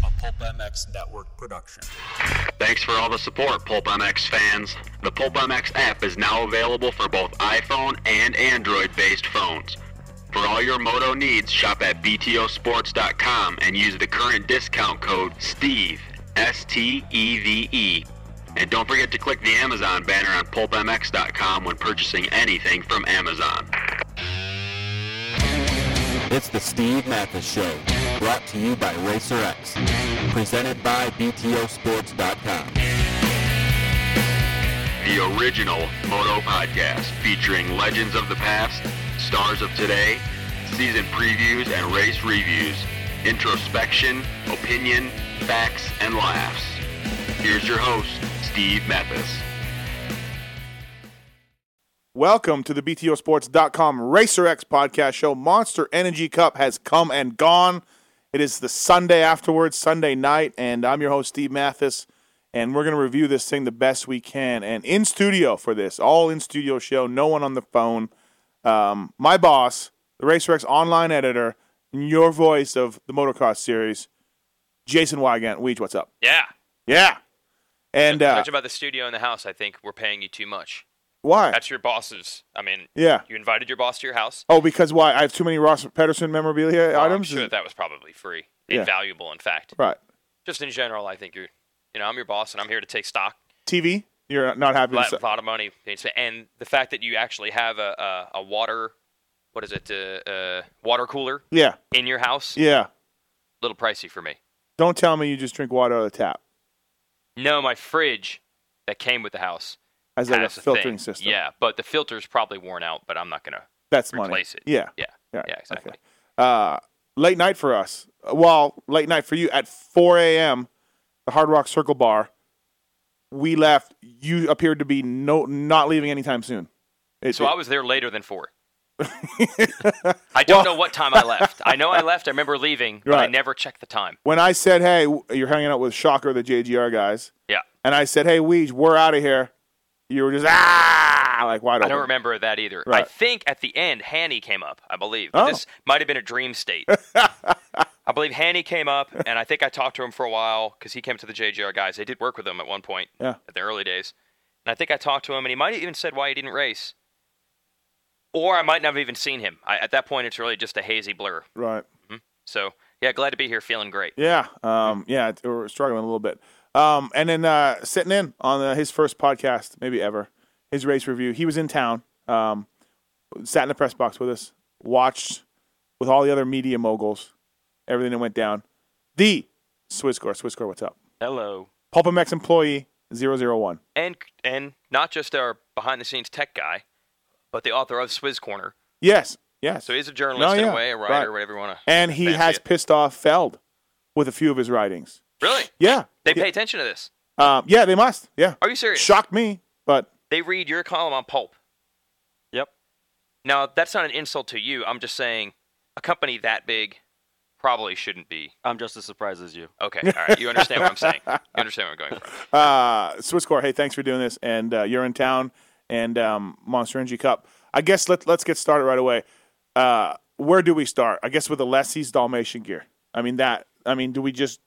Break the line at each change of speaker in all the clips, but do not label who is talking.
Pulp MX Network production.
Thanks for all the support, Pulp MX fans. The Pulp MX app is now available for both iPhone and Android based phones. For all your moto needs, shop at BTOsports.com and use the current discount code STEVE, S T E V E. And don't forget to click the Amazon banner on PulpMX.com when purchasing anything from Amazon.
It's the Steve Mathis Show, brought to you by Racer X, presented by BTOsports.com.
The original Moto Podcast featuring legends of the past, stars of today, season previews and race reviews, introspection, opinion, facts, and laughs. Here's your host, Steve Mathis.
Welcome to the BTOsports.com RacerX podcast show. Monster Energy Cup has come and gone. It is the Sunday afterwards, Sunday night, and I'm your host, Steve Mathis, and we're going to review this thing the best we can. And in studio for this, all in studio show, no one on the phone. Um, my boss, the RacerX online editor, and your voice of the motocross series, Jason Wygant. Weege, what's up?
Yeah.
Yeah. And uh,
Judge about the studio and the house, I think we're paying you too much.
why?
That's your boss's. I mean,
Yeah.
you invited your boss to your house.
Oh, because why? I have too many Ross Pedersen memorabilia
Well, Oh, I'm
items.
sure that, that was probably free.
Yeah.
Invaluable, in fact.
Right.
Just in general, I think you're, you know, I'm your boss and I'm here to take stock.
TV. You're not happy.
A
with
lot, a lot of money. And the fact that you actually have a, a, a water, what is it, uh, uh, water cooler
yeah,
in your house,
yeah.
little pricey for me.
Don't tell me you just drink water out of the tap
No, my fridge that came with the house
as like a
has
filtering
thing.
system.
Yeah, but the filter's probably worn out, but I'm not going to.
that's money.
replace it.
Yeah,
Yeah.
yeah,
Yeah, exactly.
okay. Uh, late night for us. Well, late night for you at 4 a.m. The Hard Rock Circle Bar. We left. You appeared to be no not leaving anytime soon. It-
So
it-
I was there later than four. I don't
Well-
know what time I left. I know I left. I remember leaving, but I
Right.
never checked the time.
when I said, "Hey, w- you're hanging out with Shocker, the JGR guys,"
Yeah.
and I said, "Hey, Weege, we're out of here," you were just ah like wide
I
open.
don't remember that either. I
Right.
think at the end, Hanny came up, I believe.
Oh.
This might have been a dream state. I believe Hanny came up, and I think I talked to him for a while because he came to the JGR guys. They did work with him at one point
Yeah.
at the early days. And I think I talked to him, and he might have even said why he didn't race. Or I might not have even seen him. I, at that point, it's really just a hazy blur.
Right.
So, yeah, glad to be here, feeling great.
Yeah, um, yeah, it- we're struggling a little bit. Um, and then uh, sitting in on uh his first podcast, maybe ever, his race review. He was in town, um, sat in the press box with us, watched with all the other media moguls everything that went down. The Swisscore, Swisscore, what's up?
Hello.
Pulp MX employee 001.
and and not just our behind the scenes tech guy, but the author of Swizz Corner.
Yes, yes.
So he's a journalist
No,
in
Oh, yeah,
a way, a writer,
right.
whatever you want to.
and he
Fancy
has
it.
pissed off Feld with a few of his writings.
Really?
Yeah,
They pay attention to this.
um, yeah, they must. Yeah,
Are you serious?
shocked me, but
They read your column on pulp. Yep. Now that's not an insult to you. I'm just saying, a company that big probably shouldn't be.
Uh.
I'm just as surprised as you.
Okay, all right. You understand what I'm saying? You understand where I'm going from?
Uh, Swisscore, hey, thanks for doing this, and uh, you're in town, and um, Monster Energy Cup. I guess let let's get started right away. Uh, where do we start? I guess with the lessees Dalmatian gear. I mean that. I mean, do we just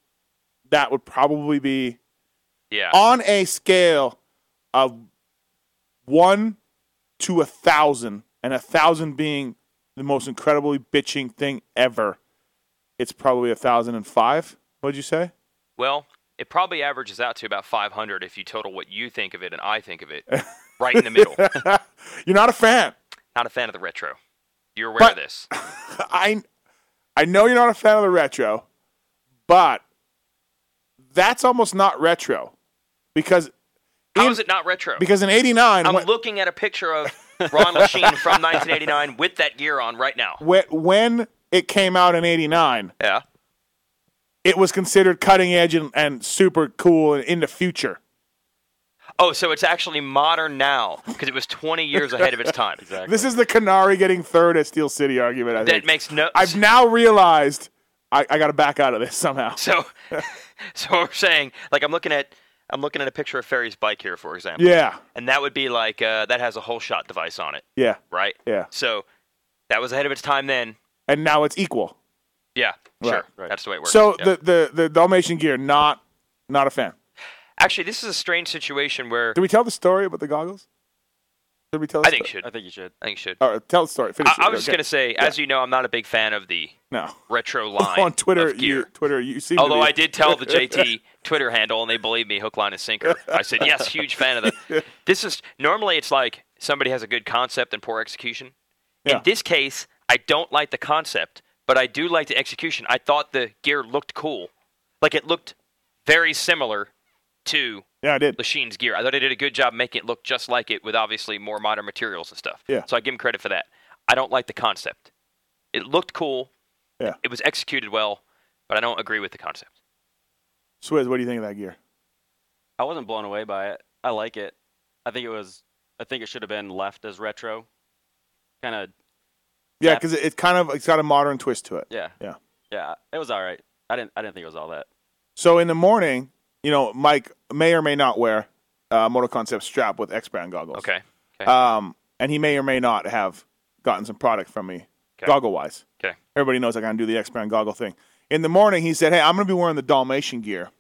that would probably be
Yeah.
on a scale of one to a thousand, and a thousand being the most incredibly bitching thing ever. It's probably a thousand and five. What'd you say?
Well, it probably averages out to about 500 if you total what you think of it and I think of it, right in the middle.
You're not a fan.
Not a fan of the retro. You're aware
But-
of this.
I I know you're not a fan of the retro, but that's almost not retro because
How is it not retro?
because in '89
I'm
when,
looking at a picture of Ron Lachine from 1989 with that gear on right now.
when when it came out in '89,
Yeah.
it was considered cutting edge and, and super cool and in the future.
Oh, so it's actually modern now because it was 20 years ahead of its time. exactly.
This is the Canary getting third at Steel City argument. I think
That makes no.
I've now realized I, I got to back out of this somehow.
so, so we're saying like I'm looking at I'm looking at a picture of Ferry's bike here, for example.
Yeah,
And that would be like uh, that has a whole shot device on it,
yeah,
right?
yeah.
So that was ahead of its time then.
And now it's equal.
Yeah,
Right.
sure. That's the way it works.
So
Yeah.
the, the the Dalmatian gear, not not a fan.
actually, this is a strange situation where
Did we tell the story about the goggles? Did we tell? The
I think
sto-
should.
I think you should.
I think should.
All right, tell the story. Finish
I,
it.
I was just
Okay.
gonna say, as you know, I'm not a big fan of the
no.
retro line
on Twitter,
of gear.
you Twitter, you seem. to
Although
be-
I did tell the JT Twitter handle, and they believed me hook, line, and sinker. I said, yes, huge fan of the. This is normally it's like somebody has a good concept and poor execution.
Yeah.
In this case, I don't like the concept, but I do like the execution. I thought the gear looked cool, like it looked very similar to
yeah, I did.
Lachines gear. I thought they did a good job making it look just like it with obviously more modern materials and stuff.
Yeah.
So I give him credit for that. I don't like the concept. It looked cool.
Yeah.
It was executed well, but I don't agree with the concept.
Swizz, what do you think of that gear?
I wasn't blown away by it. I like it. I think it was. I think it should have been left as retro. Kind of.
Yeah,
Yeah.
because it, it kind of it's got a modern twist to it.
Yeah.
Yeah.
Yeah. It was all right. I didn't. I didn't think it was all that.
So in the morning, you know, Mike may or may not wear uh, Moto Concept strap with X brand goggles.
Okay.
Um, and he may or may not have gotten some product from me,
Okay.
goggle wise.
Okay.
Everybody knows I can do the X brand goggle thing. In the morning, he said, "Hey, I'm going to be wearing the Dalmatian gear.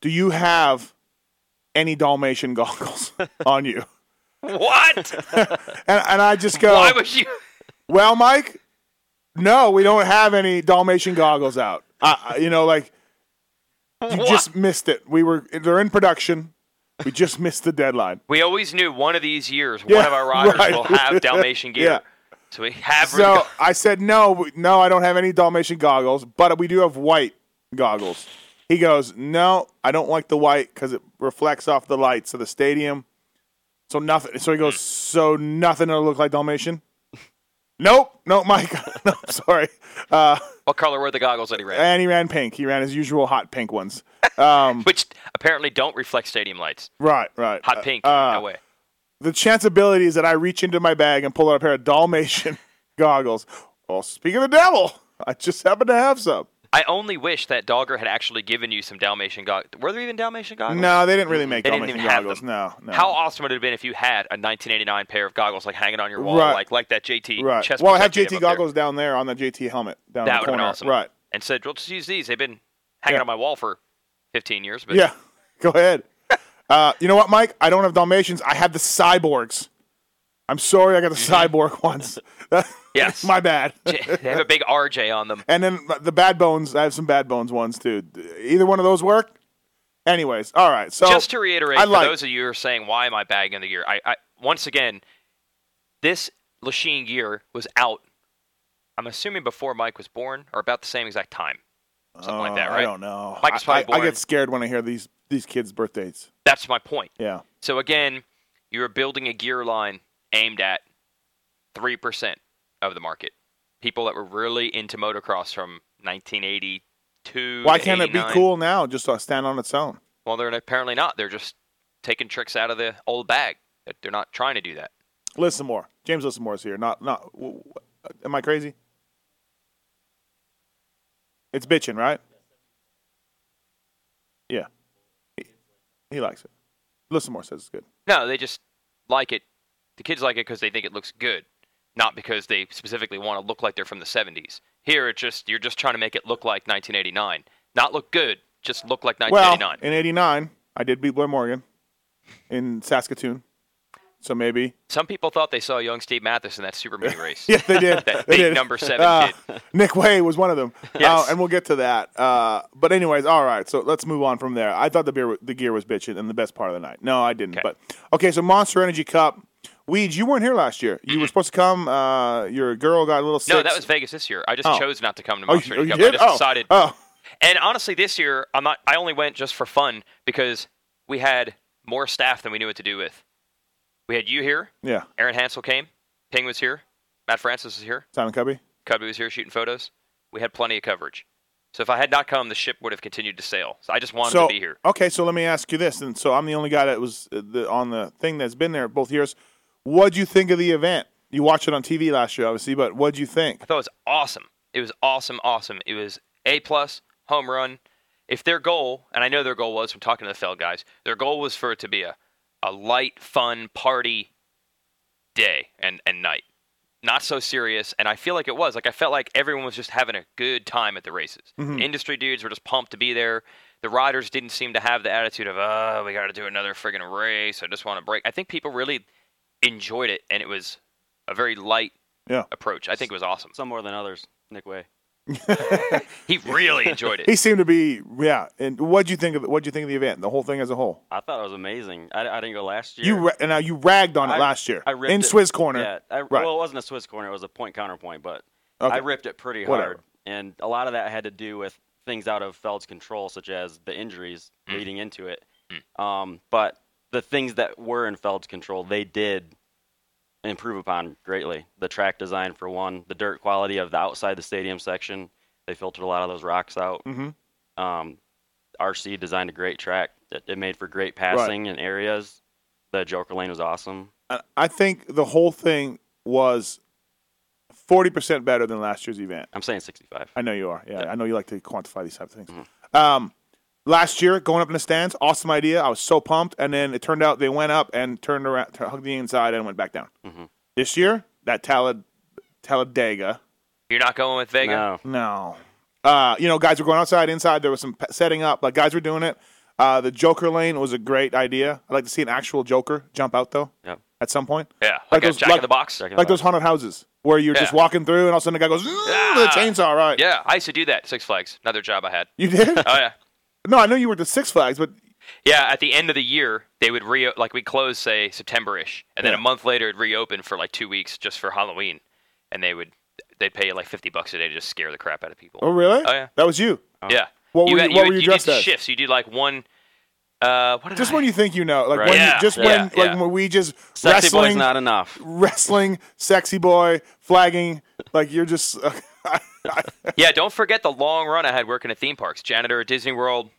Do you have any Dalmatian goggles on you?"
What?
And, and I just go,
Why was you?
Well, Mike, no, we don't have any Dalmatian goggles out. I, I- you know, like you
What?
just missed it. We were they're in production. We just missed the deadline.
We always knew one of these years one
Yeah,
of our riders
right.
will have Dalmatian gear.
Yeah.
So we have.
So I said, no, we- no, I don't have any Dalmatian goggles, but we do have white goggles. He goes, no, I don't like the white because it reflects off the lights of the stadium. So nothing. So he goes,
Hmm.
so nothing will look like Dalmatian. nope, no, Mike. no, sorry. Uh,
what color were the goggles that he ran?
and he ran pink. He ran his usual hot pink ones.
Which apparently don't reflect stadium lights.
Right, right.
Hot
Uh,
pink.
Uh,
no way.
the chanceability is that I reach into my bag and pull out a pair of Dalmatian goggles. Well, speak of the devil, I just happen to have some.
I only wish that Dogger had actually given you some Dalmatian goggles. Were there even Dalmatian goggles?
No, they didn't really make
They didn't
Dalmatian
even have
goggles.
them.
No, no.
How awesome would it have been if you had a 1989 pair of goggles like hanging on your wall,
Right.
like like that JT
right.
chest?
Well, I have
protecting him
JT
up there,
goggles down there on the JT helmet down
That
in the
would have
corner.
been awesome.
Right.
and said, "We'll just use these. They've been hanging
Yeah.
on my wall for 15 years." But
Yeah. Go ahead. uh, you know what, Mike? I don't have Dalmatians. I have the cyborgs. I'm sorry, I got the cyborg ones.
Mm-hmm. Yes.
my bad.
they have a big RJ on them.
And then the bad bones. I have some bad bones ones too. Either one of those work. Anyways, all right. So
Just to reiterate,
I
for
like-
those of you who are saying, "Why am I bagging the gear?" I, I once again, this Lachine gear was out. I'm assuming before Mike was born, or about the same exact time, something like
Uh,
that,
I
right?
don't know.
Mike was
I, I,
probably
I
born-
get scared when I hear these these kids' birthdays.
That's my point.
Yeah.
So again, you're building a gear line aimed at 3% of the market. People that were really into motocross from 1982
Why
to
can't it be
89.
cool now? Just uh, stand on its own.
Well, they're apparently not. They're just taking tricks out of the old bag. That They're not trying to do that.
Listen more. James Listen more is here. Not not. w- w- Am I crazy? It's bitching, right? Yeah. He, he likes it. Listen more says it's good.
No, they just like it. The kids like it because they think it looks good, not because they specifically want to look like they're from the 70s. Here, it's just you're just trying to make it look like 1989, not look good, just look like
Well,
1989.
in '89, I did beat Boy Morgan in Saskatoon, so maybe.
Some people thought they saw young Steve Mathis in that Super Mini race.
Yeah, they did.
That
they
big
did.
number seven
kid. Nick Way was one of them.
Yes.
Uh, and we'll get to that. Uh, but anyways, all right. So let's move on from there. I thought the beer, wa- the gear was bitching and the best part of the night. No, I didn't.
Okay.
But okay. So Monster Energy Cup. Weeds, you weren't here last year. You were supposed to come. Uh, your girl got a little sick.
Mm-hmm. No, that was Vegas this year. I just
Oh.
chose not to come to
Oh, you,
Monster
oh, you
Cup. I
did?
just
oh.
decided.
Oh,
And honestly, this year I'm not. I only went just for fun because we had more staff than we knew what to do with. We had you here.
yeah.
Aaron Hansel came. Ping was here. Matt Francis was here.
Simon Cubby.
Cubby was here shooting photos. We had plenty of coverage. So if I had not come, the ship would have continued to sail. So I just wanted
so
to be here.
okay. So let me ask you this. And so I'm the only guy that was uh, the, on the thing that's been there both years. What'd you think of the event? You watched it on TV last year, obviously. But what'd you think?
I thought it was awesome. It was awesome, awesome. It was a plus home run. If their goal, and I know their goal was from talking to the Feld guys, their goal was for it to be a, a light, fun party day and, and night. not so serious, and I feel like it was. Like I felt like everyone was just having a good time at the races. The industry dudes were just pumped to be there. The riders didn't seem to have the attitude of "oh, we got to do another friggin' race." I just want to break. I think people really enjoyed it, and it was a very light
Yeah.
approach. I think it was awesome.
Some more than others. Nick Way.
He really enjoyed
He
it.
seemed to be yeah. And what do you think of what do you think of the event, the whole thing as a whole?
I thought it was amazing. I, I didn't go last year.
You ra- and now you ragged on it
I-
last year
I ripped
in
it.
Swiss corner.
Yeah, I,
right.
well, it wasn't a Swiss corner; it was a point counterpoint. But
Okay.
I ripped it pretty
Whatever.
hard, and a lot of that had to do with things out of Feld's control, such as the injuries leading into it. Um, but the things that were in Feld's control, they did improve upon greatly. The track design, for one, the dirt quality of the outside the stadium section, they filtered a lot of those rocks out.
Mhm.
Um, RC designed a great track. It, it made for great passing in areas. The Joker lane was awesome.
I- I think the whole thing was forty percent better than last year's event.
I'm saying 65.
I know you are. Yeah, I know you like to quantify these type of things.
Mm-hmm.
Um, last year, going up in the stands, awesome idea. I was so pumped, and then it turned out they went up and turned around, t- hugged the inside, and went back down.
Mm-hmm.
This year, that Talad- Talladega,
You're not going with Vega.
No.
no, uh, you know, guys were going outside, inside. There was some p- setting up, like guys were doing it. Uh, the Joker lane was a great idea. I'd like to see an actual Joker jump out though
Yep.
at some point.
Yeah,
Like
like,
those-
a Jack
like-
in the Box.
Jack in the
Like those haunted houses where you're just
Yeah.
walking through, and all of a sudden the guy goes, "Ooh, "The chainsaw!" Right?
Yeah, I used to do that. at Six Flags, another job I had.
You did?
Oh yeah.
no, I know you were at the Six Flags, but
Yeah, at the end of the year, they would re like we close say September ish, and then
Yeah.
a month later it'd reopen for like two weeks just for Halloween, and they would they'd pay you like fifty bucks a day to just scare the crap out of people.
Oh, really?
Oh, yeah.
That was you.
Yeah.
What were you- what
had-
were you dressed
did
as?
Shifts. You did like one. Uh, what did
Just
I-
when you think you know, like
Right.
when you,
Yeah,
just
yeah,
when,
yeah.
like when we just
Sexy
wrestling,
boy's not enough.
wrestling, sexy boy, flagging. Like you're just
Yeah, don't forget the long run I had working at theme parks. Janitor at Disney World,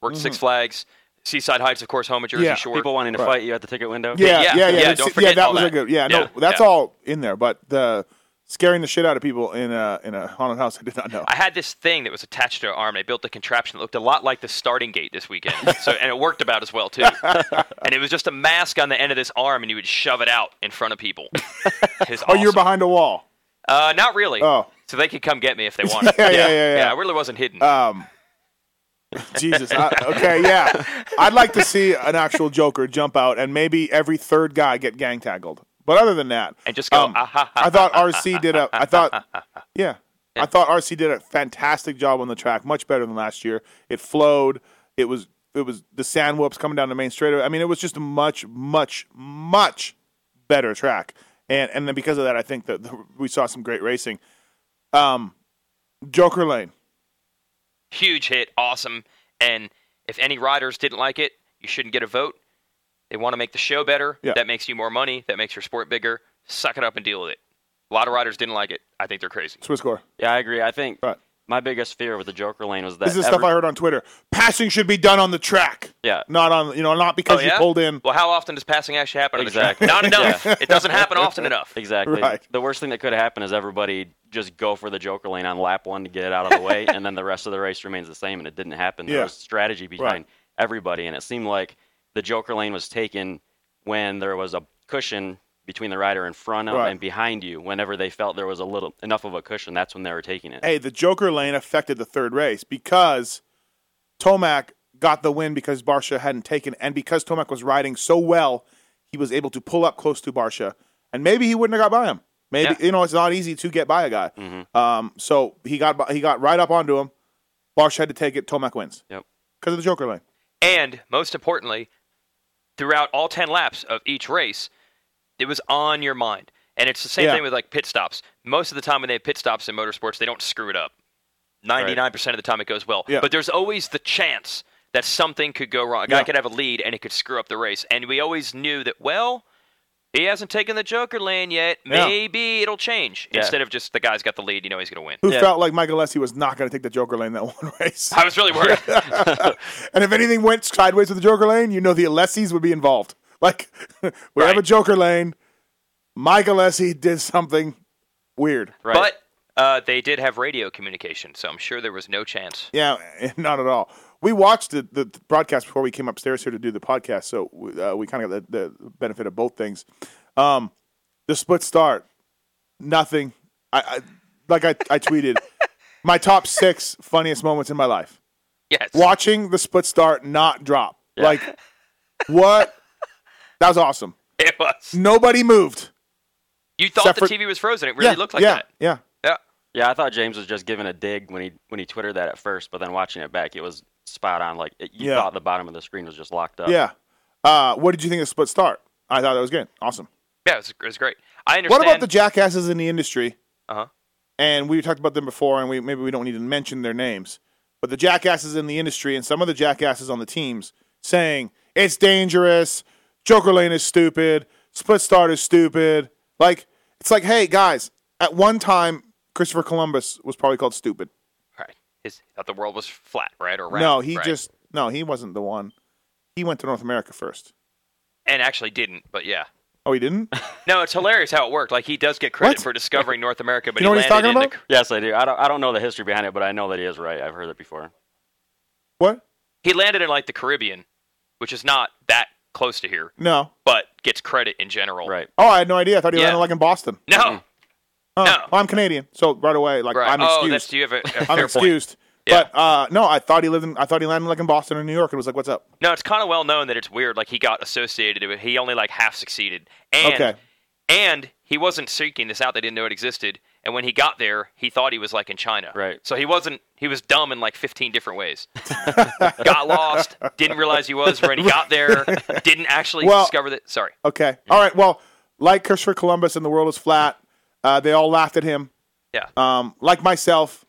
worked Six Flags, Seaside Heights, of course, home at Jersey
Mm-hmm. Yeah.
Shore.
People wanting to
Right.
fight you at the ticket window.
yeah, yeah,
Yeah,
yeah.
yeah,
that's-
don't forget
that
all
was a
that.
good. Yeah,
Yeah,
no, that's
yeah.
all in there. But the scaring the shit out of people in a in a haunted house, I did not know.
I had this thing that was attached to an arm. I built a contraption that looked a lot like the starting gate this weekend. So, and it worked about as well too. and it was just a mask on the end of this arm, and you would shove it out in front of people. It was
Oh, you're
awesome.
behind a wall.
Uh, not really.
Oh.
So they could come get me if they wanted.
Yeah, yeah, yeah, yeah.
I really wasn't hidden.
Um, Jesus. I, okay, yeah. I'd like to see an actual Joker jump out and maybe every third guy get gang tackled. But other than that, um,
And just go, "Ah, ha, ha,
I thought RC did a. I thought, yeah, I thought RC did a fantastic job on the track, much better than last year. It flowed. It was it was the sand whoops coming down the main straightaway. I mean, it was just a much, much, much better track. And and then because of that, I think that the, we saw some great racing. Um, Joker Lane.
Huge hit, awesome. And if any riders didn't like it, you shouldn't get a vote. They want to make the show better.
Yeah.
That makes you more money. That makes your sport bigger. Suck it up and deal with it. A lot of riders didn't like it. I think they're crazy.
Swiss score.
Yeah, I agree. I think
Right.
my biggest fear with the Joker lane was that
This is
every-
stuff I heard on Twitter. Passing should be done on the track.
Yeah.
Not on, you know, not because
Oh, yeah?
you pulled in.
Well, how often does passing actually happen? on the track?
Exactly.
Not enough. It doesn't happen often enough.
exactly
Right.
the worst thing that could happen is everybody just go for the Joker lane on lap one to get it out of the way, and then the rest of the race remains the same, and it didn't happen.
Yeah.
There was strategy behind everybody, and it seemed like the Joker lane was taken when there was a cushion between the rider in front of
Right.
and behind you. Whenever they felt there was a little enough of a cushion, that's when they were taking it.
Hey, the Joker lane affected the third race because Tomac got the win because Barsha hadn't taken, and because Tomac was riding so well, he was able to pull up close to Barsha, and maybe he wouldn't have got by him. Maybe
Yeah.
you know it's not easy to get by a guy.
Mm-hmm.
Um, so he got by- he got right up onto him. Barsha had to take it. Tomac wins
Yep.
because of the Joker lane.
And most importantly, throughout all 10 laps of each race, it was on your mind. And it's the same
Yeah.
thing with like pit stops. Most of the time when they have pit stops in motorsports, they don't screw it up. 99% of the time it goes well.
Yeah.
But there's always the chance that something could go wrong. A guy
Yeah.
could have a lead and it could screw up the race. And we always knew that, well, he hasn't taken the Joker lane yet.
Yeah.
Maybe it'll change.
Yeah.
Instead of just the guy's got the lead, you know he's going to win.
Who
Yeah.
felt like Michael Lessie was not going to take the Joker lane that one race?
I was really worried.
And if anything went sideways with the Joker lane, you know the Alessis would be involved. Like, we have
Right.
a Joker lane. Mike Alessi did something weird.
Right.
But uh, they did have radio communication, so I'm sure there was no chance.
Yeah, not at all. We watched the, the broadcast before we came upstairs here to do the podcast, so we, uh, we kind of got the, the benefit of both things. Um, the split start Nothing. I, I like I, I tweeted my top six funniest moments in my life.
Yes.
Watching the split start not drop.
Yeah.
Like what? That was awesome.
It was.
Nobody moved.
You thought
Except
the
for-
TV was frozen. It really
yeah,
looked like
yeah,
that.
Yeah.
Yeah.
Yeah, I thought James was just giving a dig when he when he twittered that at first, but then watching it back, it was spot on. Like it, you
Yeah.
thought the bottom of the screen was just
Oh.
locked up.
Yeah. Uh, what did you think of the split start? I thought that was good. Awesome.
Yeah, it was, it was great. I understand.
What about the jackasses in the industry?
Uh-huh.
And we talked about them before, and we maybe we don't need to mention their names, but the jackasses in the industry and some of the jackasses on the teams saying it's dangerous, Joker Lane is stupid, Split Start is stupid. Like it's like, hey guys, at one time Christopher Columbus was probably called stupid.
Right. His, thought the world was flat, right? Or round,
no, he
right?
just no, he wasn't the one. He went to North America first.
and actually didn't. But yeah.
Oh, he didn't.
No, it's hilarious how it worked. Like he does get credit
What?
for discovering North America, but
You know
he
what he's
landed
talking
in the
Yes, I do. I don't I don't know the history behind it, but I know that he is right. I've heard it before.
what?
he landed in like the Caribbean, which is not that close to here,
No.
but gets credit in general.
Right.
Oh, I had no idea. I thought he
Yeah.
landed like in Boston.
No.
Oh,
No.
well, I'm Canadian, so right away, like
Right.
I'm
oh,
excused.
that's you have a, a fair
I'm
point.
excused.
Yeah.
But uh, no, I thought he lived in. I thought he landed like in Boston or New York, and was like, "What's up?"
No, it's kind of well known that it's weird. Like he got associated with. He only like half succeeded, and
Okay.
and he wasn't seeking this out. They didn't know it existed. And when he got there, he thought he was like in China.
Right.
So he wasn't. He was dumb in like 15 different ways. got lost. Didn't realize he was. When he got there, didn't actually
Well-
discover that. Sorry.
Okay, all right. Well, like Christopher Columbus and the world is flat, uh, they all laughed at him.
Yeah.
Um, like myself,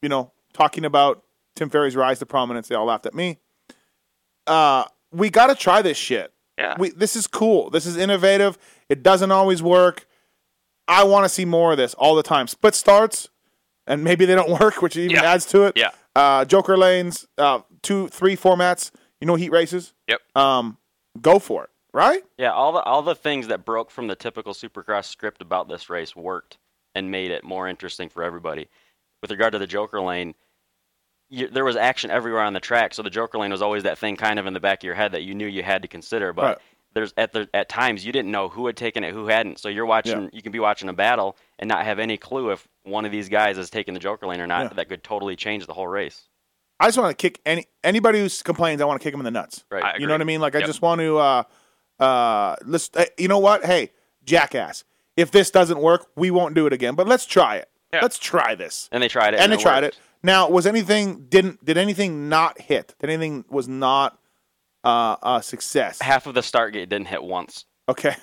you know, talking about Tim Ferry's rise to prominence, they all laughed at me. Uh, we got to try this shit.
Yeah.
We, this is cool. This is innovative. It doesn't always work. I want to see more of this all the time. Split starts, and maybe they don't work, which even
Yeah.
adds to it.
Yeah.
Uh, Joker lanes, uh, two, three formats. You know, heat races.
Yep.
Um, go for it, right?
Yeah, all the all the things that broke from the typical Supercross script about this race worked and made it more interesting for everybody. With regard to the Joker lane, you, there was action everywhere on the track, so the Joker lane was always that thing kind of in the back of your head that you knew you had to consider. But
Right.
there's at the at times you didn't know who had taken it, who hadn't. So you're watching,
Yeah.
you can be watching a battle and not have any clue if one of these guys is taking the Joker lane or not.
Yeah.
That could totally change the whole race.
I just want to kick any anybody who complains. I want to kick them in the nuts.
Right.
I
You
agree.
know what I mean? Like I
Yep.
just want to. Uh, uh, let's. Uh, you know what? Hey, jackass! If this doesn't work, we won't do it again. But let's try it.
Yeah.
Let's try this.
And they tried it.
and,
And,
they tried
worked.
it. Now, was anything didn't did anything not hit? Did anything was not uh, a success?
Half of the start gate didn't hit once.
Okay.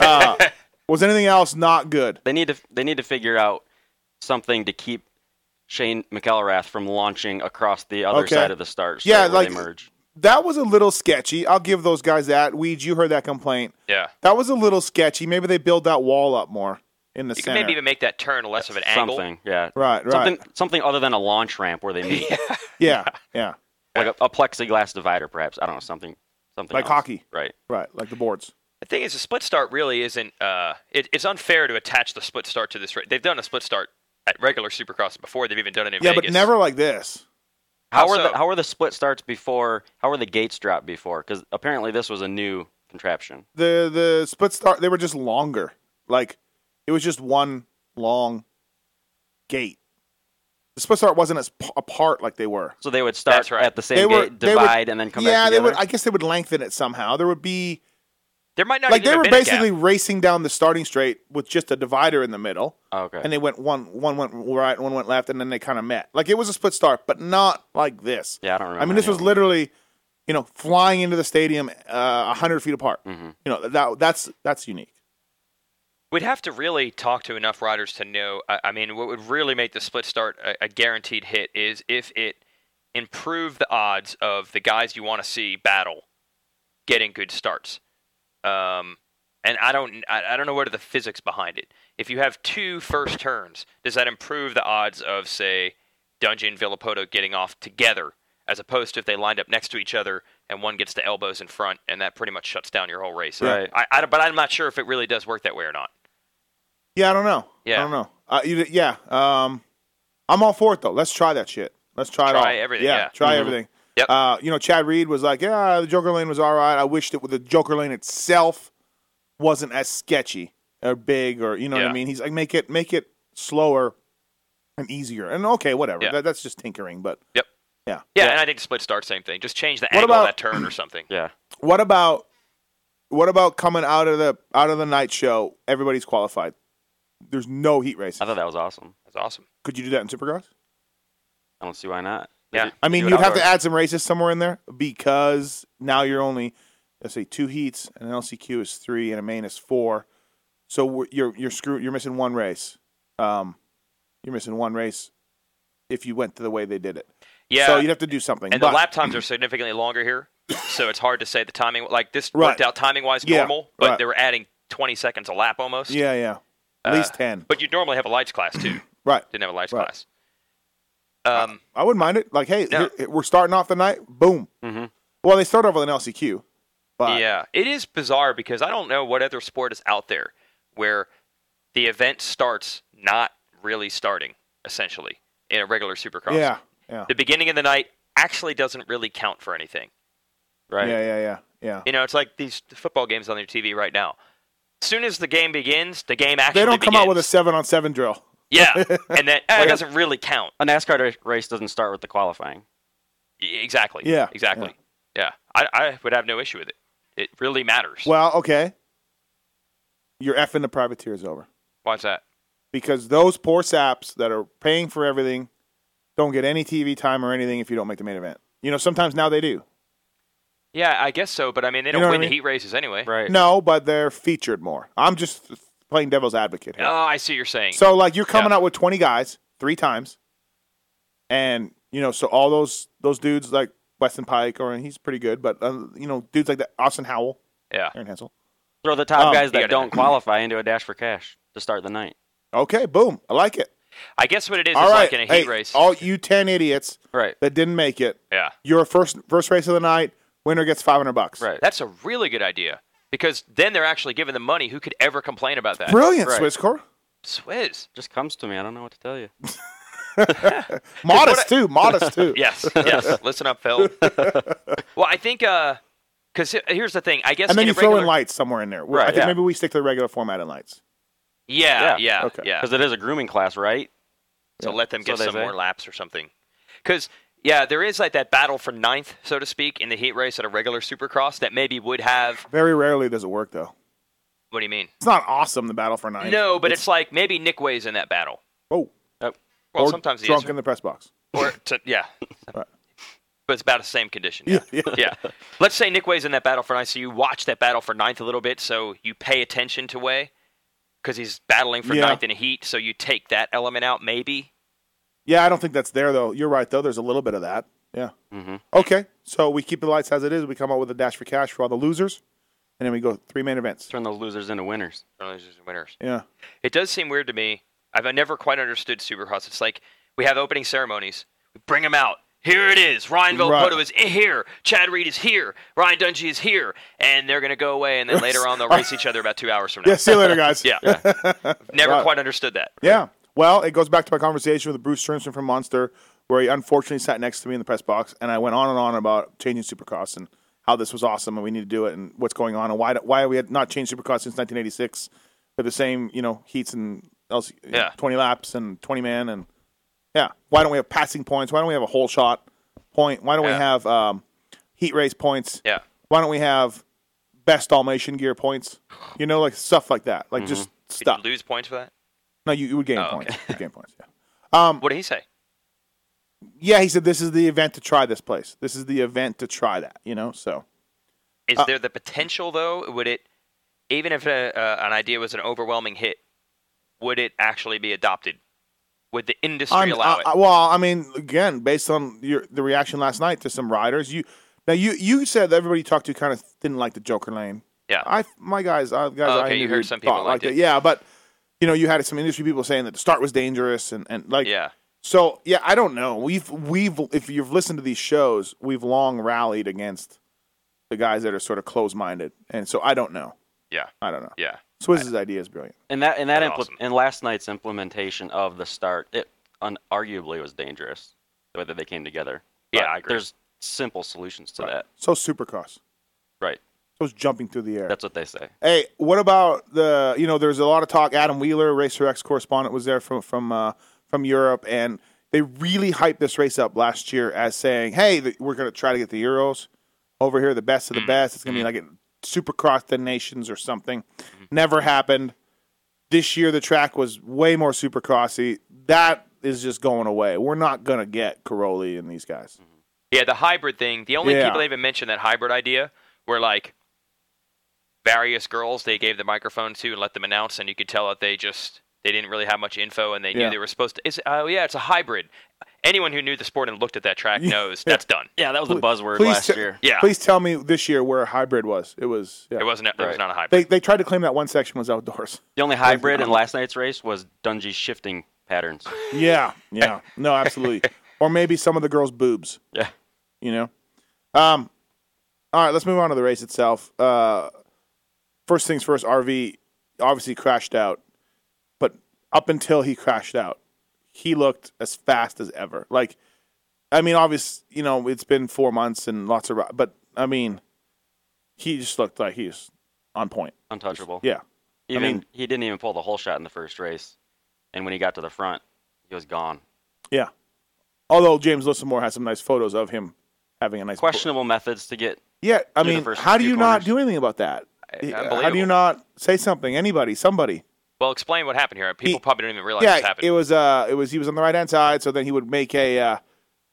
uh, was anything else not good?
they need to they need to figure out something to keep Shane McElrath from launching across the other
Okay.
side of the stars.
Yeah,
where
like-
they merge.
That was a little sketchy. I'll give those guys that. Weed, you heard that complaint.
Yeah.
That was a little sketchy. Maybe they build that wall up more in the
You can
center.
maybe even make that turn less of an angle.
something. Yeah,
right, right.
something something other than a launch ramp where they meet,
yeah, yeah.
like a, a plexiglass divider, perhaps. I don't know something something
Like
else.
hockey.
right?
Right, like the boards.
The thing is, the split start really isn't. Uh, it, it's unfair to attach the split start to this. Ra- They've done a split start at regular Supercross before. They've even done it in
Yeah,
Vegas.
but never like this.
How,
How
are
so?
the how are the split starts before? How are the gates dropped before? Because apparently this was a new contraption.
The the split start they were just longer. Like it was just one long gate. The split start wasn't as p- apart like they were.
So they would start
That's right.
at the same
they were
gate,
they would-
divide, and then come
yeah,
back
they
together.
would. I guess they would lengthen it somehow. There would be
There might not
like
even
they
have
were
been a gap.
basically racing down the starting straight with just a divider in the middle,
oh, okay.
and they went one one went right, one went left, and then they kind of met. Like it was a split start, but not like this.
yeah, I don't remember.
I mean, this was
anymore.
literally, you know, flying into the stadium uh, a hundred feet apart. You know that that's that's unique.
We'd have to really talk to enough riders to know. I, I mean, what would really make the split start a, a guaranteed hit is if it improved the odds of the guys you want to see battle getting good starts. Um, and I don't, I, I don't know what are the physics behind it. If you have two first turns, does that improve the odds of say Dungeon and Villapoto getting off together, as opposed to if they lined up next to each other and one gets the elbows in front, and that pretty much shuts down your whole race.
Right.
I, I, but I'm not sure if it really does work that way or not.
Yeah, I don't know. I
Yeah.
don't know. Uh, you, yeah, um, I'm all for it though. Let's try that shit. Let's try,
Try
it all.
everything, yeah. Mm-hmm.
try
Mhm.
everything.
Yep.
Uh, you know, Chad Reed was like, "Yeah, the Joker Lane was all right. I wished it the Joker Lane itself wasn't as sketchy." or big or you know what I
Yeah.
mean. He's like make it make it slower and easier. And okay, whatever.
Yeah.
That, that's just tinkering. But
Yep.
yeah,
Yeah, and I think the split start same thing. Just change the
What
angle
about-
of that turn or something.
Yeah.
What about what about coming out of the out of the night show? Everybody's qualified. There's no heat races.
I thought that was awesome.
That's awesome.
Could you do that in Supercross?
I don't see why not.
Yeah.
I mean,
Do it
you'd have to
outdoors.
add some races somewhere in there because now you're only let's say two heats, and an LCQ is three, and a main is four. So we're- you're you're screwed. You're missing one race. Um, you're missing one race if you went to the way they did it.
Yeah.
So you'd have to do something.
and
but
the lap times are significantly longer here, so it's hard to say the timing. Like this worked
Right.
out timing wise
Yeah,
normal, but
right.
they were adding 20 seconds a lap almost.
yeah, yeah, at
Uh,
least ten.
But you'd normally have a lights class too.
Right.
Didn't have a lights
Right.
class. Um,
I wouldn't mind it. Like, hey,
No.
here- we're starting off the night. Boom. Well, they start off with an LCQ. But
Mm-hmm. yeah, it is bizarre because I don't know what other sport is out there where the event starts not really starting essentially in a regular supercross.
Yeah, yeah.
The beginning of the night actually doesn't really count for anything.
Right.
Yeah, yeah, yeah, yeah.
You know, it's like these football games on your TV right now. As soon as the game begins, the game actually
They don't come out with a
begins.
seven on seven drill.
yeah, and that eh,
Like
it
a-
doesn't really count.
A NASCAR ra- race doesn't start with the qualifying.
Y- E, Exactly.
Yeah,
Exactly. Yeah. I, I would have no issue with it. It really matters.
Well, okay. You're effing the privateers over
Watch that.
because those poor saps that are paying for everything don't get any TV time or anything if you don't make the main event. You know, sometimes now they do.
Yeah, I guess so. But I mean, they don't
know what
win
I
the
mean?
heat races anyway.
Right.
No, but they're featured more. I'm just playing devil's advocate here.
Oh, I see what you're saying.
So like you're coming
Yeah.
out with 20 guys three times, and you know so all those those dudes like Weston Pike or and he's pretty good, but uh, you know dudes like that Austin Howell,
yeah.
Aaron Hansel.
Throw the top
Um,
guys
you
that
gotta-
don't qualify into a dash for cash to start the night.
Okay, boom, I like it.
I guess what it is
all
is
right,
like in a
hey,
heat race.
all you 10 idiots
Right.
that didn't make it,
yeah.
your first first race of the night winner gets 500 bucks.
Right.
That's a really good idea because then they're actually given the money. Who could ever complain about that?
Brilliant,
Right.
Swiss Corps.
Swizz.
Just comes to me. I don't know what to tell you.
Modest too, modest too.
Yes. Yes. Listen up, Phil. well, I think because here's the thing. I guess
And then
in
you
a regular,
throw in lights somewhere in there. I
Right,
think
yeah.
maybe we stick to the regular format in lights.
Yeah. Yeah.
Yeah,
Yeah.
okay.
Because it is a grooming class, right?
So let them
So
get
they
some
say.
more laps or something. Because yeah, there is like that battle for ninth, so to speak, in the heat race at a regular Supercross that maybe would have.
Very rarely does it work though.
What do you mean?
It's not awesome the battle for nine.
No, but it's, like maybe Nick Way's in that battle.
oh,
Yep.
Well,
or
sometimes he
drunk
is.
in the press box.
Or to, yeah.
Right.
But it's about the same condition. Yeah.
Yeah,
Yeah. Let's say Nick Way's in that battle for ninth, so you watch that battle for ninth a little bit, so you pay attention to Way because he's battling for
Yeah.
ninth in a heat, so you take that element out maybe.
Yeah, I don't think that's there though. You're right though. There's a little bit of that. Yeah.
Mm-hmm.
Okay, so we keep the lights as it is. We come out with a dash for cash for all the losers, and then we go three main events.
Turn those losers into winners.
Winners and winners.
Yeah.
It does seem weird to me. I've never quite understood Supercross. It's like we have opening ceremonies. We bring them out. Here it is. Ryan
Right.
Villapoto is i- here. Chad Reed is here. Ryan Dungey is here. And they're going to go away, and then later on they'll race each other about two hours from now.
Yeah. See you later, guys.
Yeah. Never
Right.
quite understood that.
Yeah. Well, it goes back to my conversation with Bruce Sternson from Monster, where he unfortunately sat next to me in the press box, and I went on and on about changing Supercross and how this was awesome and we need to do it and what's going on and why why we had not changed Supercross since 1986 with the same you know heats and LC,
Yeah.
20 laps and 20 man and yeah why don't we have passing points why don't we have a whole shot point why don't we
Yeah.
have um, heat race points
Yeah.
why don't we have best Dalmatian gear points you know like stuff like that
Mm-hmm.
like just
Did
stuff
you lose points for that?
no, you, you would gain
Oh,
points. You gain points. Yeah. Um,
What did he say?
Yeah, he said this is the event to try this place. This is the event to try that. You know, so Uh,
Is there the potential, though? Would it, even if a, uh, an idea was an overwhelming hit, would it actually be adopted? Would the industry
I'm-
allow
I-
it?
I- well, I mean, again, based on your the reaction last night to some riders, you now you you said that everybody you talked to kind of didn't like the Joker Lane.
yeah.
I my guys, I, guys,
Oh,
I
okay, you heard
interviewed
some people
thought
liked
that.
it.
Yeah, but you know, you had some industry people saying that the start was dangerous and and like
yeah.
So yeah, I don't know. We've we've if you've listened to these shows, we've long rallied against the guys that are sort of closed minded, and so I don't know.
Yeah.
I don't know.
Yeah.
Swizz's idea is brilliant.
And that and that
That's
impl-
awesome.
and last night's implementation of the start, it unarguably was dangerous the way that they came together.
Yeah,
But
I agree.
There's simple solutions to that.
So Supercross,
Right.
It was jumping through the air.
That's what they say.
Hey, what about the? You know, there's a lot of talk. Adam Wheeler, Racer X correspondent, was there from from uh, from Europe, and they really hyped this race up last year as saying, "Hey, th- we're going to try to get the Euros over here, the best of the best. It's going to be like a Supercross the Nations or something." Never happened. This year, the track was way more Supercrossy. That is just going away. We're not going to get Caroli and these guys.
Yeah, the hybrid thing. The only
Yeah.
people that even mentioned that hybrid idea were like various girls they gave the microphone to and let them announce, and you could tell that they just they didn't really have much info, and they
Yeah.
knew they were supposed to. It's, oh yeah, it's a hybrid. Anyone who knew the sport and looked at that track knows that's done.
Yeah, that was a buzzword
Please
last
te-
year.
Yeah.
Please tell me this year where hybrid was. It was. Yeah.
It wasn't. It was
Right.
not a hybrid.
They they tried to claim that one section was outdoors.
The only hybrid
um,
in last night's race was Dungy's shifting patterns.
Yeah, yeah. No, absolutely. or maybe some of the girls' boobs,
Yeah.
you know? Um, all right, let's move on to the race itself. Uh, first things first, RV obviously crashed out, but up until he crashed out, he looked as fast as ever. Like, I mean, obvious, you know, it's been four months and lots of, ri- but I mean, he just looked like he's on point.
Untouchable.
Yeah.
Even,
mean-
he didn't even pull the whole shot in the first race. And when he got to the front, he was gone.
Yeah. Although James Lissamore has some nice photos of him having a nice
Questionable methods to get.
Yeah, I
Through the
mean,
first
how do
few
you not
corners.
do anything about that? uh, how do you
unbelievable.
not say something? Anybody, somebody.
Well, explain what happened here. People
He-
probably don't even realize this
yeah,
happened.
it was. Uh, it was. He was on the right hand side, so then he would make a. Uh,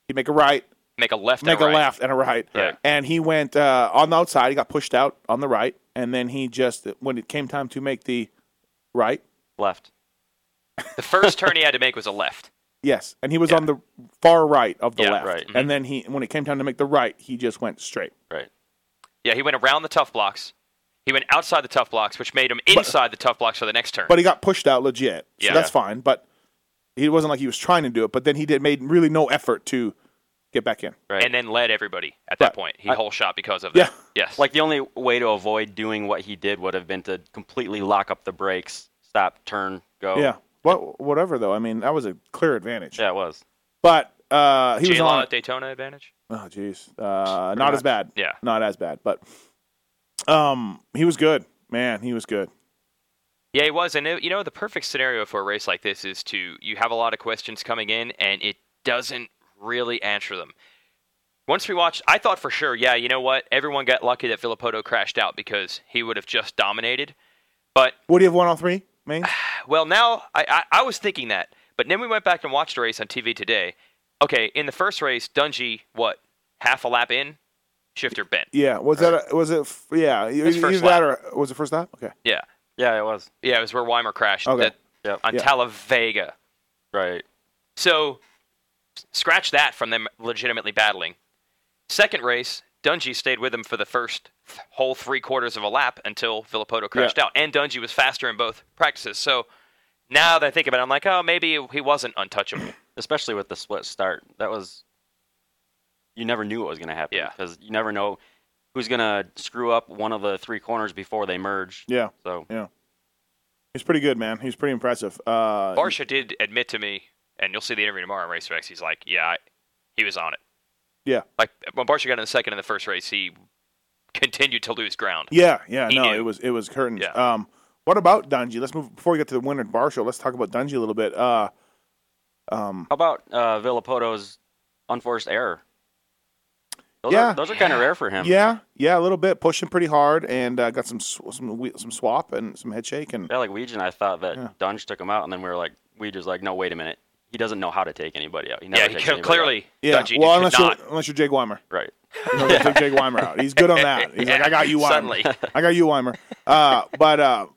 he'd make a right,
make a left.
make
and a,
a
right.
left, and a right.
Yeah.
And he went uh, on the outside. He got pushed out on the right, and then he just when it came time to make the right,
Left.
The first turn he had to make was a left.
yes, and he was on the far right of the
Yeah,
left.
Mm-hmm.
right.
And then he when it came time to make the right, he just went straight.
Right.
Yeah, he went around the tough blocks. He went outside the tough blocks, which made him inside the tough blocks for the next turn.
But he got pushed out legit. So
Yeah.
that's fine. But he wasn't like he was trying to do it. But then he did made really no effort to get back in.
Right.
and then led everybody at that
Right.
point. He whole shot because of
Yeah.
that. Yes.
Like the only way to avoid doing what he did would have been to completely lock up the brakes, stop, turn,
Oh.
go.
Yeah. What whatever though. I mean, that was a clear advantage.
Yeah, it was.
But uh, he was
J-Law
on.
at Daytona advantage.
Oh, jeez. Uh, not as bad.
Yeah.
Not as bad. But um, he was good. Man, he was good.
Yeah, he was, and it, you know the perfect scenario for a race like this is to you have a lot of questions coming in, and it doesn't really answer them. Once we watched, I thought for sure, yeah, you know what, everyone got lucky that Filippo crashed out because he would have just dominated. But
Would he have won all three? Main?
Well, now I, I, I was thinking that, but then we went back and watched the race on TV today. Okay, in the first race, Dungy, what, half a lap in, shifter bent.
Yeah. Was that? A, was it? f- Yeah. e,
His
Either
first
that or was it first lap? Okay.
Yeah,
Yeah, it was.
yeah, it was where Weimer crashed
Okay.
that,
Yep.
on
Yeah.
Talavega.
Right.
So s- scratch that from them legitimately battling. Second race, Dungy stayed with him for the first th- whole three quarters of a lap until Villapoto crashed out, and Dungy was faster in both practices. So now that I think about it, I'm like, oh, maybe he wasn't untouchable.
especially with the split start. That was you never knew what was going to happen
Yeah.
because you never know who's going to screw up one of the three corners before they merge.
Yeah.
So
Yeah. He's pretty good, man. He's pretty impressive. Uh,
Barsha did admit to me, and you'll see the interview tomorrow on Racer X. He's like, yeah, I, he was on it.
yeah.
Like when Barsha got in the second in the first race, he continued to lose ground.
Yeah, yeah,
He
no,
knew.
it was it was curtains.
Yeah.
Um, what about Dungy? Let's move before we get to the winner and bar show. Let's talk about Dungy a little bit. Uh,
how about uh, Villapoto's unforced error? Those
Yeah.
are, those are kind of rare for
Um,
him.
yeah, yeah, a little bit pushing pretty hard and uh, got some sw- some we- some swap and some head shake and
Yeah, like Weege and I thought that
Yeah.
Dunge took him out, and then we were like, Weege is like, no, wait a minute, he doesn't know how to take anybody out. He never
Yeah, he
takes
c-
anybody out."
clearly
yeah.
Dungy
well,
could
unless
not.
you're unless you're Jake Weimer,
right.
You know, take Jake Weimer out. He's good on that. He's like, I got you, Weimer.
Suddenly.
I got you, Weimer. Uh, but uh,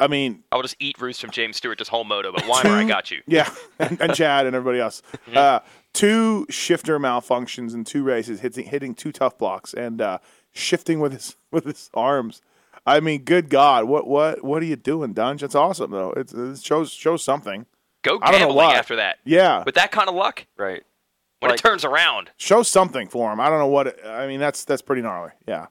I mean,
I will just eat roost from James Stewart this whole moto, but Weimer, I got you.
Yeah, and, and Chad and everybody else. Uh, two shifter malfunctions in two races, hitting hitting two tough blocks and uh, shifting with his with his arms. I mean, good God, what what what are you doing, Dunge? That's awesome though. It's, it shows shows something.
Go
I don't know
gambling
why.
after that.
Yeah,
With that kind of luck,
Right.
when
Like-
it turns around,
shows something for him. I don't know what. It, I mean, that's that's pretty gnarly. Yeah,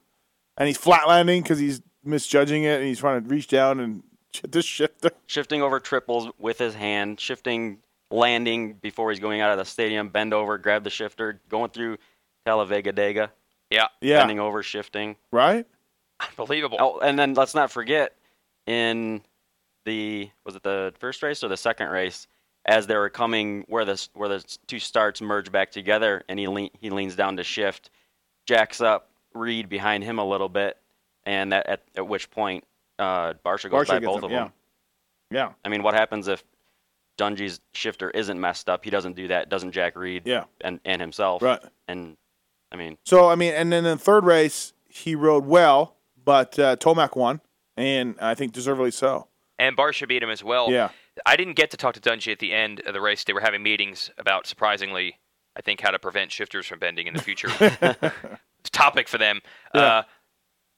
and he's flat landing because he's misjudging it and he's trying to reach down and sh- this shifter.
Shifting over triples with his hand, shifting, landing before he's going out of the stadium, bend over, grab the shifter, going through Talavega Dega.
yeah,
Yeah,
bending over, shifting.
right.
Unbelievable.
Oh, and then let's not forget in the was it the first race or the second race as they were coming where the where the two starts merge back together and he lean, he leans down to shift, jacks up Reed behind him a little bit, and that, at at which point uh, Barsha goes
Barsha
by
gets
both
him,
of them.
Yeah.
I mean, what happens if Dungy's shifter isn't messed up? He doesn't do that. Doesn't Jack Reed?
Yeah.
And and himself.
Right.
And I mean,
So I mean, and then in the third race he rode well, but uh, Tomac won, and I think deservedly so.
and Barsha beat him as well.
Yeah.
I didn't get to talk to Dungy at the end of the race. They were having meetings about, surprisingly, I think, how to prevent shifters from bending in the future. It's a topic for them. Uh,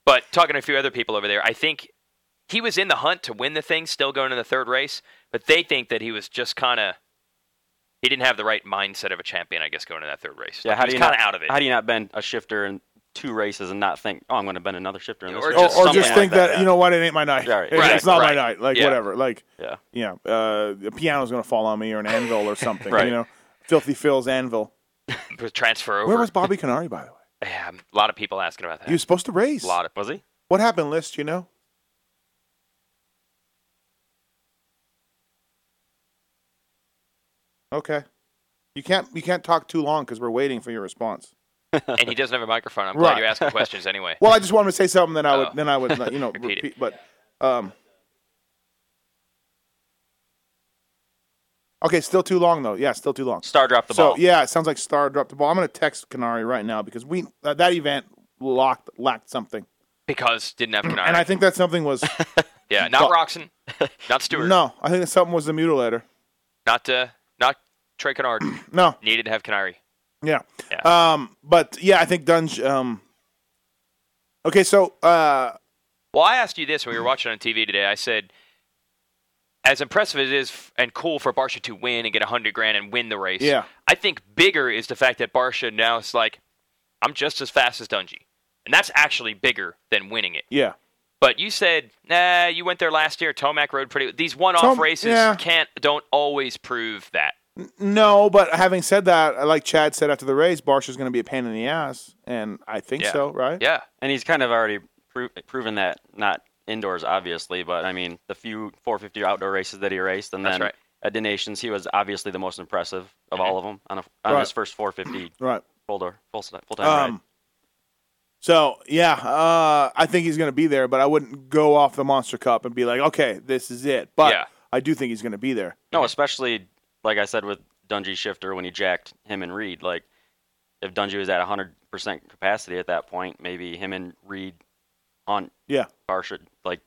but talking to a few other people over there, I think he was in the hunt to win the thing, still going in the third race, but they think that he was just kind of. He didn't have the right mindset of a champion, I guess, going to that third race.
yeah.
Like,
How
he
do
was
you
kind
not
of out of it?
How do you not bend a shifter in two races and not think, oh, I'm going to bend another shifter in this
Or
race?
Or,
Just
or
something
just
like
think that, you know what, it ain't my night.
Right.
It-
Right,
It's not my
right.
night. Like
Yeah.
whatever. Like
Yeah.
you know, uh, the piano's gonna fall on me or an anvil or something.
Right.
You know, filthy Phil's anvil.
transfer over.
Where was Bobby Canary by the way?
Yeah, a lot of people asking about that.
He was supposed to race.
a lot of
Was he?
What happened, List? You know. Okay. You can't you can't talk too long because we're waiting for your response.
and he doesn't have a microphone. I'm glad
Right.
you're asking questions anyway.
Well, I just wanted to say something, then I would
Oh.
then I would you know
Repeat it.
repeat. But um, okay, still too long though. Yeah, still too long.
Star dropped the
so
ball.
yeah, it sounds like Star dropped the ball. I'm gonna text Canary right now because we uh, that event locked lacked something,
Because didn't have Canard.
and I think that something was
yeah, not
Well-
Roxon, not Stewart,
no, I think that something was the mutilator.
not uh, not Trey Canard.
No,
Needed to have Canary.
Yeah.
Yeah.
Um, but yeah, I think Dunge. Um, okay, so uh,
Well, I asked you this when we were watching on TV today. I said, as impressive as it is f- and cool for Barsha to win and get a hundred grand and win the race,
Yeah.
I think bigger is the fact that Barsha now is like, I'm just as fast as Dungy, and that's actually bigger than winning it.
yeah,
But you said, nah, you went there last year. Tomac rode pretty. These one-off
Tom-
races
yeah.
can't don't always prove that.
no. But having said that, like Chad said after the race, Barsha's going to be a pain in the ass, and I think
Yeah.
so, right?
Yeah.
And he's kind of already pro- proven that, not indoors, obviously, but I mean, the few 450 outdoor races that he raced, and
That's
then
right. Mm-hmm.
at the Nations, he was obviously the most impressive of all of them on, a, on
Right.
his first 450
Right.
full door, full time ride.
Um. So yeah, uh, I think he's going to be there, but I wouldn't go off the Monster Cup and be like, okay, this is it. But
Yeah.
I do think he's going to be there.
No, especially like I said with Dungy Shifter when he jacked him and Reed. Like if Dungy was at 100% capacity at that point, maybe him and Reed on
Yeah.
Barsha like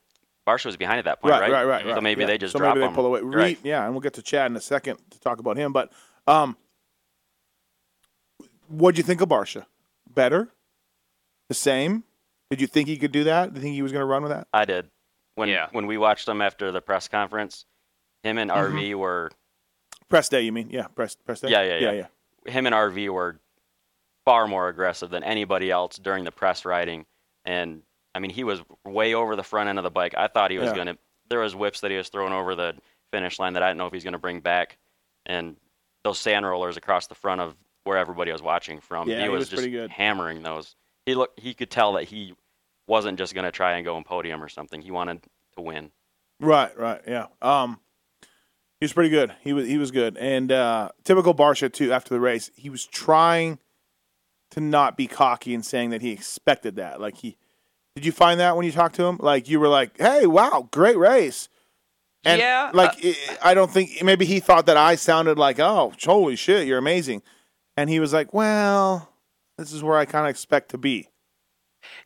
Barsha was behind at that point, right?
right, right, right.
So
right,
maybe
yeah.
they just
so
drop
maybe they
him.
pull away. Reed,
Right.
Yeah, and we'll get to Chad in a second to talk about him. But um, what'd you think of Barsha? Better, the same. Did you think he could do that? Did you think he was going to run with that?
I did. When
Yeah.
when we watched him after the press conference, him
Mm-hmm.
and RV were
Press day, you mean? Yeah, press press day.
Yeah, yeah,
yeah,
yeah. him and RV were far more aggressive than anybody else during the press riding, and I mean he was way over the front end of the bike. I thought he was
Yeah.
gonna. There was whips that he was throwing over the finish line that I didn't know if he's gonna bring back, and those sand rollers across the front of where everybody was watching from.
Yeah,
he,
he
was,
was
just
pretty good.
hammering those. He look. He could tell that he wasn't just gonna try and go on podium or something. He wanted to win.
Right, right, yeah. Um, he was pretty good. He was he was good, and uh, typical Barsha too. After the race, he was trying to not be cocky and saying that he expected that. Like he, did you find that when you talked to him? Like you were like, "Hey, wow, great race." And
Yeah,
uh
like I- I don't think maybe he thought that I sounded like, "Oh, holy shit, you're amazing," and he was like, "Well, this is where I kind of expect to be."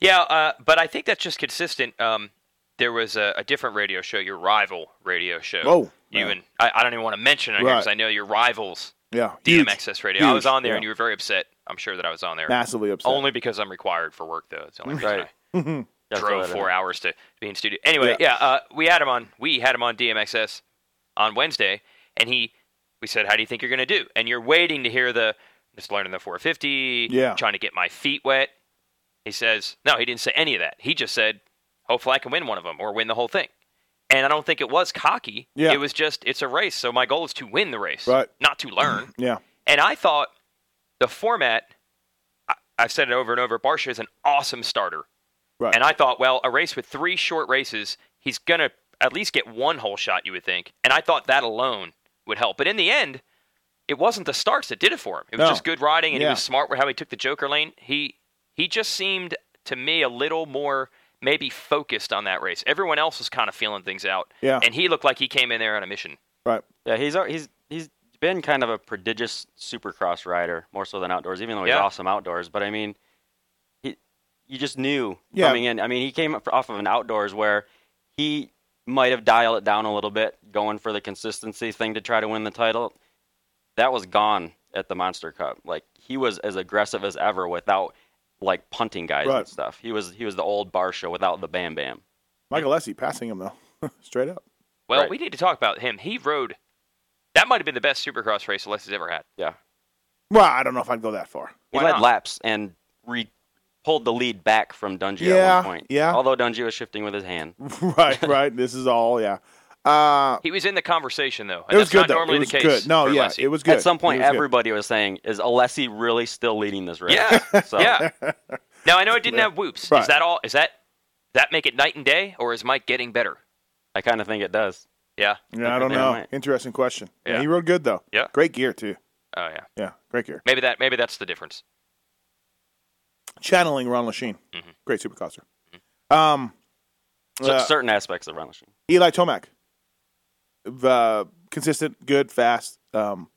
Yeah, uh, but I think that's just consistent. Um, there was a, a different radio show, your rival radio show.
Oh,
you
yeah.
and I, I don't even want to mention it
Right.
because I know your rivals,
Yeah, huge.
DMXS Radio. I
Huge,
was on there,
yeah.
and you were very upset. I'm sure that I was on there.
massively upset.
Only because I'm required for work, though. It's the only reason
Right.
I
Gotta throw
drove
that in
four
there.
hours to, to be in studio. Anyway, yeah, uh, we had him on. We had him on DMXS on Wednesday, and he, we said, "How do you think you're going to do?" And you're waiting to hear the just learning the 450.
Yeah.
trying to get my feet wet. He says, "No, he didn't say any of that. He just said, hopefully I can win one of them or win the whole thing." And I don't think it was cocky.
Yeah.
It was just it's a race, so my goal is to win the race,
Right.
not to learn.
yeah,
And I thought the format, I, I've said it over and over, Barsha is an awesome starter.
Right.
And I thought, well, a race with three short races, he's going to at least get one whole shot, you would think. And I thought that alone would help. But in the end, it wasn't the starts that did it for him. It was
No.
just good riding, and
Yeah.
he was smart with how he took the Joker lane. He he just seemed to me a little more maybe focused on that race. Everyone else was kind of feeling things out,
Yeah.
and he looked like he came in there on a mission.
Right.
Yeah, he's al- he's he's been kind of a prodigious supercross rider, more so than outdoors, even though he's
Yeah.
awesome outdoors. But I mean, he you just knew
Yeah.
coming in. I mean, he came up- off of an outdoors where he might have dialed it down a little bit, going for the consistency thing to try to win the title. That was gone at the Monster Cup. Like he was as aggressive as ever without like punting guys
Right.
and stuff. He was he was the old bar show without the bam bam.
Michael Essie passing him, though. Straight up.
Well,
Right.
we need to talk about him. He rode. That might have been the best Supercross race Alessi's ever had.
Yeah.
Well, I don't know if I'd go that far.
He
Why
led
not?
laps and re- pulled the lead back from Dungey at
Yeah,
one point.
yeah.
Although Dungey was shifting with his hand.
right, right. This is all, yeah. Uh,
He was in the conversation though.
it
And
was
that's
good,
not
though.
normally
it was
the case.
good. No,
for
yeah,
Alessi.
it was good.
At some point,
It was good.
everybody was saying, "Is Alessi really still leading this race?"
Yeah.
So,
yeah. Now I know it didn't have whoops.
Right.
Is that all? Is that that make it night and day, or is Mike getting better?
I kind of think it does.
Yeah.
Yeah, I don't
Yeah,
know.
right.
Interesting question. Yeah.
Yeah.
he rode good though.
Yeah.
great gear too.
Oh yeah.
Yeah, great gear.
Maybe that. Maybe that's the difference.
Channeling Ron Lachine,
Mm-hmm.
great supercroster. Um,
So,
uh,
certain aspects of relishing.
Eli Tomac, uh, consistent, good, fast. Um,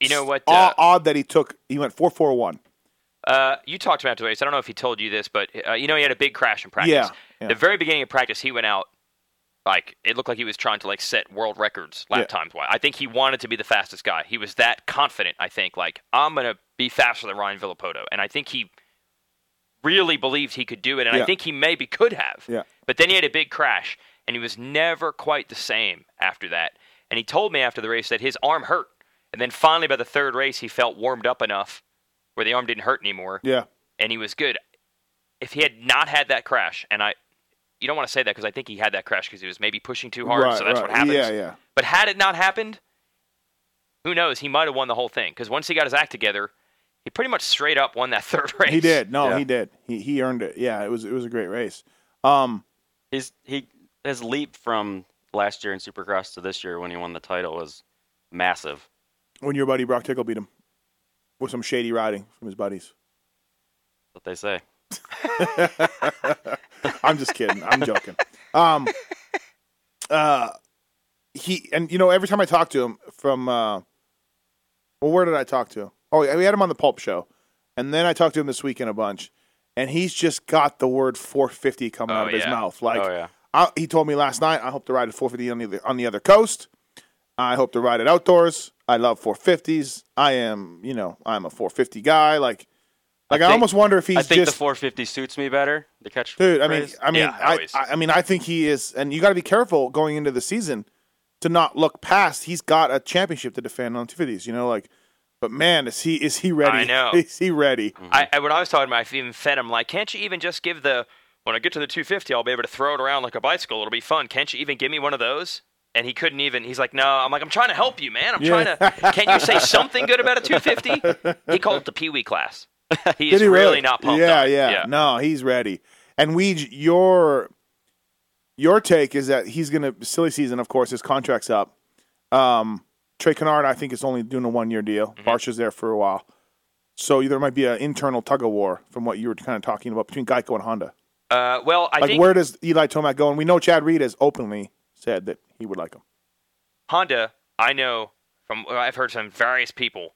You know what?
aw-
Uh,
odd that he took. He went four four one.
uh, you talked about the race. I don't know if he told you this, but uh, you know he had a big crash in practice.
Yeah, yeah.
The very beginning of practice, he went out. Like it looked like he was trying to like set world records lap
Yeah.
times. Why? I think he wanted to be the fastest guy. He was that confident. I think like I'm gonna be faster than Ryan Villapoto, and I think he really believed he could do it, and
Yeah.
I think he maybe could have.
Yeah.
But then he had a big crash, and he was never quite the same after that. And he told me after the race that his arm hurt, and then finally by the third race he felt warmed up enough where the arm didn't hurt anymore,
Yeah,
and he was good. If he had not had that crash, and I, you don't want to say that because I think he had that crash because he was maybe pushing too hard,
right,
so that's
right.
what happens.
Yeah, yeah,
But had it not happened, who knows? He might have won the whole thing because once he got his act together, he pretty much straight up won that third race.
he did. No,
Yeah.
he did. He he earned it. Yeah, it was it was a great race. Um,
He's he his leap from last year in Supercross to this year when he won the title was massive.
when your buddy Brock Tickle beat him with some shady riding from his buddies.
What they say.
I'm just kidding. I'm joking. Um, uh, he and you know every time I talk to him from uh, well, where did I talk to him? Oh, yeah, we had him on the Pulp Show, and then I talked to him this weekend a bunch, and he's just got the word 450 coming
Oh,
out of his
yeah.
mouth. Like
oh yeah.
I, he told me last night, I hope to ride at 450 on the other, on the other coast. I hope to ride it outdoors. I love 450s. I am, you know, I'm a 450 guy. Like, like I,
think-
almost wonder if he's
I think
just
the 450 suits me better. The catch.
Dude, I mean, I mean,
Yeah,
I,
always.
I, I mean, I think he is, and you got to be careful going into the season to not look past. He's got a championship to defend on two fifties, you know, like. But man, is he is he ready?
I know.
Is he ready?
I, I when I was talking about, I even fed him like, can't you even just give the when I get to the 250, I'll be able to throw it around like a bicycle. It'll be fun. Can't you even give me one of those? And he couldn't even. He's like, no. I'm like, I'm trying to help you, man. I'm
Yeah.
trying to. Can't you say something good about a 250? He called it the Pee Wee class. He
Did
is
he
really, not pumped.
Yeah,
on it.
yeah, No, he's ready. And Weege, your your take is that he's gonna silly season. Of course, his contract's up. Um, Trey Kennard, I think, is only doing a one year deal.
Mm-hmm.
Barsha's there for a while, so there might be an internal tug of war from what you were kind of talking about between Geico and Honda.
Uh, well, I
like
think
where does Eli Tomac go? And we know Chad Reed has openly said that he would like him.
Honda, I know from well, I've heard from various people,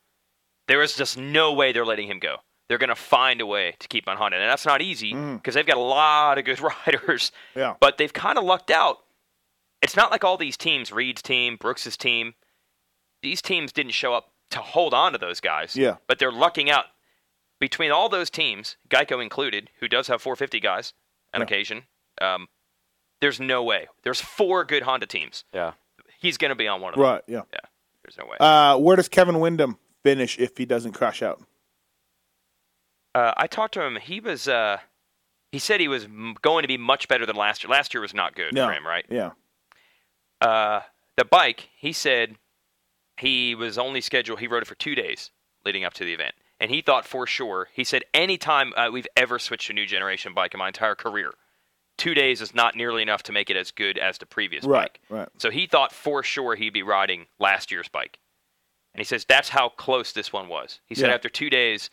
there is just no way they're letting him go. They're going to find a way to keep on Honda, and that's not easy because they've got a lot of good riders.
Mm. Yeah.
but they've kind of lucked out. It's not like all these teams, Reed's team, Brooks's team, these teams didn't show up to hold on to those guys.
Yeah.
but they're lucking out between all those teams, Geico included, who does have 450 guys on
Yeah.
occasion. Um, there's no way. There's four good Honda teams.
Yeah.
He's going to be on one of them.
Right. Yeah.
Yeah, there's no way. Uh,
Uh, where does Kevin Wyndham finish if he doesn't crash out?
Uh, I talked to him. He was. Uh, he said he was m- going to be much better than last year. Last year was not good
No.
for him, right?
Yeah.
Uh, the bike, he said, he was only scheduled. He rode it for two days leading up to the event, and he thought for sure. He said, anytime uh, we've ever switched to new generation bike in my entire career, two days is not nearly enough to make it as good as the previous
Right,
bike.
right.
So he thought for sure he'd be riding last year's bike. And he says that's how close this one was. He said
Yeah.
after two days,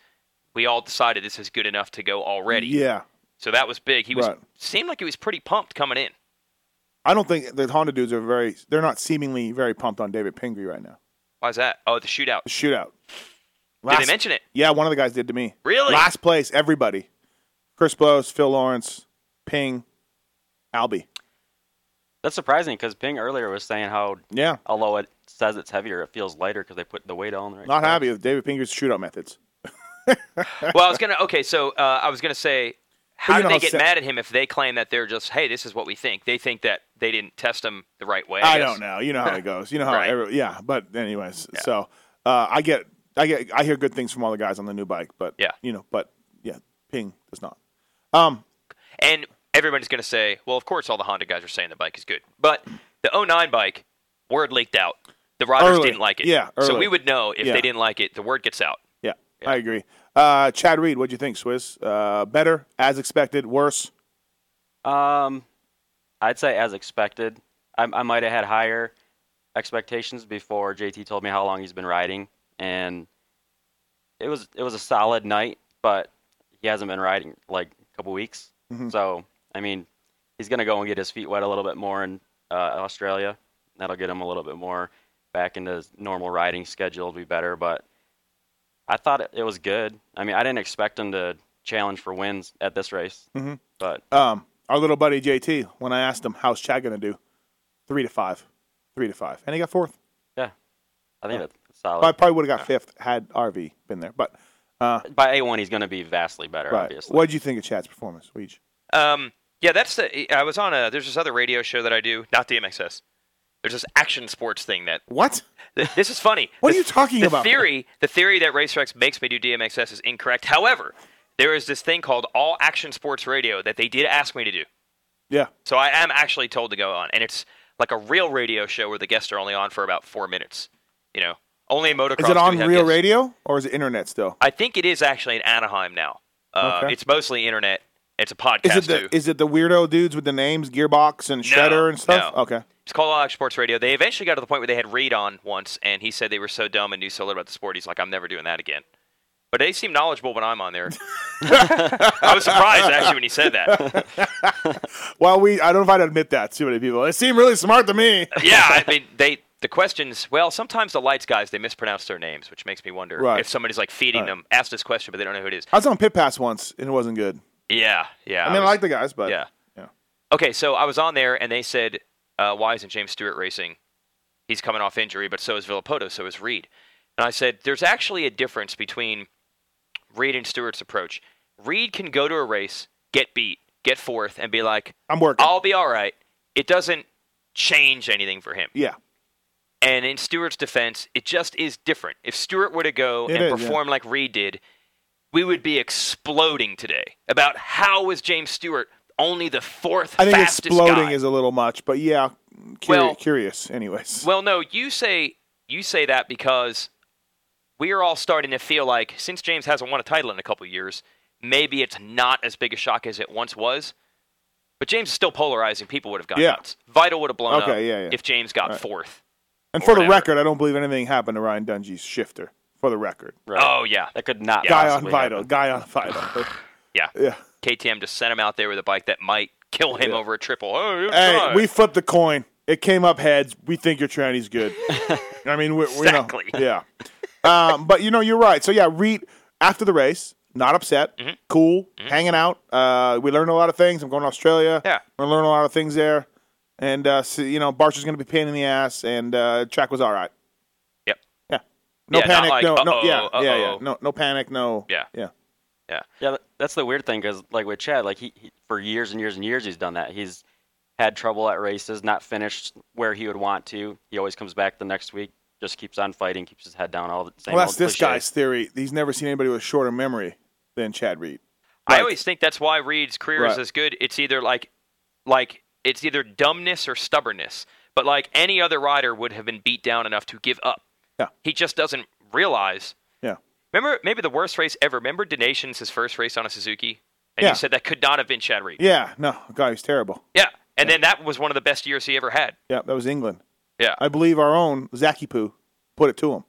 we all decided this is good enough to go already.
Yeah.
So that was big. He was
Right.
seemed like he was pretty pumped coming in.
I don't think the Honda dudes are very. They're not seemingly very pumped on David Pingree right now.
Why's that? Oh, the shootout.
The shootout.
Did
Last-
they mention it?
Yeah, one of the guys did to me.
Really?
Last place, everybody. Chris Blows, Phil Lawrence, Ping, Albie.
That's surprising because Ping earlier was saying how,
Yeah.
although it says it's heavier, it feels lighter because they put the weight on the right.
Not
side.
happy with David Pingree's shootout methods.
well, I was gonna. Okay, so uh, I was gonna say, how
you
do
know
they
how
get
sa-
mad at him if they claim that they're just, hey, this is what we think? They think that they didn't test him the right way.
I,
guess.
don't know. You know how it goes. You know how
Right.
every, yeah, but anyways, so uh, I get I get I hear good things from all the guys on the new bike, but
Yeah.
you know, but yeah, Ping does not. Um,
And everybody's gonna say, well, of course, all the Honda guys are saying the bike is good, but the 09 bike, word leaked out. The riders
Early.
didn't like it.
Yeah,
So
early.
we would know if
Yeah.
they didn't like it. The word gets out.
Yeah, I agree. Uh, Chad Reed, what'd you think, Swiss? Uh, better, as expected, worse.
Um, I'd say as expected. I, I might have had higher expectations before JT told me how long he's been riding, and it was it was a solid night, but he hasn't been riding like a couple weeks. So I mean, he's gonna go and get his feet wet a little bit more in uh, Australia. That'll get him a little bit more back into his normal riding schedule. It'll be better, but I thought it, it was good. I mean, I didn't expect him to challenge for wins at this race, but
Um, our little buddy JT, when I asked him how's Chad gonna do, three to five, three to five, and he got fourth.
Yeah, I think that's
I
solid.
probably would have got fifth had RV been there, but uh,
By A1, he's going to be vastly better,
right.
obviously.
What'd you think of Chad's performance, Weege?
Um, yeah, that's the. I was on a. There's this other radio show that I do, not DMXS. There's this action sports thing that
What?
Th- This is funny.
What are
The-
you talking
the
about?
Theory, the theory that RacerX makes me do DMXS is incorrect. However, there is this thing called All Action Sports Radio that they did ask me to do.
Yeah.
So I am actually told to go on, and it's like a real radio show where the guests are only on for about four minutes. You know, only in motocross.
Is it
do
on
we have
real
guests.
radio or is it internet still?
I think it is actually in Anaheim now. Uh,
Okay.
It's mostly internet. It's a
Is
podcast
it the
too.
is it the weirdo dudes with the names Gearbox and Shredder and stuff?
no.
Okay.
It's called All Action Sports Radio. They eventually got to the point where they had Reed on once, and he said they were so dumb and knew so little about the sport. He's like, I'm never doing that again. But they seem knowledgeable when I'm on there. I was surprised actually when he said that.
Well, we I don't know if I'd admit that to many people. It seemed really smart to me.
Yeah, I mean, they the questions. Well, sometimes the lights guys they mispronounce their names, which makes me wonder
Right.
if somebody's like feeding them. Ask this question, but they don't know who it is.
I was on Pit Pass once and it wasn't good.
Yeah, yeah.
I mean, I
was-
like the guys, but
yeah.
yeah.
Okay, so I was on there, and they said, uh, "Why isn't James Stewart racing? He's coming off injury, but so is Villapoto, so is Reed." And I said, "There's actually a difference between Reed and Stewart's approach. Reed can go to a race, get beat, get fourth, and be like,
I'm working.
"I'll be all right." It doesn't change anything for him.
Yeah.
And in Stewart's defense, it just is different. If Stewart were to go
It
and
is, yeah.
perform like Reed did, we would be exploding today about how was James Stewart only the fourth
I think
fastest
exploding
guy.
is a little much, but yeah, curi-
Well-
curious anyways.
well, no, you say you say that because we are all starting to feel like since James hasn't won a title in a couple years, maybe it's not as big a shock as it once was. But James is still polarizing. People would have gone
Yeah.
nuts. Vital would have blown up
Okay, yeah, yeah.
if James got fourth.
and for the
whatever.
record, I don't believe anything happened to Ryan Dungy's shifter. For the record.
Right.
Oh yeah,
That could not
Guy on
possibly
Vital.
happen.
Guy on Vital.
yeah.
yeah.
KTM just sent him out there with a bike that might kill him over a triple. Oh, you
Hey,
tried.
we flipped the coin. It came up heads. We think your tranny's good. I mean, we're, we're
Exactly.
You know, yeah. Um, but you know, you're right. So yeah, Reed after the race, not upset,
Mm-hmm.
cool, hanging out. Uh, we learned a lot of things. I'm going to Australia.
Yeah.
we're learning a lot of things there. And uh, so, you know, Barch is going to be a pain in the ass, and uh, track was all right.
Yep.
Yeah. No
Yeah, not
panic.
like,
no. No.
uh-oh,
Yeah. Yeah. Yeah.
uh-oh.
No. No panic. No.
Yeah.
Yeah.
Yeah.
Yeah, that- that's the weird thing because, like with Chad, like he, he for years and years and years he's done that. He's had trouble at races, not finished where he would want to. He always comes back the next week, just keeps on fighting, keeps his head down. All the same.
Well, that's
old
this
cliche.
guy's theory. He's never seen anybody with a shorter memory than Chad Reed.
I always think that's why Reed's career is
Right.
as good. It's either like, like it's either dumbness or stubbornness. But like any other rider would have been beat down enough to give up.
Yeah.
He just doesn't realize.
Yeah.
Remember, maybe the worst race ever. Remember Donations, his first race on a Suzuki? And
Yeah.
you said that could not have been Chad Reed.
Yeah, no, God, he's terrible.
Yeah. And then that was one of the best years he ever had.
Yeah, that was England.
Yeah.
I believe our own Zaki Poo put it to him.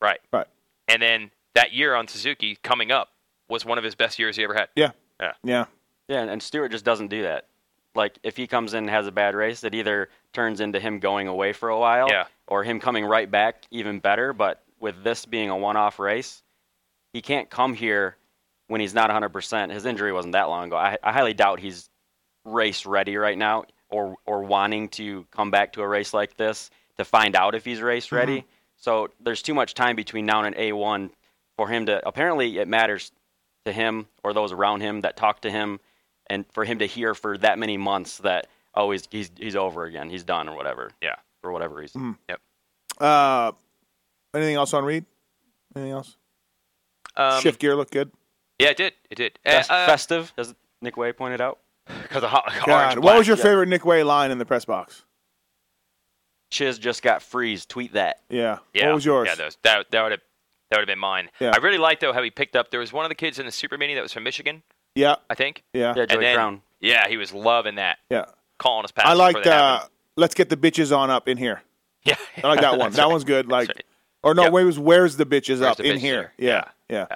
right.
Right.
And then that year on Suzuki coming up was one of his best years he ever had.
Yeah.
Yeah.
Yeah.
Yeah, and- and Stewart just doesn't do that. Like if he comes in and has a bad race, it either turns into him going away for a while,
Yeah.
or him coming right back even better. But with this being a one-off race, he can't come here when he's not 100%. His injury wasn't that long ago. I, I highly doubt he's race ready right now, or or wanting to come back to a race like this to find out if he's race ready. So there's too much time between now and A1 for him to. Apparently, it matters to him or those around him that talk to him, and for him to hear for that many months that oh he's he's, he's over again, he's done or whatever.
Yeah.
for whatever reason.
Mm-hmm. Uh, anything else on Reed? Anything else?
Um,
Shift gear looked good.
Yeah, it did. It did. Uh,
Fest-
Because
festive, as Nick Way pointed out.
of hot, orange
God,
and
what
black.
was your
yeah.
favorite Nick Way line in the press box?
Chiz just got freeze. Tweet that.
Yeah.
Yeah.
What was yours?
Yeah, those, that, that would have that would have been mine.
Yeah.
I really liked though how he picked up. There was one of the kids in the Super Mini that was from Michigan,
yeah.
I think.
Yeah.
Yeah, Joey
and then,
Brown.
Yeah, he was loving that,
Yeah.
calling us past.
I liked
before that
uh,
happened.
let's get the bitches on up in here.
Yeah.
I like that one. that one's good. Like,
right.
or no,
Yep.
wait, it was where's the bitches up
the
in
bitches
here?
there?
Yeah, yeah.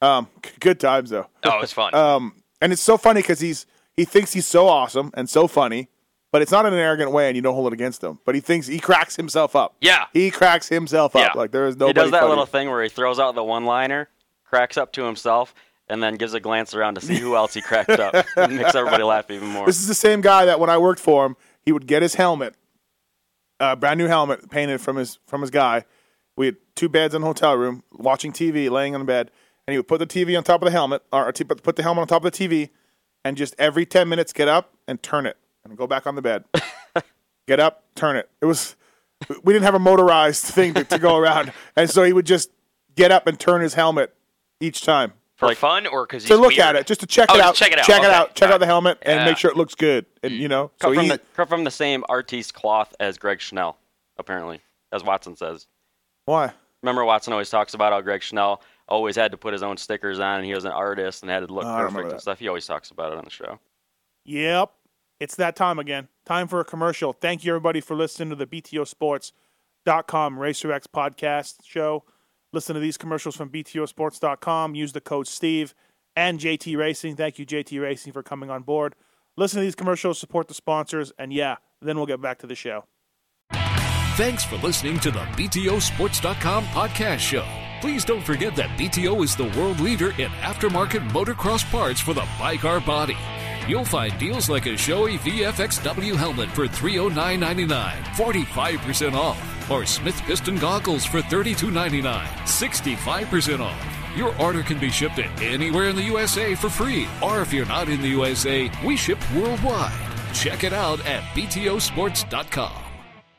Um, c- good times though.
Oh, it's fun.
Um, and it's so funny because he's he thinks he's so awesome and so funny, but it's not in an arrogant way, and you don't hold it against him. But he thinks he cracks himself up.
Yeah.
he cracks himself up.
Yeah.
Like there is nobody.
he does that
funny.
little thing where he throws out the one-liner, cracks up to himself, and then gives a glance around to see who else he cracked up. It makes everybody laugh even more.
This is the same guy that when I worked for him, he would get his helmet, uh, brand new helmet painted from his from his guy. We had two beds in the hotel room, watching TV, laying on the bed, and he would put the TV on top of the helmet, or t- put put the helmet on top of the TV, and just every ten minutes get up and turn it, and go back on the bed. get up, turn it. It was we didn't have a motorized thing to, to go around, and so he would just get up and turn his helmet each time
For fun or because he's
to look
weird?
at it, just to check
Oh,
it
just
out,
check it out.
check
Okay.
check out
Alright.
the helmet, and
Yeah. Mm.
make sure it looks good. And you know, so
cut, from
he,
the, cut from the same artiste cloth as Greg Schnell, apparently, as Watson says.
why?
Remember, Watson always talks about how Greg Schnell always had to put his own stickers on, and he was an artist and had to look
Oh, I remember
perfect
that.
and stuff. He always talks about it on the show.
Yep, it's that time again. Time for a commercial. Thank you everybody for listening to the BTO Sports. dot com RacerX podcast show. Listen to these commercials from BTOsports.com. Use the code Steve and JT Racing. Thank you, JT Racing, for coming on board. Listen to these commercials, support the sponsors, and yeah, then we'll get back to the show.
Thanks for listening to the BTOsports.com podcast show. Please don't forget that BTO is the world leader in aftermarket motocross parts for the bike or body. You'll find deals like a Shoei VFXW helmet for $309.99, 45% off, or Smith Piston goggles for $32.99, 65% off. Your order can be shipped to anywhere in the USA for free, or if you're not in the USA, we ship worldwide. Check it out at BTOsports.com.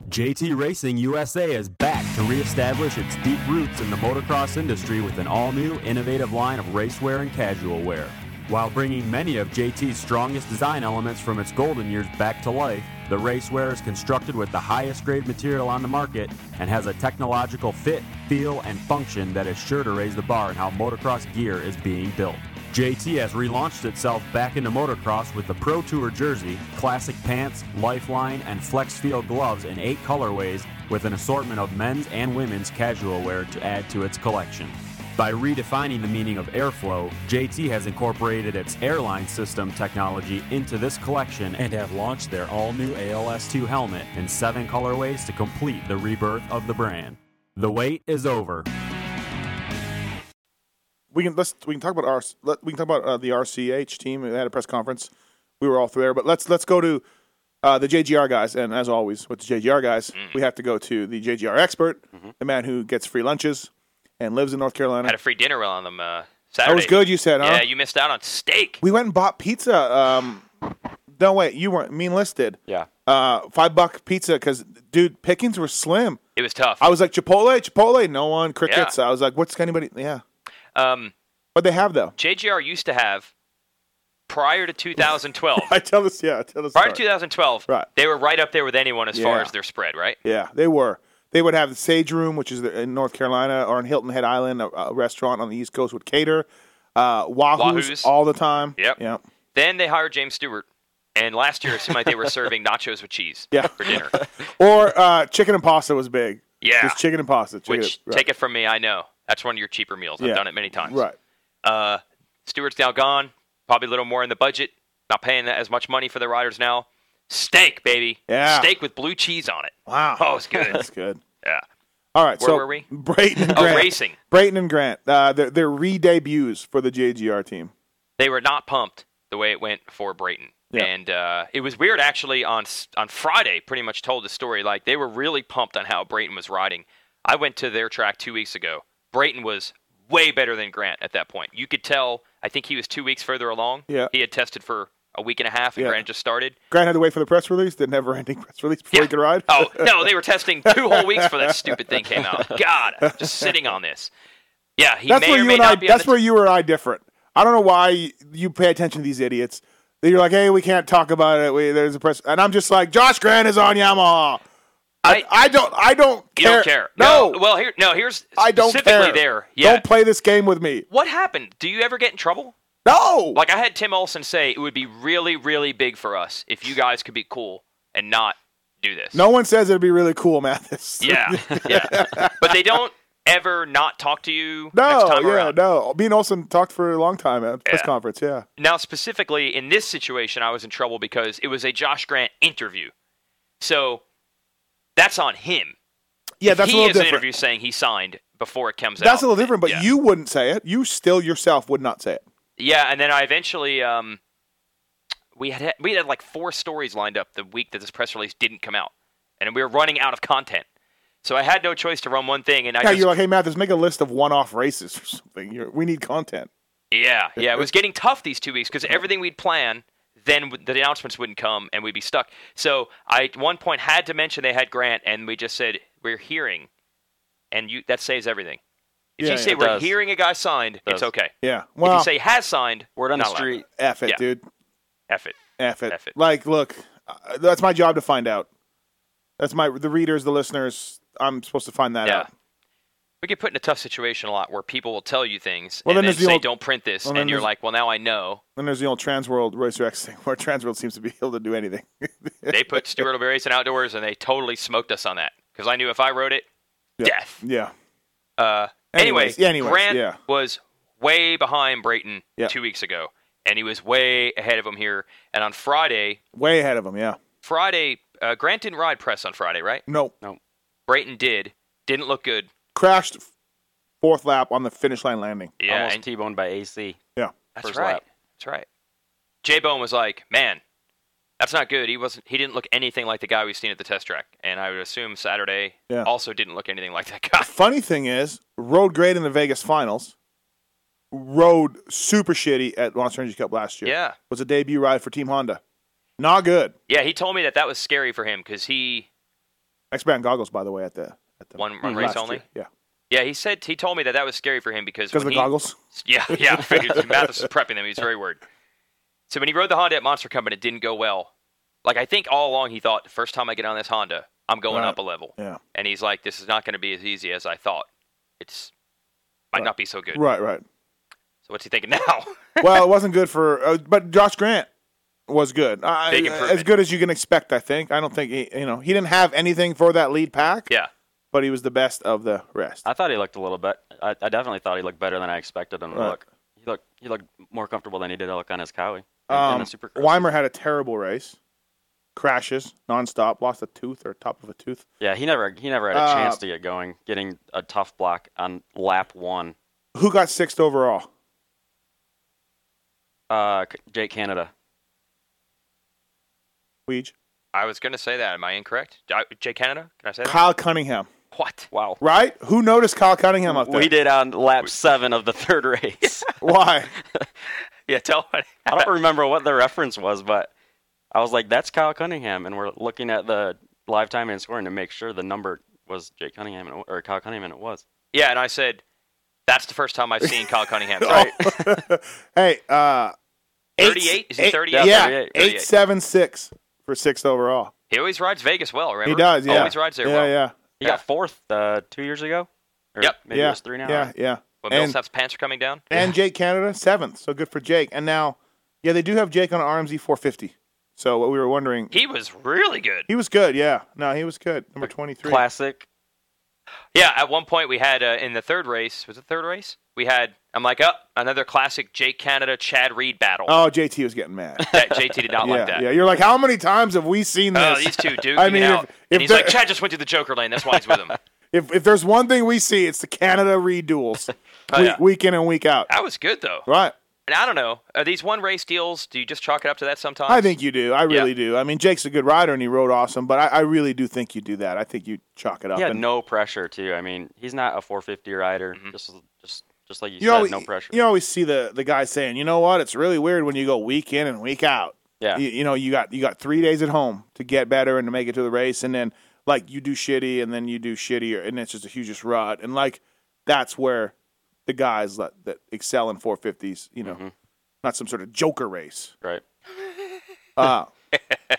JT Racing USA is back to reestablish its deep roots in the motocross industry with an all new, innovative line of racewear and casual wear. While bringing many of JT's strongest design elements from its golden years back to life, the racewear is constructed with the highest grade material on the market and has a technological fit, feel, and function that is sure to raise the bar in how motocross gear is being built. JT has relaunched itself back into motocross with the Pro Tour jersey, classic pants, lifeline, and flex feel gloves in eight colorways with an assortment of men's and women's casual wear to add to its collection. By redefining the meaning of airflow, JT has incorporated its airline system technology into this collection and have launched their all new ALS2 helmet in seven colorways to complete the rebirth of the brand. The wait is over.
we can let's we can talk about our let, we can talk about uh, the RCH team. They had a press conference. We were all through there, but let's let's go to uh, the JGR guys. And as always with the JGR guys,
Mm.
we have to go to the JGR expert, the man who gets free lunches and lives in North Carolina.
Mm-hmm. had a free dinner on them uh, Saturday.
That was good, you said, huh?
Yeah, you missed out on steak.
we went and bought pizza. Um, no wait, you weren't. Me and Liz did.
Yeah.
Uh, five buck pizza because dude pickings were slim.
It was tough.
I was like Chipotle, Chipotle, no one crickets. I was like, what's anybody? Yeah,
um,
but they have though.
JGR used to have prior to 2012.
I tell this, yeah, I tell this.
prior to
story.
2012,
Right.
they were right up there with anyone as
Yeah.
far as their spread, right?
Yeah, they were. They would have the Sage Room, which is in North Carolina, or in Hilton Head Island, a, a restaurant on the East Coast would cater. Uh, Wahoo's,
Wahoo's.
all the time.
Yep.
Yep.
Then they hired James Stewart, and last year it seemed like they were serving nachos with cheese
Yeah.
for dinner.
Or uh, chicken and pasta was big.
Yeah.
Just chicken and pasta. Chicken,
Which,
right.
take it from me, I know that's one of your cheaper meals. I've
Yeah.
done it many times.
Right.
Uh, Stewart's now gone. Probably a little more in the budget. Not paying as much money for the riders now. Steak, baby.
Yeah.
Steak with blue cheese on it.
Wow.
Oh, it's good.
That's good.
yeah.
All right.
Where
so
were we?
Brayton and
Oh,
Grant.
racing.
Brayton and Grant. Uh, they're, they're re debuts for the JGR team.
they were not pumped the way it went for Brayton.
Yeah.
And uh, it was weird, actually, on s- on Friday, pretty much told the story. Like, they were really pumped on how Brayton was riding. I went to their track two weeks ago. Brayton was way better than Grant at that point. You could tell, I think he was two weeks further along.
Yeah.
He had tested for a week and a half, and
Yeah.
Grant just started.
Grant had to wait for the press release, the never ending press release before he could ride.
Oh no, they were testing two whole weeks before that stupid thing came out. God, I'm just sitting on this. Yeah, he
that's
may
where
or
you
may
and
not
I.
be. on
That's
the
where you and I different. I don't know why you pay attention to these idiots. You're like, hey, we can't talk about it. We, there's a press, and I'm just like, Josh Grant is on Yamaha. I,
I-
I don't. I don't.
you
Care.
don't care.
No.
Well, here, no. Here's
I don't care.
specifically there. Yeah.
Don't play this game with me.
what happened? Do you ever get in trouble?
No.
Like I had Tim Olson say, it would be really, really big for us if you guys could be cool and not do this.
no one says it'd be really cool, Mathis.
Yeah, yeah. But they don't ever not talk to you
no.
next time
yeah.
around.
No. Me and Olsen talked for a long time at the press conference. Yeah.
Now, specifically in this situation, I was in trouble because it was a Josh Grant interview. So that's on him.
Yeah. That's a
he
little
is an
different.
interview saying he signed before it comes out.
That's a little different. But
Yeah.
you wouldn't say it. You still yourself would not say it.
Yeah, and then I eventually um, we had we had like four stories lined up the week that this press release didn't come out, and we were running out of content. So I had no choice to run one thing, and I
Yeah,
just,
you're like, hey, Mathis, make a list of one-off races or something. You're, we need content.
yeah, yeah, it was getting tough these two weeks because everything we'd planned, then w- the announcements wouldn't come, and we'd be stuck. So I at one point had to mention they had Grant, and we just said we're hearing, and you that saves everything. If
Yeah,
you say
yeah.
we're
Does.
hearing a guy signed, it's
Does.
okay.
Yeah.
If
Well,
you say has signed,
Word on the
not allowed.
street.
F it,
yeah.
dude.
F it.
F it.
F it.
Like, look, uh, that's my job to find out. That's my the readers, the listeners. I'm supposed to find that
Yeah.
out.
We get put in a tough situation a lot where people will tell you things
Well, then
and then,
there's the
say,
old-
don't print this.
well, then
and you're
there's-
like, well, now I know.
Then there's the old Transworld Racer X thing, where Transworld seems to be able to do anything.
They put Stuart O'Be Racing Outdoors and they totally smoked us on that because I knew if I wrote it, death.
yeah.
Uh,
Anyways, yeah,
anyway,
anyways,
Grant
yeah.
was way behind Brayton
Yeah.
two weeks ago, and he was way ahead of him here. And on Friday,
Way ahead of them. Yeah.
Friday, uh, Grant didn't ride press on Friday, right?
No.
Brayton did. Didn't look good.
Crashed f- fourth lap on the finish line landing.
Yeah,
Almost
and-
T-boned by AC.
Yeah.
That's
first
right.
lap.
That's right. J Bone was like, "Man, that's not good. He wasn't. He didn't look anything like the guy we've seen at the test track." And I would assume Saturday
Yeah.
also didn't look anything like that guy.
Funny thing is, rode great in the Vegas finals. Rode super shitty at Monster Energy Cup last year.
Yeah.
Was a debut ride for Team Honda. Not good.
yeah, he told me that that was scary for him because he
X brand goggles, by the way, at the at the
one, one
last
race only.
year. Yeah.
Yeah, he said he told me that that was scary for him because
Because of
when
the
he-
goggles.
Yeah, yeah. I figured Mathis was prepping them. He's very worried. So when he rode the Honda at Monster Company, it didn't go well. Like I think all along he thought the first time I get on this Honda, I'm going
Right.
up a level.
Yeah.
And he's like, "This is not going to be as easy as I thought. It's might not be so good."
Right, right.
So what's he thinking now?
Well, it wasn't good for, uh, but Josh Grant was good. I,
Big
as
improvement.
good as you can expect, I think. I don't think he, you know, he didn't have anything for that lead pack,
yeah.
but he was the best of the rest.
I thought he looked a little bit. I, I definitely thought he looked better than I expected him to
Right.
look. He looked he looked more comfortable than he did look on his Cowie. in- in
Um,
the Supercross.
Weimer had a terrible race, crashes nonstop, lost a tooth or top of a tooth.
Yeah, he never he never had a
Uh,
chance to get going, getting a tough block on lap one.
Who got sixth overall?
Uh, C- Jake Canada.
Weege.
I was going to say that. Am I incorrect? I- Jay Canada? Can I say that?
Kyle Cunningham,
What?
Wow.
right? Who noticed Kyle Cunningham up there?
We did on lap seven of the third race.
Why?
Yeah, tell me.
I don't remember what the reference was, but I was like, "That's Kyle Cunningham," and we're looking at the live time and scoring to make sure the number was Jake Cunningham and it, or Kyle Cunningham, and it was.
Yeah, and I said, that's the first time I've seen Kyle Cunningham.
Oh, hey, uh, eight-
38? Is he 38?
Yeah,
38.
eight seven six for sixth overall.
He always rides Vegas well, remember?
He does. Yeah,
Always rides there
Yeah,
well.
yeah.
He
Yeah.
got fourth uh, two years ago. Or
Yep.
Maybe
yeah,
it was three now.
Yeah, yeah.
But
And-
Millsap's pants are coming down.
And Jake Canada, seventh. So good for Jake. And now, yeah, they do have Jake on RMZ 450. So what we were wondering,
He was really good.
he was good. Yeah, no, he was good. Number 23.
Classic.
Yeah, at one point we had uh, in the third race, was it third race? We had I'm like, oh, another classic Jake Canada Chad Reed battle.
Oh, JT was getting mad.
That JT did not
yeah,
like that.
yeah. You're like, how many times have we seen
Oh,
this?
these two duking
I mean,
it out.
if- if
and he's
the-
like, Chad just went to the Joker lane. That's why he's with him.
if, if there's one thing we see, it's the Canada reduels,
Oh,
week,
yeah.
week in and week out.
That was good though.
Right.
And I don't know, are these one race deals? Do you just chalk it up to that sometimes?
I think you do. I really do. I mean, Jake's a good rider and he rode awesome, but I, I really do think you do that. I think you chalk it up.
He had
and
no pressure too. I mean, he's not a 450 rider.
Mm-hmm.
Just, just, just like you,
you
said,
always,
no pressure.
You always see the the guy saying, you know what? It's really weird when you go week in and week out.
Yeah.
You, you know, you got you got three days at home to get better and to make it to the race, and then like you do shitty, and then you do shittier, and it's just a hugest rut. And like that's where the guys that, that excel in 450s, you know,
Mm-hmm.
not some sort of joker race.
right.
Uh,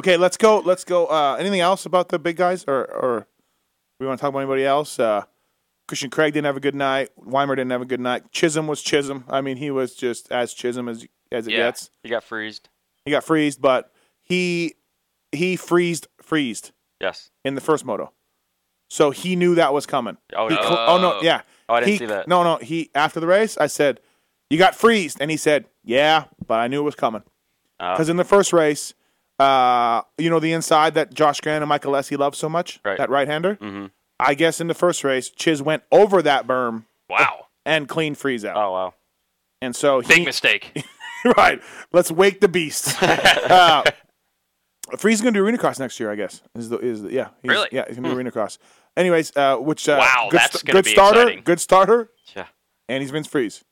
okay, let's go. Let's go. Uh, anything else about the big guys, or or we want to talk about anybody else? Uh, Christian Craig didn't have a good night. Weimer didn't have a good night. Chisholm was Chisholm. I mean, he was just as Chisholm as as it
Yeah.
gets.
He got freezed.
He got freezed, but he he freezed freezed
Yes.
in the first moto, so he knew that was coming.
Oh,
He
no.
cl- oh no, yeah.
Oh, I didn't
He-
see that.
No, no. He after the race, I said, "You got freezed," and he said, "Yeah, but I knew it was coming."
Oh.
Because in the first race, uh, you know the inside that Josh Grant and Michael Lessie love so much,
Right.
that right-hander. Mm-hmm. I guess in the first race, Chiz went over that berm
Wow,
and clean freeze out,
Oh wow.
and so
big
he,
mistake.
right. Let's wake the beast. uh, Freeze is going to do arena cross next year, I guess. Is the, is the, yeah he's-
Really? Hmm.
yeah he's going to do arena cross. Anyways, uh, which uh,
Wow,
good,
that's
st-
gonna
good
be
starter,
exciting.
good starter,
Yeah.
and he's Vince Freeze.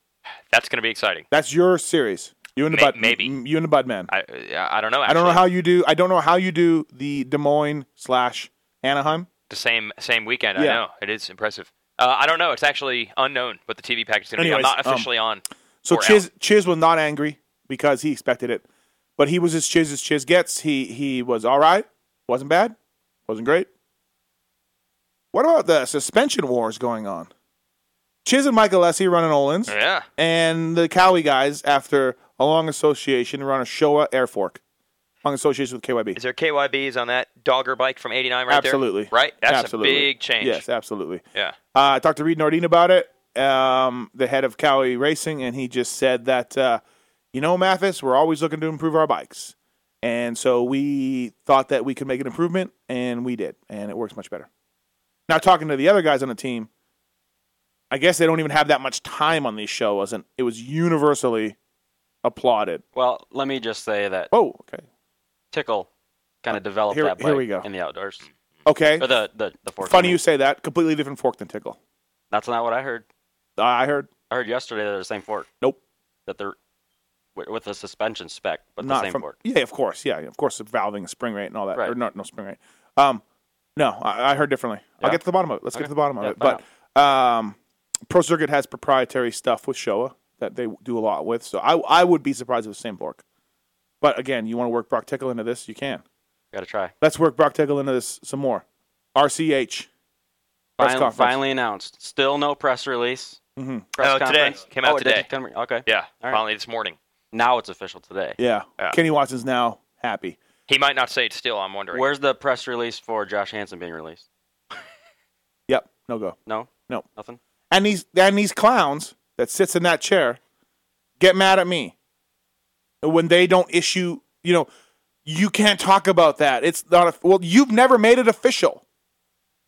That's gonna be exciting.
That's your series. You and the
May-
bud,
maybe.
m- you and the Budman.
I I don't know. Actually.
I don't know how you do. I don't know how you do the Des Moines slash Anaheim.
the same same weekend. I
Yeah.
know it is impressive. Uh, I don't know. It's actually unknown what the TV package is going to be. I'm
Anyways,
not
um,
officially on.
So
or
Chiz
out.
Chiz was not angry because he expected it, but he was as Chiz as Chiz gets. He he was all right. wasn't bad, wasn't great. What about the suspension wars going on? Chiz and Michael Lessie running Olin's,
Yeah,
and the Cowie guys after a long association run a Showa air fork, long association with KYB.
is there KYBs on that Dogger bike from '89 right there?
absolutely
Right, that's
Absolutely.
a big change.
Yes, absolutely.
Yeah.
Uh, I talked to Reed Nordine about it, um, the head of Cowie Racing, and he just said that, uh, you know, Mathis, we're always looking to improve our bikes. And so we thought that we could make an improvement, and we did, and it works much better. Now, talking to the other guys on the team, I guess they don't even have that much time on these shows, and it was universally applauded.
Well, let me just say that
Oh, okay.
Tickle kind of developed
here-
that bike
here we go.
in the outdoors.
Okay.
Or the the the fork.
Funny
I
you
mean.
say that. Completely different fork than Tickle.
That's not what I heard.
I heard.
I heard yesterday they're the same fork.
Nope.
That they're with, with the suspension spec, but the same fork.
Yeah, of course. Yeah, of course. The valving, the spring rate, and all that.
Right.
Or not, no spring rate. Um, no, I, I heard differently. I'll
Yeah.
get to the bottom of it. Let's get to the bottom of
Yeah,
it. But um, Pro Circuit has proprietary stuff with Showa that they do a lot with. So I, I would be surprised if it's the same fork. But again, you want to work Brock Tickle into this, you can.
Got to try.
Let's work Brock Tickle into this some more. RCH. Press
Finally,
conference.
finally announced. Still no press release.
Mhm.
Press
Oh, today.
conference.
Came out
Oh, it did
today.
come- okay.
Yeah,
All right.
finally this morning.
Now it's official today.
Yeah.
Yeah.
Kenny Watson's now happy.
He might not say it still. I'm wondering.
Where's the press release for Josh Hansen being released?
Yep. No go.
No.
No.
Nothing.
and these and these clowns that sits in that chair get mad at me when they don't issue you know you can't talk about that it's not a, well you've never made it official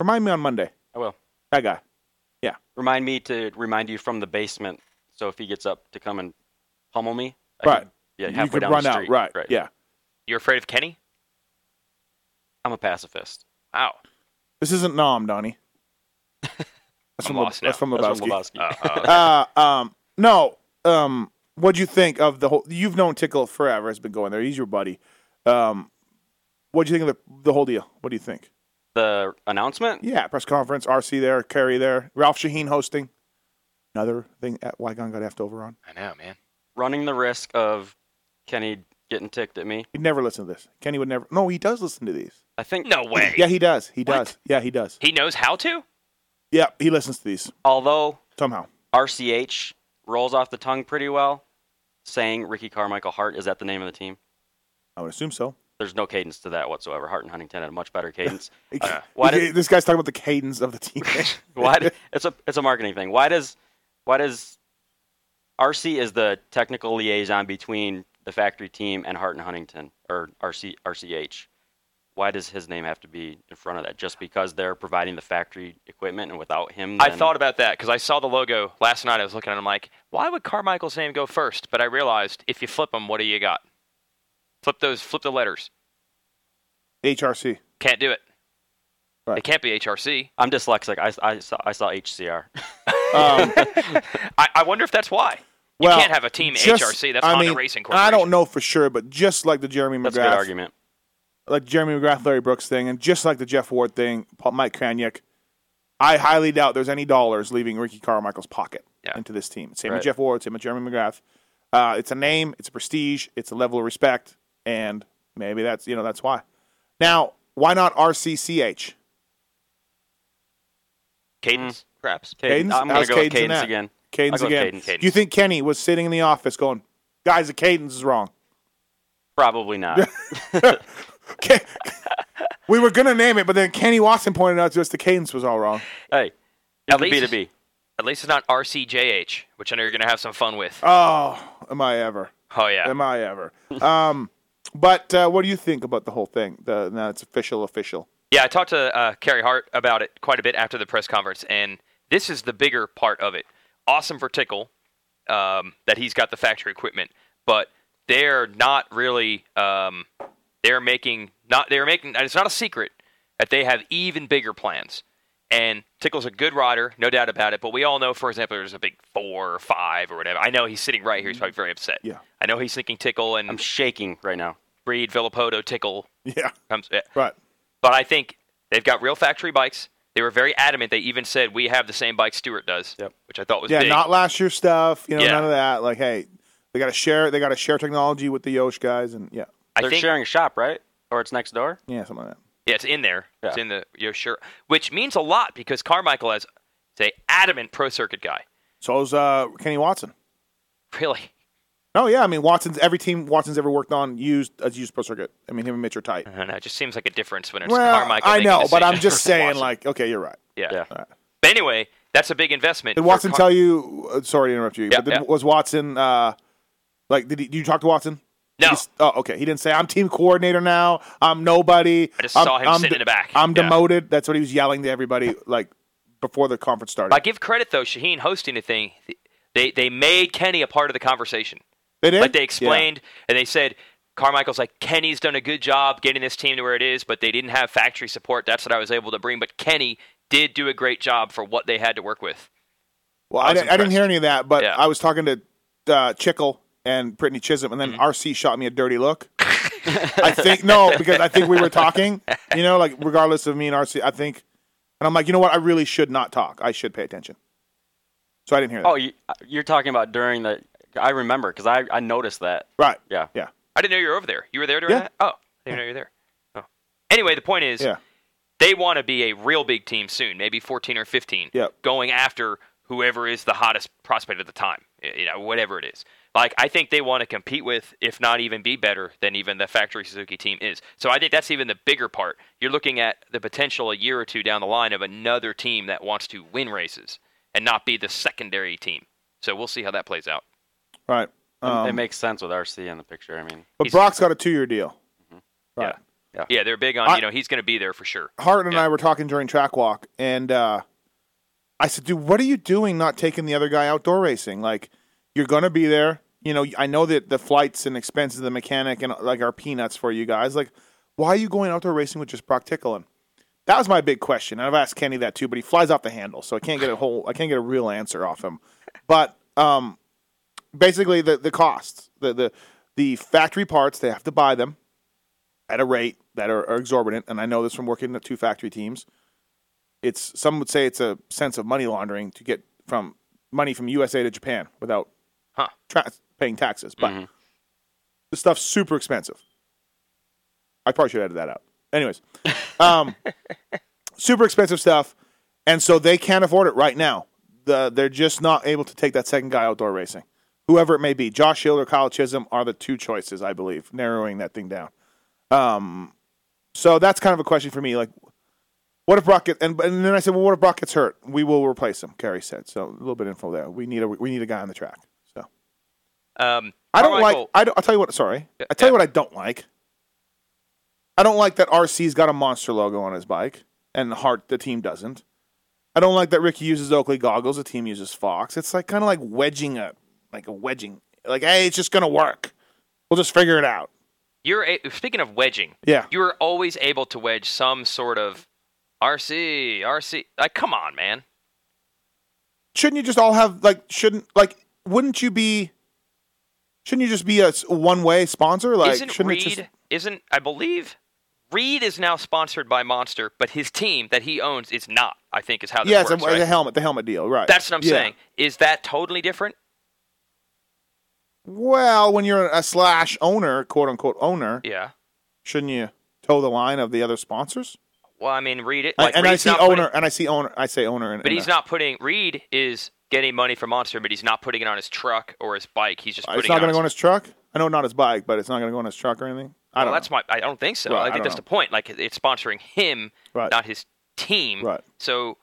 remind me on monday
I will.
that guy
Remind me to remind you from the basement. So if he gets up to come and pummel me, I
Right.
Could, yeah,
you
halfway
could
down
run
the
out
street.
right,
Right.
yeah
You're afraid of Kenny?
I'm a pacifist.
Wow.
this isn't nom donnie that's
I'm
from, Le,
lost now.
that's from
That's
lebowski,
from Lebowski.
Uh, uh,
uh, um, no um, what'd you think of the whole you've known tickle forever has been going there he's your buddy um, what'd you think of the, the whole deal what do you think
the announcement.
Yeah, press conference. RC there, Kerry there, Ralph Shaheen hosting. Another thing at Wygon got effed over on.
I know, man.
running the risk of Kenny getting ticked at me.
He'd never listen to this. Kenny would never. No, he does listen to these.
I think
No way.
Yeah, he does. He does. Yeah, he does.
He knows how to?
Yeah, he listens to these
although
somehow.
RCH rolls off the tongue pretty well, saying Ricky Carmichael Hart is that the name of the team?
I would assume so.
There's no cadence to that whatsoever. Hart and Huntington had a much better cadence. Uh, why
Why
did,
this guy's talking about the cadence of the team.
why did, it's a it's a marketing thing. Why does why does RC is the technical liaison between the factory team and Hart and Huntington or RC RCH? Why does his name have to be in front of that? Just because they're providing the factory equipment and without him,
I
then-
thought about that because I saw the logo last night. I was looking at it. I'm like, why would Carmichael's name go first? But I realized if you flip them, what do you got? Flip those, flip the letters.
HRC.
Can't do it.
Right.
It can't be HRC.
I'm dyslexic. I, I saw I saw HCR.
Um,
I, I wonder if that's why. You
well,
can't have a team
just-
HRC. That's
I
Honda
mean,
Racing Corporation.
I don't know for sure, but just like the Jeremy McGrath,
That's a good argument.
like Jeremy McGrath, Larry Brooks thing, and just like the Jeff Ward thing, Paul- Mike Kraniak, I highly doubt there's any dollars leaving Ricky Carmichael's pocket
Yeah.
into this team. Same
Right.
with Jeff Ward, same with Jeremy McGrath. Uh, it's a name, it's a prestige, it's a level of respect, and maybe that's you know that's why. Now, why not RCCH?
Cadence, perhaps.
Cadence?
I'm gonna
How's
go
cadence
with
in
cadence
that?
again.
Cadence
I'll go with
again.
cadence.
Do you think Kenny was sitting in the office going, "Guys, the cadence is wrong"?
Probably not.
Ken- we were gonna name it, but then Kenny Watson pointed out to us the cadence was all wrong.
hey,
At
B
least
to B.
At least it's not RCJH, which I know you're going to have some fun with.
Oh, am I ever?
Oh, yeah.
Am I ever? Um, but uh, what do you think about the whole thing? The, now it's official, official.
Yeah, I talked to uh, Carrie Hart about it quite a bit after the press conference, and this is the bigger part of it. Awesome for Tickle um, that he's got the factory equipment, but they're not really. Um, they're making not. They're making. and It's not a secret that they have even bigger plans. And Tickle's a good rider, no doubt about it. But we all know, for example, there's a big four or five or whatever. I know he's sitting right here. He's probably very upset.
Yeah.
I know he's thinking Tickle and
I'm shaking right now.
Breed, Villapoto, Tickle
Yeah,
comes.
right.
But I think they've got real factory bikes. They were very adamant. They even said we have the same bike Stewart does,
Yep.
which I thought was
Yeah,
big.
not last year's stuff. You know,
Yeah.
none of that. Like, hey, they got to share. They got to share technology with the Yosh guys, and yeah,
I
They're
think
sharing a shop, right? Or it's next door.
yeah, something like that.
yeah, it's in there. It's
Yeah.
in the your shirt, which means a lot because Carmichael is a adamant pro circuit guy.
So is uh, Kenny Watson.
Really,
Oh yeah, I mean Watson's every team Watson's ever worked on used as used pro circuit. I mean him and Mitch are tight.
I don't know. It just seems like a difference when it's
Well,
Carmichael.
I
making
know, but I'm
decisions
just
versus
saying,
Watson.
like, okay, you're right.
yeah.
Yeah.
But anyway, that's a big investment.
Did
for
Watson
Car-
tell you? Uh, sorry to interrupt you.
Yeah,
but did,
yeah.
Was Watson uh, like? Did, he, did you talk to Watson?
No.
He just- oh, okay. He didn't say I'm team coordinator now. I'm nobody.
I just
I'm-
saw him
I'm
sitting
de-
in the back.
I'm
Yeah.
demoted. That's what he was yelling to everybody like before the conference started.
I give credit though, Shaheen hosting the thing. They they made Kenny a part of the conversation.
they did.
Like they
Yeah.
explained, and they said Carmichael's like Kenny's done a good job getting this team to where it is, but they didn't have factory support. That's what I was able to bring. But Kenny did do a great job for what they had to work with.
Well,
I
I
was
didn't, I didn't
impressed.
hear any of that, but
Yeah.
I was talking to uh, Chickle and Brittany Chisholm, and then RC shot me a dirty look. I think no, because I think we were talking. You know, like regardless of me and RC, I think, and I'm like, you know what? I really should not talk. I should pay attention. So I didn't hear that.
Oh, you, you're talking about during the. I remember because I, I noticed that.
right.
Yeah.
Yeah.
I didn't know you were over there. You were there during
Yeah.
that? Oh, I didn't know you were there. Oh. Anyway, the point is
Yeah.
they want to be a real big team soon, maybe 14 or 15,
Yep.
going after whoever is the hottest prospect at the time, y- you know, whatever it is. Like I think they want to compete with, if not even be better than even the factory Suzuki team is. So I think that's even the bigger part. You're looking at the potential a year or two down the line of another team that wants to win races and not be the secondary team. So we'll see how that plays out.
Right. Um,
it makes sense with RC in the picture. I mean,
but
he's-
Brock's got a two year deal. Right.
Yeah, they're big on
I-
you know he's going to be there for sure.
Hart and
Yeah.
I were talking during track walk, and uh, I said, "Dude, what are you doing? Not taking the other guy outdoor racing? Like, you're gonna be there. You know, I know that the flights and expenses of the mechanic and like are peanuts for you guys. Like, why are you going outdoor racing with just Brock Tickling? That was my big question, and I've asked Kenny that too, but he flies off the handle, so I can't get a whole, I can't get a real answer off him. But um, basically, the the costs, the the the factory parts, they have to buy them at a rate that are, are exorbitant, and I know this from working at two factory teams. It's some would say it's a sense of money laundering to get from money from USA to Japan without
Huh.
tra- paying taxes, but This stuff's super expensive. I probably should edit that out. Anyways, um, super expensive stuff, and so they can't afford it right now. The, they're just not able to take that second guy outdoor racing, whoever it may be. Josh Hill or Kyle Chisholm are the two choices, I believe, narrowing that thing down. Um, so that's kind of a question for me. Like, what if Brock gets, and, and then I said, well, what if Brock gets hurt? We will replace him. Kerry said. So a little bit of info there. We need a we need a guy on the track. So
Um,
I don't
Carmichael-
like. I don't, I'll tell you what. Sorry, I tell you
yeah.
what I don't like. I don't like that RC's got a monster logo on his bike, and Hart the team doesn't. I don't like that Ricky uses Oakley goggles. The team uses Fox. It's like kind of like wedging a like a wedging. Like hey, it's just gonna work. We'll just figure it out.
You're a, speaking of wedging.
Yeah.
You're always able to wedge some sort of RC, RC. Like, come on, man.
Shouldn't you just all have like? Shouldn't like? Wouldn't you be? Shouldn't you just be a one way sponsor? Like
isn't
shouldn't
Reed?
it just?
Isn't I believe Reed is now sponsored by Monster, but his team that he owns is not. I think is how this
Yes, uh,
works.
the-
right?
the helmet, the helmet deal, right?
That's what I'm
Yeah.
saying. Is that totally different?
Well, when you're a slash owner, quote unquote owner,
Yeah.
shouldn't you toe the line of the other sponsors?
Well, I mean, Reed. It,
I-
like,
and I
Reed's
see
not
owner,
putting-
and I see owner, I say owner, and
but he's not putting. Reed is getting money from Monster, but he's not putting it on his truck or his bike. He's just putting
It's not
it
going to
on
go on his truck. I know not his bike, but it's not going to go on his truck or anything. I don't.
Well, Oh, that's
know.
my. I don't think so.
Right, I
I think
don't
that's
know.
the point. Like it's sponsoring him,
Right.
not his team.
Right.
So,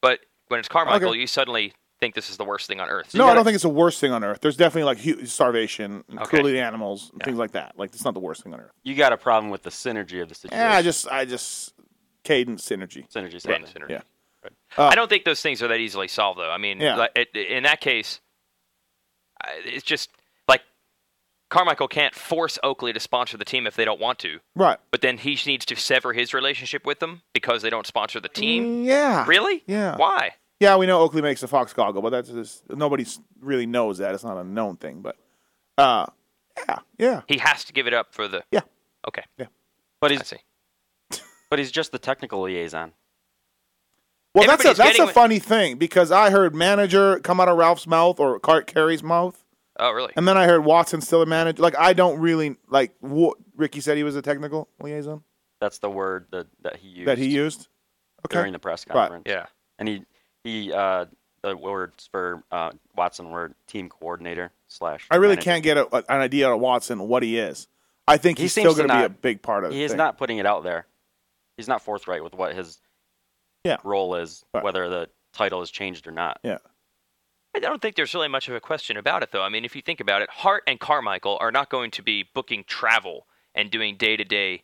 but when it's Carmichael,
Okay.
you suddenly think this is the worst thing on earth.
no, I don't think it's the worst thing on earth. There's definitely like huge starvation, and
Okay.
cruelty to animals, and things like that. Like it's not the worst thing on earth.
You got a problem with the synergy of the situation.
Yeah, I just, I just cadence synergy.
synergy.
Yeah,
something.
synergy.
Yeah. Uh,
I don't think those things are that easily solved, though. I mean,
Yeah.
like, it, in that case, I- it's just like Carmichael can't force Oakley to sponsor the team if they don't want to,
Right.
but then he needs to sever his relationship with them because they don't sponsor the team.
Yeah.
Really?
Mm, Yeah.
Why?
Yeah, we know Oakley makes the Fox goggle, but that's just nobody s- really knows that. It's not a known thing, but uh, yeah, yeah,
He has to give it up for the.
yeah.
Okay.
But
I
he's
see.
but he's just the technical liaison.
Well, that's a
Everybody's
that's
getting
a
what-
funny thing because I heard manager come out of Ralph's mouth or Cart Carey's mouth,
Oh, really?
and then I heard Watson still a manager. Like I don't really like what Ricky said he was a technical liaison
That's the word that, that he used
that he used. Okay,
during the press conference.
Yeah.
And he he uh, the words for uh, Watson were team coordinator slash.
I really
manager.
can't get a, a- an idea out of Watson what he is. I think
He
he's
seems
still going
to
to be a
not-
big part of. the
He is
thing.
not putting it out there. He's not forthright with what his
Yeah.
role is,
Right.
whether the title has changed or not.
Yeah,
I don't think there's really much of a question about it, though. I mean, if you think about it, Hart and Carmichael are not going to be booking travel and doing day to day.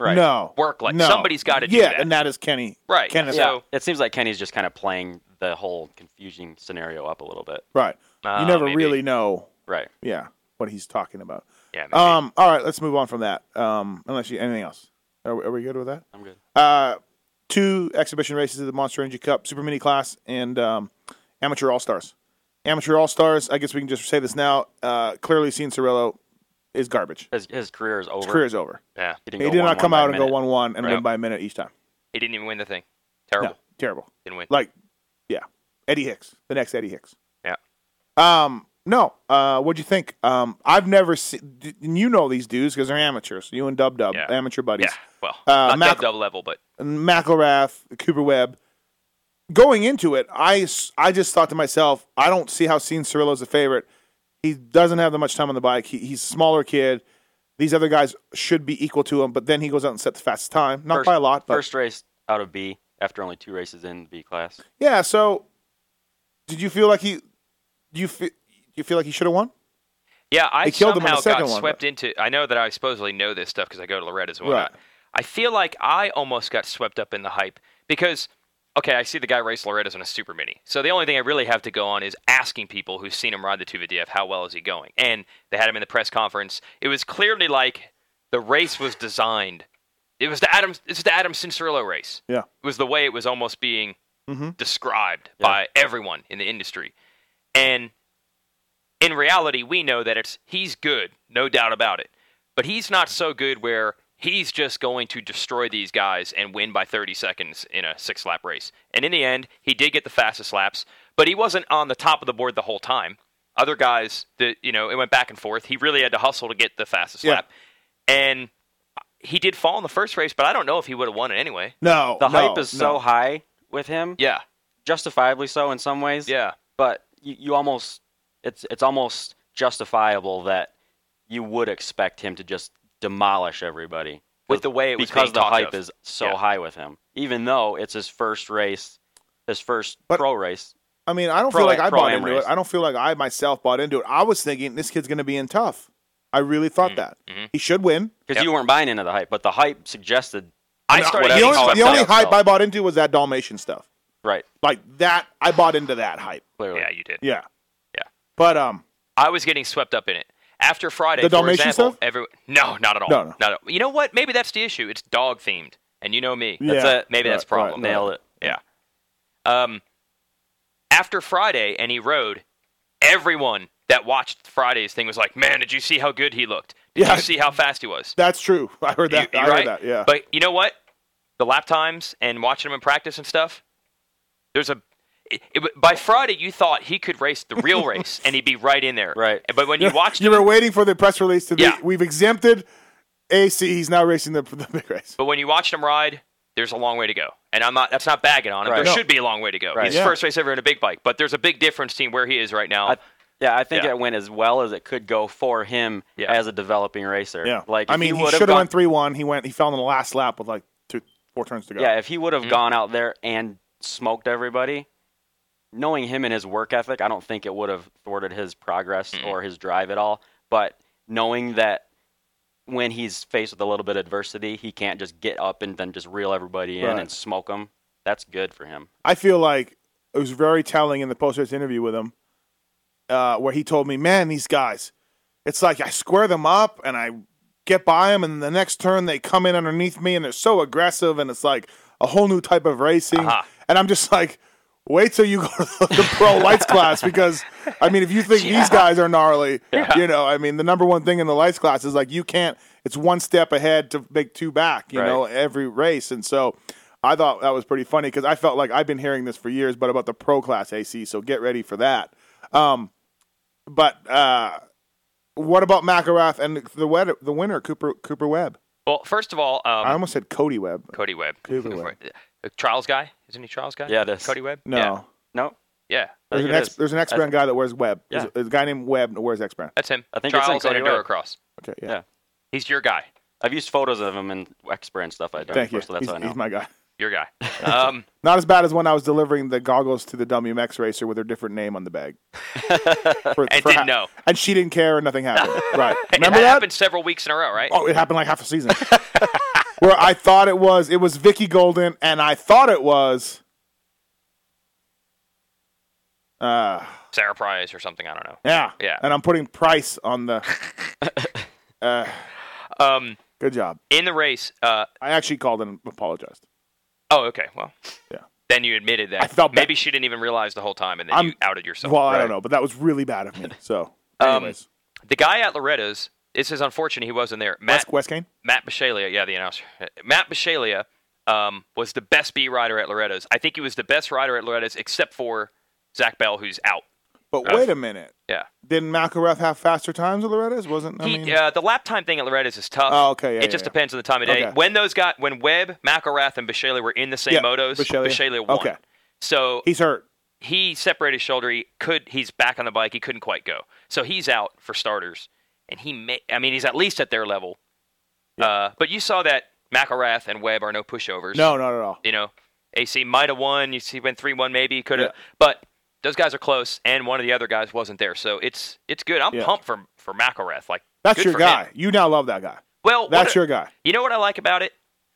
Right.
No
Work like-
No.
somebody's gotta do
Yeah,
that.
and that is Kenny.
Right.
Kenny.
So-
It seems like Kenny's just kind of playing the whole confusing scenario up a little bit.
Right.
Uh,
you never
maybe.
really know,
Right.
yeah, what he's talking about.
Yeah. maybe.
Um, all right, let's move on from that. Um, unless you anything else, are, we- are we good with that?
I'm good.
Uh, two exhibition races of the Monster Energy Cup, Super Mini Class, and um, Amateur All Stars. Amateur All Stars. I guess we can just say this now. Uh, clearly, seen Cirillo is garbage.
His, his career is over.
His career is over.
yeah.
He,
He
go
did not
one-one
come
by
out
a
and go
minute.
one-one and
Right.
win by a minute each time.
He didn't even win the thing.
No,
Terrible.
terrible.
Didn't win.
Like, yeah, Eddie Hicks, the next Eddie Hicks.
yeah.
Um, no. Uh, what'd you think? Um, I've never seen. You know these dudes because they're amateurs. You and Dub Dub,
Yeah.
amateur buddies.
Yeah. Well,
Uh,
not
Mac-
dub double level, but
McElrath, Cooper Webb. Going into it, I, s- I just thought to myself, I don't see how Sean Cirillo's a favorite. He doesn't have that much time on the bike. He, he's a smaller kid. These other guys should be equal to him, but then he goes out and sets the fastest time. Not
First-
by a lot, but
First race out of B after only two races in the B class.
yeah. So, did you feel like he? Do you feel? Do you feel like he should have won?
yeah, I
They killed him on the
somehow
second
got
one,
swept
but-
into. I know that I supposedly know this stuff because I go to Loretta's and
Right.
whatnot. I feel like I almost got swept up in the hype because. Okay, I see the guy race Loretta's in a super mini. So the only thing I really have to go on is asking people who've seen him ride the Tuva DF how well is he going. And they had him in the press conference. It was clearly like the race was designed. It was the Adam. It's the Adam Cincerillo race.
Yeah. Mm-hmm.
It was the way it was almost being described by everyone in the industry. And in reality, we know that it's he's good, no doubt about it. But he's not so good where he's just going to destroy these guys and win by 30 seconds in a six lap race. And in the end, he did get the fastest laps, but he wasn't on the top of the board the whole time. Other guys that you know, it went back and forth. He really had to hustle to get the fastest
Yeah.
lap, and he did fall in the first race. But I don't know if he would have won it anyway.
No,
The
Oh, no,
hype is
no.
so high with him,
Yeah,
justifiably so in some ways.
yeah,
But you, you almost it's it's almost justifiable that you would expect him to just demolish everybody
With the way it was
because
being
the
talked
hype
of.
is so
Yeah.
high with him. Even though it's his first race, his first
But-
pro race.
I mean, I don't
Pro-
feel like I bought
Pro-Am
into
race.
it. I don't feel like I myself bought into it. I was thinking this kid's going to be in tough. I really
Mm,
thought that
mm-hmm.
he should win.
Because you weren't buying into the hype, but the hype suggested
I
No,
started
The
Whatever,
getting
he's
only,
swept
the only
up.
hype I bought into was that Dalmatian stuff.
right
Like that, I bought into that hype.
clearly.
Yeah, you did.
Yeah,
Yeah.
But um,
I was getting swept up in it. After Friday,
The
for
Dalmatian
example,
stuff?
every no, not at all.
No, no.
Not at all. You know what? Maybe that's the issue. It's dog themed, and you know me.
That's Yeah. it.
Maybe
Right,
that's the problem.
right, right.
Nailed it.
Yeah. Um, after Friday, and he rode. Everyone that watched Friday's thing was like, "Man, did you see how good he looked? Did
Yeah.
you see how fast he was?"
that's true. I heard that.
You- you
I heard
right?
that. Yeah.
But you know what? The lap times and watching him in practice and stuff. There's a. It, it- by Friday, you thought he could race the real race and he'd be right in there.
Right.
But when you watched
you
him,
were waiting for the press release to be.
Yeah.
We've exempted AC. He's now racing the, the big race.
but when you watched him ride, there's a long way to go. And I'm not. That's not bagging on him.
Right.
There
No.
should be a long way to go.
Right.
He's
Yeah.
first race ever in a big bike, but there's a big difference between where he is right now.
I, yeah, I think
Yeah.
it went as well as it could go for him
Yeah.
as a developing racer.
Yeah.
like
I
if
mean,
he
he
would
should have
gone,
won three one. He went. He fell in the last lap with like two, four turns to go.
Yeah, Mm-hmm. if he would have gone out there and smoked everybody, knowing him and his work ethic, I don't think it would have thwarted his progress or his drive at all. But knowing that when he's faced with a little bit of adversity, he can't just get up and then just reel everybody in
Right.
and smoke them. That's good for him.
I feel like it was very telling in the post race interview with him, uh, where he told me, "Man, these guys, it's like I square them up and I get by them, and the next turn they come in underneath me, and they're so aggressive, and it's like a whole new type of racing."
Uh-huh.
And I'm just like, "Wait till you go to the, the pro lights class, because I mean, if you think these guys are gnarly, you know, I mean, the number one thing in the lights class is like you can't. It's one step ahead to make two back, you
Right.
know, every race, and so." I thought that was pretty funny because I felt like I've been hearing this for years, but about the pro class AC. So get ready for that. Um, but uh, what about McElrath and the wed- the winner Cooper Cooper Webb?
well, first of all,
I
um,
almost said Cody Webb.
Cody Webb,
Cooper Webb.
Uh, trials guy, isn't he trials guy?
Yeah, it is.
Cody Webb.
No,
Yeah.
No,
yeah.
I
there's
think
an
it
ex
is.
there's an X brand guy that wears Webb. There's,
Yeah.
there's a guy named Webb that wears X brand.
That's him.
I think it's him,
trials
Cody
and
Webb.
endurocross.
Okay, yeah.
Yeah.
He's your guy.
I've used photos of him in X brand stuff I've done.
Thank
before,
you.
So that's
he's,
how I know.
he's my guy.
Your guy. Um,
Not as bad as when I was delivering the goggles to the WMX racer with her different name on the bag. For-
And
for
didn't know.
and she didn't care, and nothing happened. right? Remember
it
that?
happened several weeks in a row, right?
Oh, it happened like half a season. Where I thought it was, it was Vicky Golden, and I thought it was. Uh,
Sarah Price or something. I don't know.
yeah.
Yeah.
And I'm putting price on the. uh,
Um,
good job.
in the race, uh,
I actually called and apologized.
oh, okay, well,
Yeah.
Then you admitted that.
I felt bad.
Maybe she didn't even realize the whole time, and then
I'm-
you outed yourself.
well, I don't know, but that was really bad of me. So,
Um,
anyways,
The guy at Loretta's. This is unfortunate he wasn't there. Matt
West, West Kane.
Matt Bishalia, yeah, the announcer. Matt Bishalia um, was the best B rider at Loretta's. I think he was the best rider at Loretta's, except for Zach Bell, who's out.
But
Uh,
wait a minминute,
Yeah.
didn't McElrath have faster times at Loretta's? Wasn't I
He,
mean?
uh, the lap time thing at Loretta's is tough.
Oh, okay, yeah,
it
yeah,
just
yeah.
depends on the time of day.
Okay.
When those got when Webb, McElrath, and Bishalia were in the same
Yeah,
motos,
Bishalia.
Bishalia won.
Okay.
So
He's hurt.
he separated his shoulder. He could. He's back on the bike. He couldn't quite go, so he's out for starters. And he may. I mean, he's at least at their level. Uh, but you saw that McElrath and Webb are no pushovers.
No, not at all.
You know, AC might have won. You see, went three one maybe. Could have. But those guys are close, and one of the other guys wasn't there. So it's it's good. I'm
Yeah.
pumped for for McElrath. Like
That's
good
your
for
guy.
him.
You now love that guy.
Well, what
That's
a-
your guy.
You know what I like about it?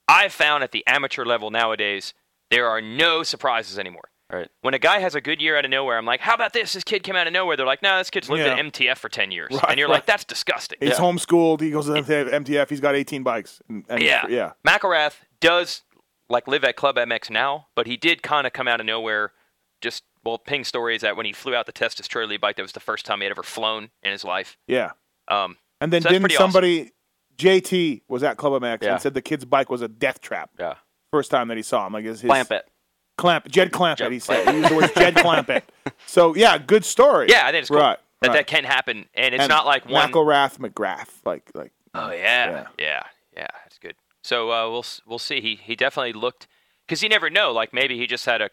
I've found at the amateur level nowadays there are no surprises anymore
Right.
when a guy has a good year out of nowhere, I'm like, how about this? This kid came out of nowhere. They're like, no, this kid's lived
Yeah.
at MTF for 10 years.
Right,
and you're
right.
like, that's disgusting.
He's homeschooled. He goes to MTF. He's got 18 bikes. And, and
yeah.
yeah.
McElrath does like live at Club MX now, but he did kind of come out of nowhere. Just, well, Ping story is that when he flew out the test destroyer bike, that was the first time he had ever flown in his life.
Yeah.
Um,
And then
So that's
didn't
pretty awesome.
somebody JT was at Club MX
Yeah.
and said the kid's bike was a death trap.
Yeah.
First time that he saw him, like his, his
Clamp it.
Clamp, Jed Clampett. he said he used the word Jed Clampett. So yeah, good story.
Yeah, I think it's cool.
Right,
that
Right.
that can happen, and it's
And
not like one.
McElrath McGrath, like like
Oh yeah,
Um, Yeah.
yeah, yeah, That's good. So uh, we'll s- we'll see. He he definitely looked because you never know. Like maybe he just had a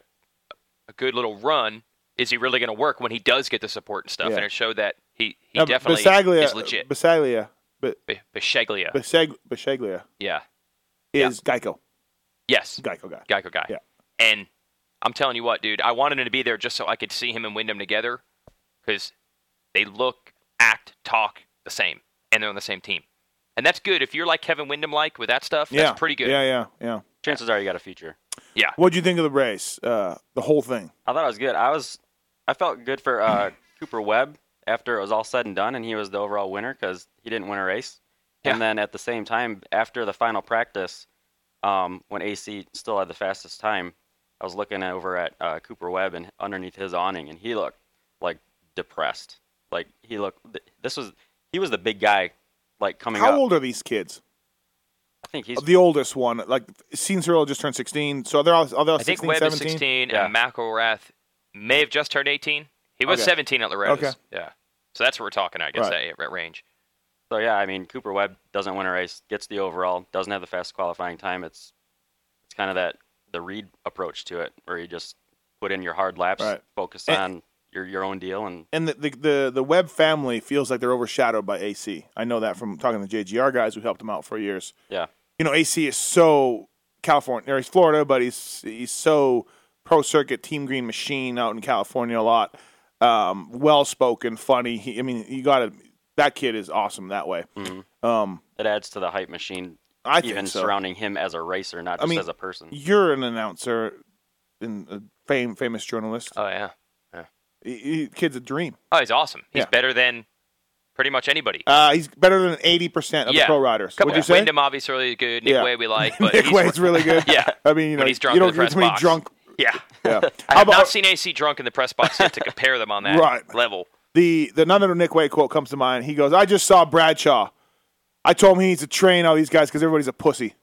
a good little run. Is he really going to work when he does get the support and stuff?
Yeah.
And it showed that he he
Uh,
definitely
Bisaglia,
is legit.
Bisaglia, B-
B- Bishaglia.
Bisag, Bisaglia
yeah.
is Geico.
Yes.
Geico guy.
Geico guy.
Yeah.
And I'm telling you what, dude, I wanted him to be there just so I could see him and Wyndham together because they look, act, talk the same, and they're on the same team. And that's good. If you're like Kevin Wyndham like with that stuff,
yeah,
that's pretty good.
Yeah, yeah, yeah.
Chances are you got a future.
Yeah.
What'd you think of the race? Uh, the whole thing.
I thought it was good. I was, I felt good for uh, Cooper Webb after it was all said and done, and he was the overall winner because he didn't win a race.
Yeah.
And then at the same time, after the final practice, um, when AC still had the fastest time, I was looking over at uh, Cooper Webb and underneath his awning, and he looked like depressed. Like he looked. th- This was he was the big guy, like coming
How
up.
old are these kids?
I think he's
the oldest one, like Cincinnati just turned sixteen, so they're all are they all
I think
16,
Webb
17?
is 16,
Yeah.
and McElrath may have just turned 18. He was
Okay.
17 at Loretta's.
Okay.
Yeah. So that's what we're talking, I guess,
Right.
that, that range.
So yeah, I mean Cooper Webb doesn't win a race, gets the overall, doesn't have the fast qualifying time. It's it's kind of that the Reed approach to it, where you just put in your hard laps,
Right.
focus
And-
on your your own deal, and
And the, the the the Webb family feels like they're overshadowed by AC. I know that from talking to the JGR guys who helped him out for years.
yeah,
You know, AC is so California, or he's Florida, but he's he's so pro circuit team green machine out in California a lot. Um, well spoken, funny. He, I mean, you got to that kid is awesome that way.
Mm-hmm.
Um,
it adds to the hype machine.
I
even
think so.
surrounding him as a racer, not
I
just
mean,
as a person.
You're an announcer and a fam- famous journalist.
Oh, yeah.
He- he- kid's a dream.
Oh, he's awesome. He's
Yeah.
better than pretty much anybody.
Uh, he's better than eighty percent of the
Yeah.
pro riders.
Couple
Would you say?
Wyndham obviously really good. Nick
Yeah.
Way we like, but
Nick
he's
Wade's really good.
Yeah.
I mean, you know,
When he's drunk
you
in
don't
the
get
press
too many
box.
drunk.
yeah.
Yeah.
I
How
have
about
not seen AC drunk in the press box yet to compare them on that
Right.
level.
the the another Nick Wade quote comes to mind. He goes, "I just saw Bradshaw. I told him he needs to train all these guys because everybody's a pussy."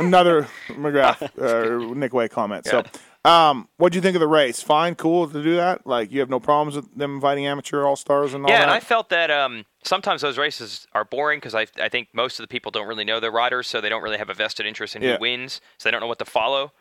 another McGrath or Nick Wade comment. So, um, what do you think of the race? Fine, cool to do that. Like, you have no problems with them inviting amateur all stars and all
yeah,
that.
and I felt that um, sometimes those races are boring because I, I think most of the people don't really know their riders, so they don't really have a vested interest in
Yeah.
who wins, so they don't know what to follow.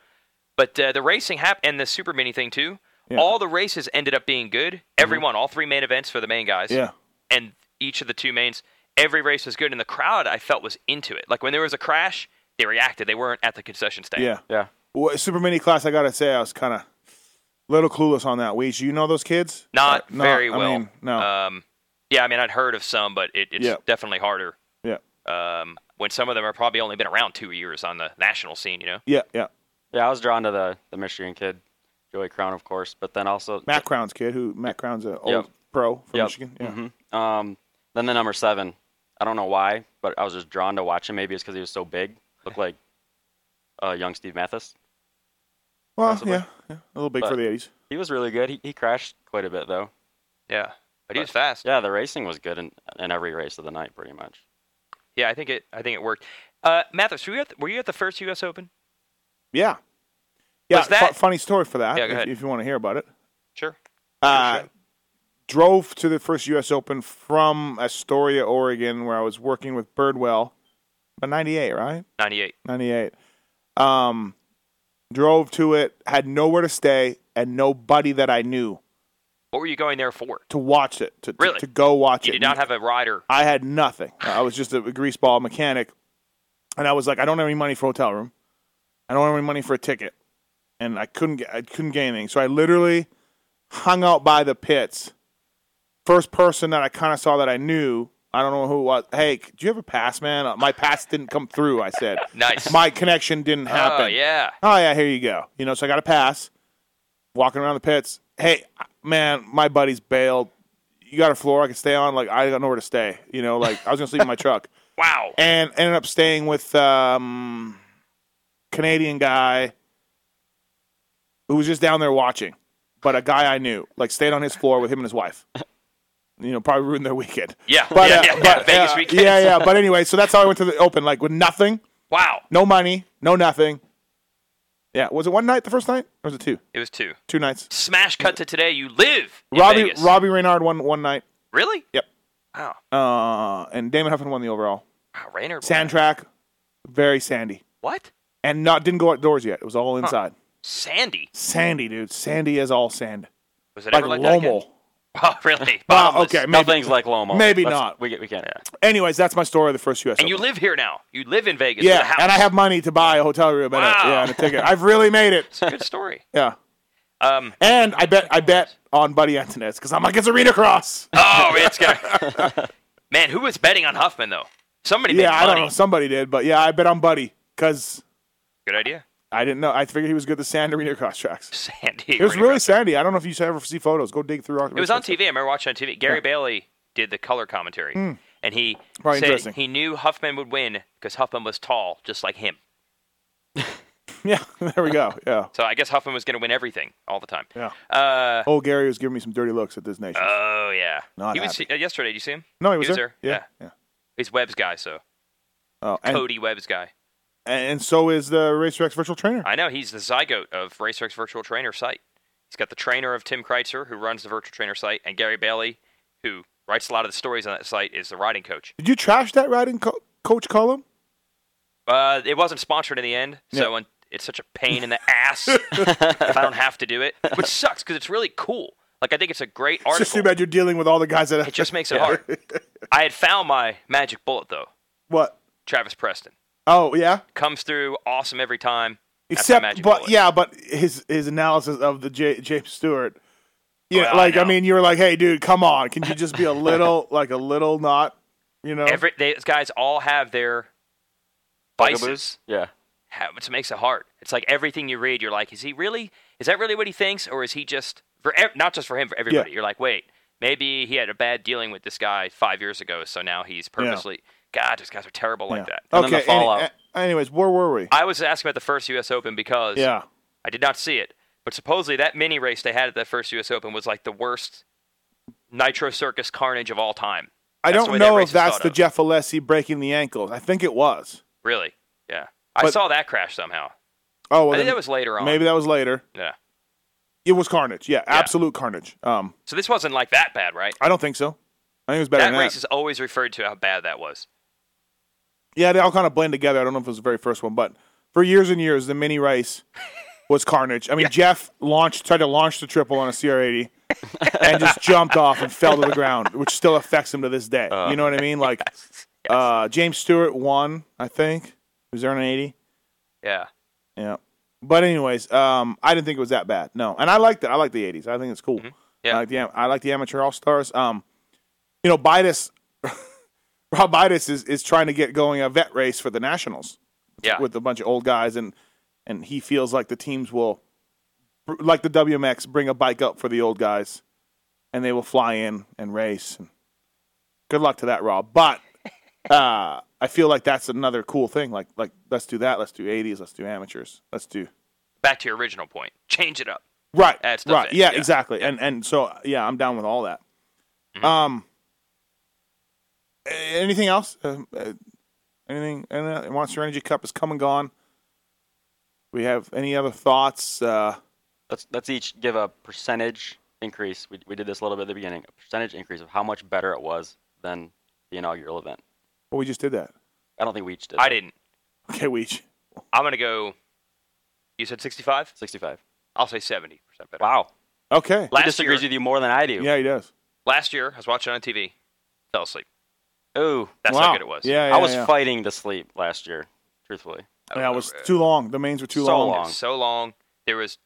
But uh, the racing hap- and the super mini thing too.
Yeah. Mm-hmm.
All the races ended up being good. Everyone, all three main events for the main guys.
yeah,
and each of the two mains, every race was good, and the crowd I felt was into it. Like when there was a crash, they reacted. They weren't at the concession stand.
yeah.
Yeah,
Well, Super mini class, I gotta say, I was kind of little clueless on that. Weege, you know those kids?
not
Uh, no,
very
I
well.
mean, no,
Um, yeah, I mean I'd heard of some, but it, it's
Yeah.
definitely harder.
yeah,
Um, when some of them are probably only been around two years on the national scene, you know.
yeah, yeah.
yeah, I was drawn to the the Michigan kid, Joey Crown, of course, but then also
Matt Crown's kid, who Matt Crown's an old
Yep.
pro from
Yep.
Michigan. Yeah.
Mm-hmm.
Mhm. Um, then the number seven. I don't know why, but I was just drawn to watch him. Maybe it's because he was so big, looked like uh, young Steve Mathis.
Well,
Possibly.
yeah, yeah, a little big for
But-
the eighties.
He was really good. He, he crashed quite a bit though.
Yeah, but he was fast.
Yeah, the racing was good in, in every race of the night, pretty much.
Yeah, I think it. I think it worked. Uh, Mathis, were you, at the, were you at the first U.S. Open?
Yeah, yeah.
Was that-
fu- funny story for that.
Yeah, go
if,
ahead.
if you want to hear about it.
Sure.
Uh, drove to the first U.S. Open from Astoria, Oregon, where I was working with Birdwell. But '98, right?
Ninety-eight.
'98. Um, drove to it, had nowhere to stay, and nobody that I knew
What were you going there for?
to watch it. To, to-
Really?
to, go watch
You
it.
did not have a rider.
I had nothing. I was just a greaseball mechanic, and I was like, I don't have any money for a hotel room. I don't have any money for a ticket, and I couldn't get I couldn't get anything. So I literally hung out by the pits. First person that I kind of saw that I knew, I don't know who it was. Hey, do you have a pass, man? Uh, My pass didn't come through. I said,
Nice.
My connection didn't happen.
Oh yeah.
Oh yeah, here you go. You know, so I got a pass. Walking around the pits. Hey, man, my buddy's bailed. You got a floor I can stay on? Like I got nowhere to stay. You know, like I was gonna sleep in my truck,
Wow.
and ended up staying with um, Canadian guy who was just down there watching, but a guy I knew. Like stayed on his floor with him and his wife. You know, probably ruined their weekend.
Yeah.
But,
yeah,
uh,
yeah, yeah.
but,
Vegas
uh,
weekend.
yeah, yeah. But anyway, so that's how I went to the open, like with nothing
Wow.
no money, no nothing. Yeah, was it one night the first night, or was it two?
It was two.
Two nights.
Smash cut to today. You live in
Robbie
Vegas.
Robbie Reynard won one night.
really?
Yep.
Wow.
Uh, and Damon Huffman won the overall.
Wow. Rainer.
Sand track, very sandy,
What?
and not didn't go outdoors yet. It was all inside.
Sandy.
Sandy, dude. Sandy is all sand.
Was it
Like
ever like that again?
Lomal.
Oh, really?
Wow,
Bottomless.
okay. Maybe,
Nothing's like Lomo.
maybe
Let's-
not.
We, get- we can't.
Anyways, that's my story of the first U.S.
And you
Open.
live here now. You live in Vegas. with a
yeah,
house.
and I have money to buy a hotel room and, a,
Wow.
yeah, and a ticket. I've really made it.
It's a good story.
Yeah.
Um,
And I bet I bet on Buddy Antonetz because I'm like it's arena cross.
oh, it's gonna. Man, who was betting on Huffman though? Somebody made
yeah, I
money.
don't know. Somebody did, but yeah, I bet on Buddy because
Good idea.
I didn't know. I figured he was good at the sand arena cross tracks.
Sandy.
It was really sandy. I don't know if you should ever see photos. Go dig through.
It was on TV. I remember watching it on TV. Gary Bailey did the color commentary, and he
Hmm. Probably interesting.
said he knew Huffman would win because Huffman was tall, just like him.
Yeah, there we go. Yeah.
So I guess Huffman was going to win everything all the time.
Yeah.
Uh,
Oh, Gary was giving me some dirty looks at this nation.
oh yeah.
Not
he was
happy.
uh, yesterday. Did you see him?
no, he was, there.
Yeah.
Yeah.
He's Webb's guy, so
yeah. Oh, and,
Cody Webb's guy.
and so is the Racer X virtual trainer.
I know he's the zygote of RacerX Virtual Trainer site. He's got the trainer of Tim Kreitzer, who runs the Virtual Trainer site, and Gary Bailey, who writes a lot of the stories on that site, is the riding coach.
Did you trash that riding co- coach column?
Uh, it wasn't sponsored in the end, so un- it's such a pain in the ass if I don't have to do it, which sucks because it's really cool. Like I think it's a great
It's
article.
just too bad you're dealing with all the guys that.
It just makes it hard. I had found my magic bullet though.
what?
Travis Preston
Oh yeah.
comes through awesome every time. That's my
Except,
magic
but
bullet.
yeah, but his his analysis of the J- James Stewart, yeah,
Well, I
like I,
know.
mean, you were like, hey, dude, come on, can you just be a little, like a little, not, you know,
every these guys all have their vices.
Yeah.
how, which makes it hard. It's like everything you read, you're like, is he really? Is that really what he thinks, or is he just for ev- not just for him, for everybody? You're like, wait, maybe he had a bad dealing with this guy five years ago, so now he's purposely. God, these guys are terrible
Yeah.
like that.
And then the
okay. any-
fallout.
a- anyways, where were we?
I was asking about the first U.S. Open because
yeah,
I did not see it, but supposedly that mini race they had at that first U.S. Open was like the worst Nitro Circus carnage of all time.
I
That's the
don't
way that
know
race
if
is
that's
thought
the
of.
Jeff Alessi breaking the ankles. I think it was.
Really? Yeah. I
But-
saw that crash somehow.
Oh, well,
I think
then
that was later on.
maybe that was later.
Yeah.
It was carnage. Yeah, absolute carnage. Um,
So this wasn't like that bad, right?
I don't think so. I think it was better
that
than
race
that.
is always referred to how bad that was.
yeah, they all kind of blend together. I don't know if it was the very first one, but for years and years, the mini race was carnage. I mean, Jeff launched, tried to launch the triple on a CR80, and just jumped off and fell to the ground, which still affects him to this day. you know what I mean? Like, uh, James Stewart won, I think. He was there on an 80.
Yeah.
Yeah. But anyways, um, I didn't think it was that bad. No, and I liked it. I like the '80s. I think it's cool.
Yeah.
I like the am- I like the amateur all stars. Um, you know, Bidas, Rob Bidas is, is trying to get going a vet race for the nationals
Yeah.
with a bunch of old guys, and and he feels like the teams will, br- like the WMX, bring a bike up for the old guys, and they will fly in and race. And good luck to that, Rob. But uh, I feel like that's another cool thing. Like like let's do that. Let's do '80s. Let's do amateurs. Let's do
Back to your original point. Change it up.
Right.
Add stuff
right.
in.
Yeah,
Yeah. Mm-hmm.
exactly. And and so yeah, I'm down with all that. Um. a- Anything else? Uh, uh, anything? any- Monster Energy Cup is come and gone. We have any other thoughts? Uh,
Let's let's each give a percentage increase. We we did this a little bit at the beginning. A percentage increase of how much better it was than the inaugural event.
well, oh, we just did that.
I don't think we each did.
I
that.
didn't.
Okay, we each.
I'm gonna go. You said 65.
65.
I'll say 70 percent better.
Wow.
Okay.
he
Last year,
disagrees with you more than I do.
Yeah, he does.
last year, I was watching on TV. Fell asleep.
Ooh.
That's
wow.
how good it was.
Yeah, yeah
I was
yeah.
fighting to sleep last year, truthfully.
Yeah, it was too long. The mains were too
So
It
long.
was so long. There was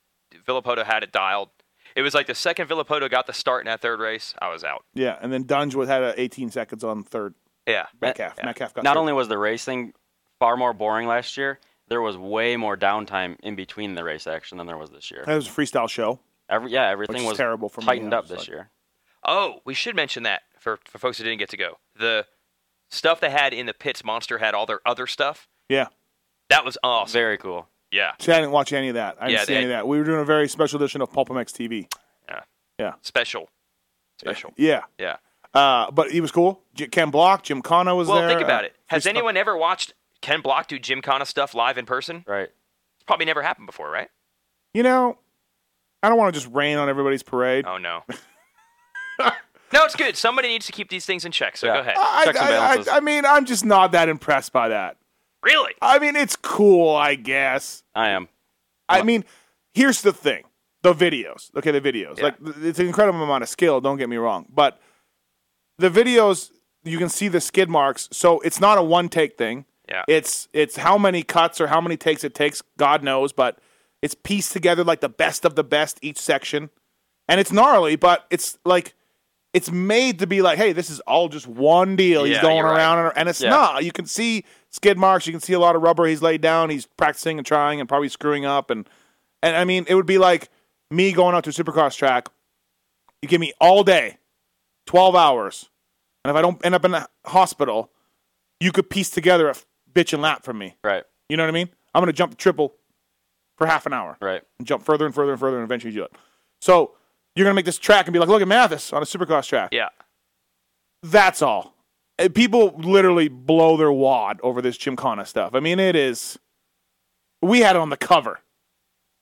Villapoto had it dialed. It was like the second Villapoto got the start in that third race, I was out.
Yeah, and then Dunge was had uh, 18 seconds on third.
Yeah.
Metcalf. Metcalf got
Not
third.
only was the racing far more boring last year, there was way more downtime in between the race action than there was this year.
That was a freestyle show.
Every yeah, everything
is
was
terrible for me.
tightened
I
up
was
this
like-
year.
Oh, we should mention that for, for folks who didn't get to go. The stuff they had in the pits, Monster had all their other stuff.
Yeah.
That was awesome.
Very cool.
Yeah.
See, I didn't watch any of that. I didn't
Yeah,
see
they-
any of that. We were doing a very special edition of Pulp MX TV.
Special. Special.
Yeah.
Yeah.
Uh, but he was cool. J- Ken Block, Jim Connor was
Well,
there.
think about
uh,
it. Has
freestyle-
anyone ever watched Ken Block do Gymkhana stuff live in person?
Right.
probably never happened before, right?
You know, I don't want to just rain on everybody's parade.
Oh no. no, it's good. Somebody needs to keep these things in check. So
Yeah.
go ahead.
I,
Checks and
I,
balances.
I, I mean, I'm just not that impressed by that.
Really?
I mean, it's cool, I guess.
I am.
I mean, here's the thing: the videos. Okay, the videos.
Yeah.
Like th- it's an incredible amount of skill. Don't get me wrong, but the videos you can see the skid marks, so it's not a one take thing.
Yeah.
It's it's how many cuts or how many takes it takes, God knows, but it's pieced together like the best of the best each section, and it's gnarly, but it's like. It's made to be like, hey, this is all just one deal. He's
Yeah,
going
you're right.
around, and- and it's
Yeah.
not. You can see skid marks. You can see a lot of rubber he's laid down. He's practicing and trying, and probably screwing up. And and I mean, it would be like me going out to a supercross track. You give me all day, 12 hours. And if I don't end up in a hospital, you could piece together a f- bitch and lap from me.
Right.
You know what I mean? I'm going to jump triple for half an hour
Right.
and jump further and further and further and eventually do it. So you're going to make this track and be like, look at Mathis on a supercross track.
Yeah.
That's all. Uh, People literally blow their wad over this Gymkhana stuff. I mean, it is. We had it on the cover.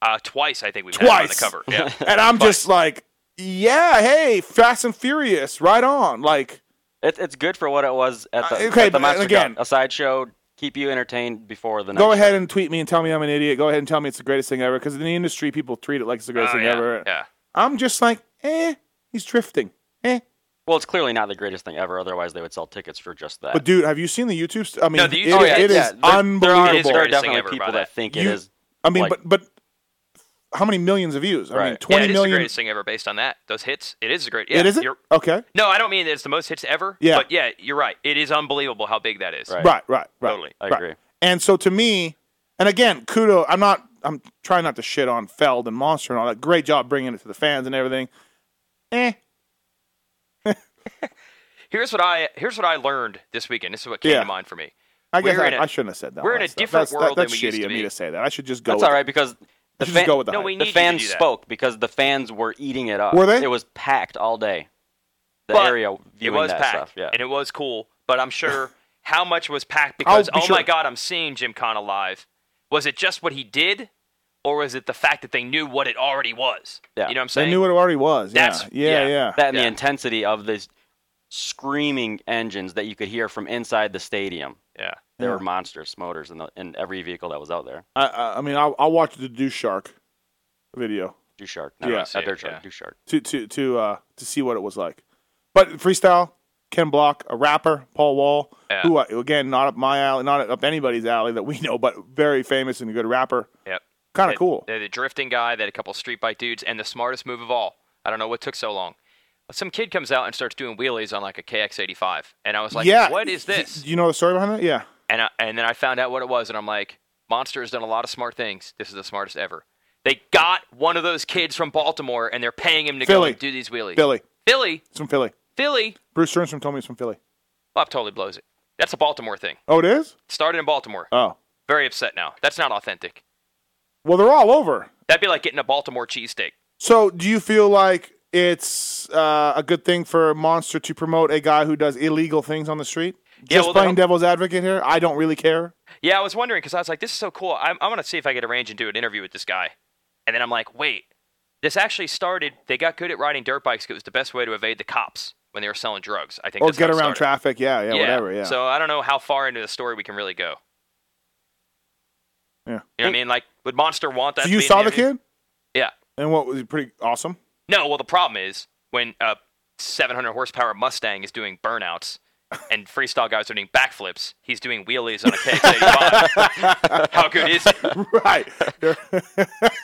Uh, twice I think we've had it on the
Twice.
cover. Yeah.
And I'm just like, yeah, hey, Fast and Furious, right on. Like,
It, it's good for what it was at the,
Uh, okay,
at the
but
Monster
again-
Cup. A sideshow, keep you entertained before the next.
go ahead and tweet me and tell me I'm an idiot. Go ahead and tell me it's the greatest thing ever because in the industry, people treat it like it's the greatest
Oh,
thing
yeah.
ever.
yeah.
I'm just like, eh, he's drifting. Eh.
Well, it's clearly not the greatest thing ever. Otherwise, they would sell tickets for just that.
But, dude, have you seen the YouTube? St- I mean,
No, the
it-
YouTube- oh, yeah,
it is
yeah, there- there are-
unbelievable.
it is
there are
greatest thing
definitely
ever by
people
that.
that think
You-
it is.
I mean,
like-
but but how many millions of views? I mean,
Right.
Yeah,
twenty
it is
million.
the greatest thing ever based on that. Those hits, it is the great. Yeah,
it is it?
you're-
Okay.
No, I don't mean that it's the most hits ever.
Yeah.
But yeah, you're right. It is unbelievable how big that is.
Right.
Right, right, right.
Totally.
I
right.
agree.
And so to me, and again, kudo. I'm not. I'm trying not to shit on Feld and Monster and all that. Great job bringing it to the fans and everything. Eh.
Here's what I here's what I learned this weekend. This is what came
Yeah.
to mind for me.
I guess
We're
I,
in a-
I shouldn't have said that.
we're in
last
a
stuff.
different
that's,
world than
that's
we
shitty
used to
of me
be.
to say that. I should just go.
That's
with
all
it.
right because the,
should just
fan-
go with that.
No, we
the
need
fans
you to do that.
spoke because the fans were eating it up.
Were they?
It was packed all day. The
But
area
It
viewing
was
that
packed,
stuff. Yeah.
and it was cool. But I'm sure how much was packed because
be
oh my
sure.
god, I'm seeing Jim Conn live. Was it just what he did, or was it the fact that they knew what it already was?
Yeah.
You know what I'm saying?
They knew what it already was.
That's-
yeah, yeah,
yeah.
yeah.
that and
Yeah.
the intensity of these screaming engines that you could hear from inside the stadium.
yeah.
There
Yeah.
were monstrous motors in, the, in every vehicle that was out there.
I, I, I mean, I'll, I'll watch the Do Shark video.
Do shark, no,
Yeah.
not
Yeah.
Dirt shark,
Yeah.
do shark.
to to to uh to see what it was like. But freestyle, Ken Block, a rapper, Paul Wall,
Yeah.
who uh, again not up my alley, not up anybody's alley that we know, but very famous and a good rapper.
Yep.
Ah,
Kind of
They-
cool.
They had a drifting guy, they had a couple street bike dudes, and the smartest move of all. I don't know what took so long. Some kid comes out and starts doing wheelies on like a KX85, and I was like,
yeah.
"What is this?"
Do you know the story behind that? Yeah.
And I, and then I found out what it was, and I'm like, "Monster has done a lot of smart things. This is the smartest ever." They got one of those kids from Baltimore, and they're paying him to go
Philly.
and do these wheelies.
Philly.
Philly,
It's from Philly.
Philly,
Bruce Sternstrom told me it's from Philly.
Bob totally blows it. That's a Baltimore thing.
Oh, it is?
Started in Baltimore.
Oh.
Very upset now. That's not authentic.
Well, they're all over.
That'd be like getting a Baltimore cheesesteak.
So, do you feel like it's uh, a good thing for Monster to promote a guy who does illegal things on the street?
Yeah,
Just
well,
playing
then-
devil's advocate here. I don't really care.
Yeah, I was wondering because I was like, this is so cool. I'm, I'm going to see if I could arrange and do an interview with this guy. And then I'm like, wait, this actually started. They got good at riding dirt bikes. 'cause It was the best way to evade the cops when they were selling drugs. I think.
Or
that's how
get
it
around
started.
traffic. Yeah, yeah, whatever. Yeah.
So I don't know how far into the story we can really go.
Yeah.
You know what I mean? Like, would Monster want that?
so
to
you
be in
saw the
interview?
kid?
Yeah.
And what was he pretty awesome?
No. Well, the problem is when a 700 horsepower Mustang is doing burnouts. And freestyle guys are doing backflips. He's doing wheelies on a KX85. How good is it?
right.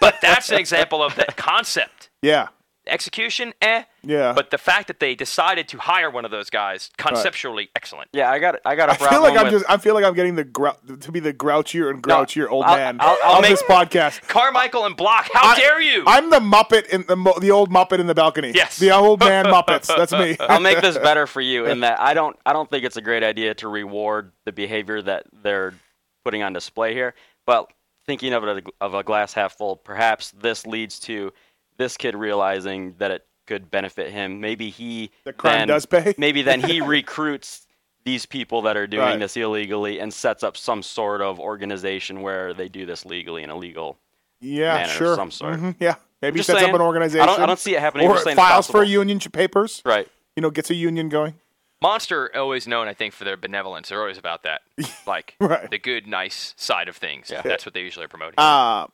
But that's an example of that concept.
yeah.
Execution, eh.
Yeah.
But the fact that they decided to hire one of those guys, conceptually excellent.
Yeah, I got I got a
I feel
problem
like I'm
with,
just. I feel like I'm getting the grou- to be the grouchier and grouchier old
I'll-
man
I'll- I'll
on
make-
this podcast.
Carmichael and Block, how
I-
dare you?
I'm the Muppet in the mo- the old Muppet in the balcony.
Yes.
the old man Muppets. That's me.
I'll make this better for you in that I don't I don't think it's a great idea to reward the behavior that they're putting on display here. But thinking of it of a glass half full, perhaps this leads to this kid realizing that it could benefit him. Maybe he
The crime
then-
does pay.
Maybe then he recruits these people that are doing
Right.
this illegally and sets up some sort of organization where they do this legally and illegal.
Yeah,
manner of
sure.
some sort.
Mhm, Yeah, maybe he
Just
sets
saying.
up an
I don't-
organization.
I don't see it happening. I'm
Or
just saying it's
files for
possible.
union ch- papers.
Right.
You know, gets a union going.
Monster always known, I think, for their benevolence. They're always about that, like
Right.
the good, nice side of things. That's what they usually are promoting.
Uh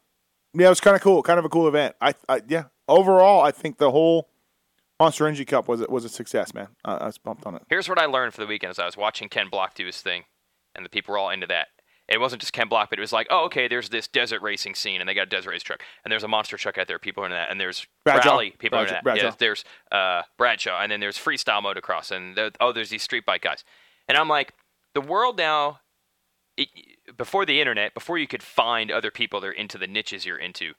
yeah, it was kind of cool. Kind of a cool event. I, I yeah. Overall, I think the whole Monster Energy Cup was was a success, man. I, I was pumped on it.
Here's what I learned for the weekend as I was watching Ken Block do his thing, and the people were all into that. It wasn't just Ken Block, but it was like, oh, okay, there's this desert racing scene, and they got a desert race truck, and there's a monster truck out there, people are into that, and there's
Bradshaw.
rally,
Bradshaw-
people are into that.
Bradshaw.
Yeah, there's uh, Bradshaw, and then there's freestyle motocross, and there, oh, there's these street bike guys. And I'm like, the world now, it, before the internet, before you could find other people that are into the niches you're into,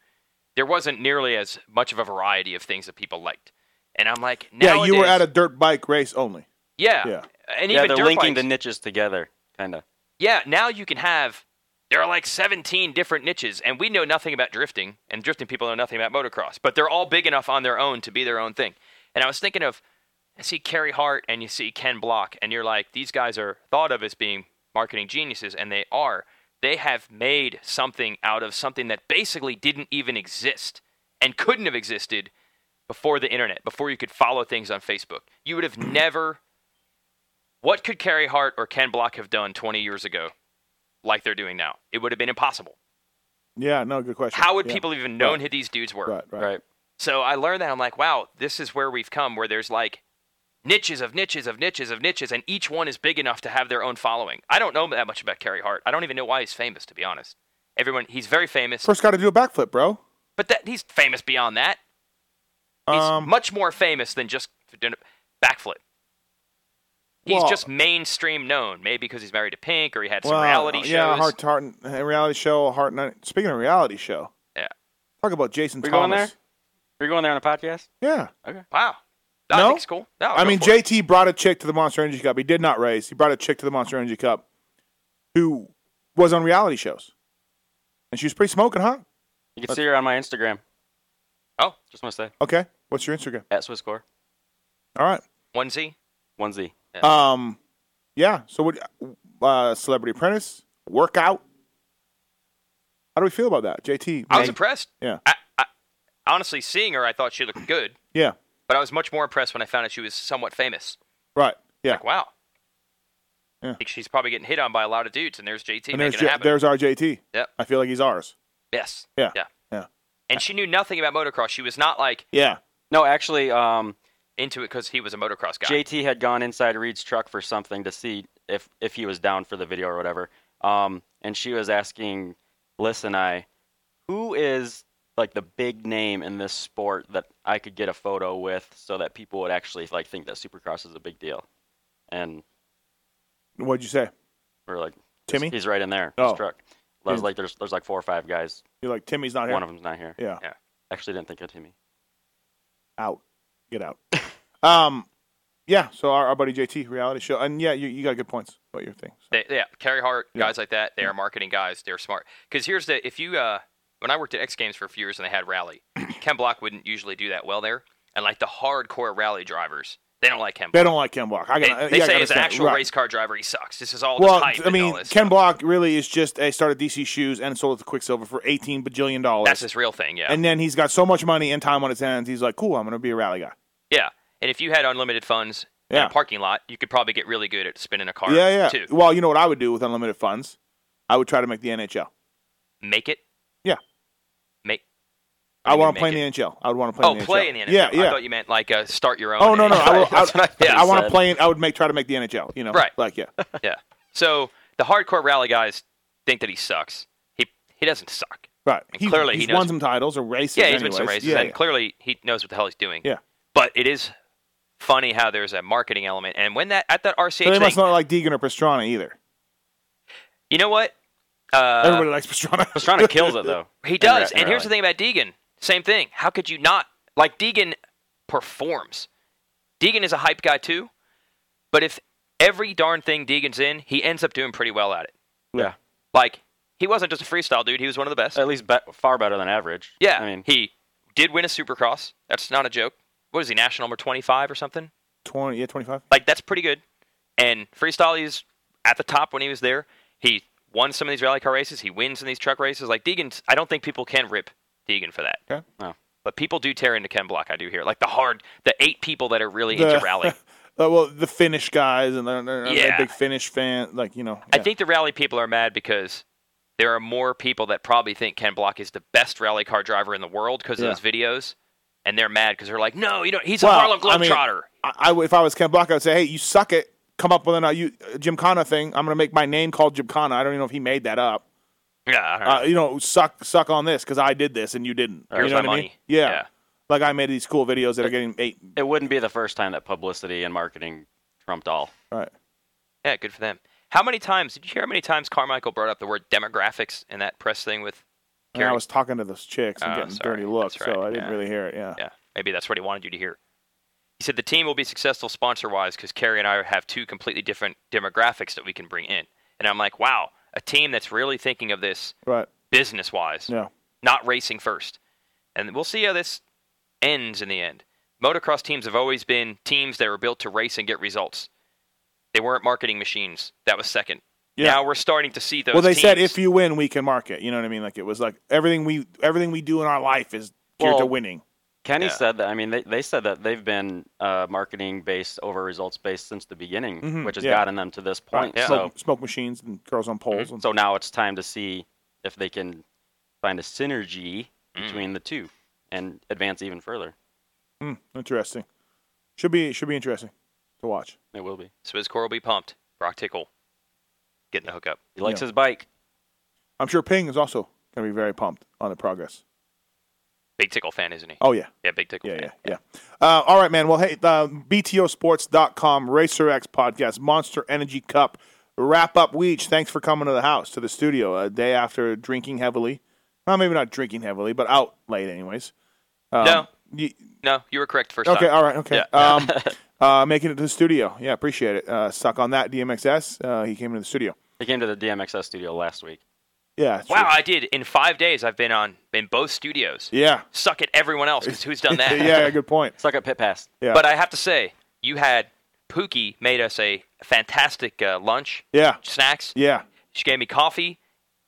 there wasn't nearly as much of a variety of things that people liked. And I'm like,
Yeah, you were at
nowadays-
a dirt bike race only.
yeah.
Yeah.
And
yeah,
even
they're
dirt
linking
bikes.
the niches together, kind of.
yeah, now you can have there are like 17 different niches and we know nothing about drifting and drifting people know nothing about motocross, but they're all big enough on their own to be their own thing. And I was thinking of I see Kerry Hart and you see Ken Block and you're like these guys are thought of as being marketing geniuses and they are. They have made something out of something that basically didn't even exist and couldn't have existed before the internet, before you could follow things on Facebook. You would have never what could Carrie Hart or Ken Block have done 20 years ago like they're doing now? It would have been impossible.
Yeah, no, good question.
How would
Yeah.
people have even known who these dudes were?
Right, right.
Right.
So I learned that. I'm like, wow, this is where we've come, where there's like niches of niches of niches of niches, and each one is big enough to have their own following. I don't know that much about Carrie Hart. I don't even know why he's famous, to be honest. Everyone, he's very famous,
First, got to do a backflip, bro.
but that he's famous beyond that. He's
Um,
much more famous than just for doing a backflip. He's
Well-
just mainstream known, maybe because he's married to Pink or he had some
well,
reality shows.
yeah, heart, heart, a reality show, heart. Night- Speaking of reality show,
Yeah.
talk about Jason
We going
Thomas.
You're going there on a podcast?
Yeah,
Wow. I
No?
think it's cool. No,
I
go
mean,
for it.
JT brought a chick to the Monster Energy Cup. He did not race. He brought a chick to the Monster Energy Cup who was on reality shows, and she was pretty smoking hot.
You can see her on my Instagram.
Oh.
Just want to say,
Okay, what's your Instagram?
at Swisscore,
All right.
one Z.
1Z.
Um, yeah. So what? Uh, Celebrity Apprentice workout. How do we feel about that, JT?
I was
man?
impressed.
Yeah.
I, I, honestly, seeing her, I thought she looked good,
yeah.
but I was much more impressed when I found out she was somewhat famous.
Right. Yeah.
Like, wow.
Yeah.
Like, she's probably getting hit on by a lot of dudes, and there's JT
and there's
making
J-
it happen.
there's our JT.
Yep.
I feel like he's ours.
Yes.
Yeah.
Yeah.
Yeah.
And she knew nothing about motocross. She was not like
Yeah.
No, actually, um,
into it because he was a motocross guy.
JT had gone inside Reed's truck for something to see if if he was down for the video or whatever. Um, and she was asking Liz and I, who is like the big name in this sport that I could get a photo with so that people would actually like think that Supercross is a big deal. And
What'd you say?
we're like,
Timmy?
he's right in there. in his
Oh.
truck. I was like, there's there's like four or five guys.
You're like Timmy's not here.
One of them's not here.
Yeah.
Yeah.
Actually, didn't think of Timmy.
Out. Get out. um. Yeah. So our, our buddy JT reality show, and yeah, you, you got good points about your thing. So.
They, yeah, Carrie Hart, guys like that, they are marketing guys. They're smart. Because here's the if you uh, when I worked at X Games for a few years and they had rally, Ken Block wouldn't usually do that well there, and like the hardcore rally drivers, they don't like Ken. Block.
They don't like Ken Block. I
They,
got.
they
yeah, I
say
gotta
as an
say,
actual
right.
race car driver, he sucks. This is all
Well,
this hype.
I
and
mean,
all this
Ken
stuff.
Block really is just a started DC shoes and sold it to Quicksilver for eighteen bajillion dollars.
That's his real thing, yeah,
And then he's got so much money and time on his hands. He's like, cool, I'm going to be a rally guy.
yeah. And if you had unlimited funds and
Yeah.
a parking lot, you could probably get really good at spinning a car.
yeah, yeah.
Too.
Well, you know what I would do with unlimited funds? I would try to make the NHL.
Make it.
Yeah.
Make.
I
you
want
mean
to play
make
in the NHL. I would want to play.
Oh,
in the
play
NHL.
in the NHL.
Yeah, yeah.
I thought you meant like uh, start your own.
oh no, no.
NHL.
I, will,
That's what I
I,
thought
I
you
want to
said.
play. In, I would make try to make the NHL. You know,
Right.
Like yeah,
Yeah. So the hardcore rally guys think that he sucks. He he doesn't suck.
right.
And clearly
he's
he
won
knows-
some titles or races.
Yeah, he's
anyways.
been some races,
Yeah,
and
yeah.
clearly he knows what the hell he's doing.
Yeah.
But it is funny how there's a marketing element, and when that at that RCH
So they
thing,
must not like Deegan or Pastrana either.
you know what? Uh,
Everybody likes Pastrana.
Pastrana kills it though.
he
in
does.
ra- in
And here's
rally.
the thing about Deegan. Same thing. How could you not like Deegan performs? Deegan is a hype guy too, but if every darn thing Deegan's in, he ends up doing pretty well at it.
Yeah.
Like he wasn't just a freestyle dude; he was one of the best.
At least be- far better than average.
Yeah,
I mean,
he did win a Supercross. That's not a joke. What is he, national number 25 or something?
Twenty, yeah, twenty-five.
Like that's pretty good. And freestyle, he's at the top when he was there. He won some of these rally car races. He wins in these truck races. Like Deegan, I don't think people can rip Deegan for that.
Okay.
No.
But people do tear into Ken Block. I do hear like the hard, the eight people that are really
The-
into rally.
Uh, well, the Finnish guys and they're, they're, they're
Yeah.
big Finnish fan. Like you know,
I
yeah.
think the rally people are mad because there are more people that probably think Ken Block is the best rally car driver in the world because
Yeah.
of those videos, and they're mad because they're like, no, you know, he's
Well,
a Harlem
I mean-
Globetrotter.
I, I would- if I was Ken Block, I would say, "Hey, you suck it. Come up with an uh, you, uh, Gymkhana thing. I'm going to make my name called Gymkhana. I don't even know if he made that up.
yeah, I don't know.
Uh, you know, suck suck on this because I did this and you didn't.
Here's
you know
my
what I mean?
money.
Yeah.
Yeah.
Like I made these cool videos that are getting eight.
It wouldn't be the first time that publicity and marketing trumped all.
Right.
yeah, good for them. How many times did you hear? How many times Carmichael brought up the word demographics in that press thing with?
And I
Karen?
was talking to those chicks and
Oh,
getting
sorry.
dirty looks,
That's right.
so I didn't
Yeah.
really hear it. Yeah.
Yeah, maybe that's what he wanted you to hear. He said the team will be successful sponsor wise because Kerry and I have two completely different demographics that we can bring in. And I'm like, wow, a team that's really thinking of this
Right.
business wise,
Yeah.
not racing first. And we'll see how this ends in the end. Motocross teams have always been teams that were built to race and get results. They weren't marketing machines. That was second.
Yeah.
Now we're starting to see those.
Well, they said
teams.
if you win, we can market. You know what I mean? Like it was like everything we everything we do in our life is geared to
Well,
winning.
Kenny
Yeah.
said that. I mean, they, they said that they've been uh, marketing based over results based since the beginning,
Mhm,
which has
yeah.
gotten them to this point.
yeah. Mm-hmm.
So,
Smoke, smoke machines and girls on poles. And
so now it's time to see if they can find a synergy between the two and advance even further.
Mm, interesting. Should be should be interesting to watch.
It will be.
Swizz Core will be pumped. Brock Tickle getting the hookup.
He likes
Yeah.
his bike.
I'm sure Ping is also going to be very pumped on the progress.
Big Tickle fan, isn't he?
Oh yeah,
Yeah, Big Tickle
yeah,
fan.
yeah, yeah. Uh, all right, man. Well, hey, uh, BTOsports.com, Racer X podcast, Monster Energy Cup wrap up. Weech, thanks for coming to the house to the studio a day after drinking heavily. Well, maybe not drinking heavily, but out late anyways. Um,
No.
y-
No, you were correct first
okay.
time.
All right. Okay.
Yeah.
Um, uh, making it to the studio. Yeah, appreciate it. Uh, suck on that, DMXS. Uh, he came into the studio.
He came to the DMXS studio last week.
Yeah. it's
Wow,
true.
I did. In five days, I've been on in both studios.
Yeah.
Suck at everyone else, because who's done that?
yeah. Good point.
Suck at Pit Pass.
Yeah.
But I have to say, you had Pookie made us a fantastic uh, lunch,
yeah.
snacks.
Yeah.
She gave me coffee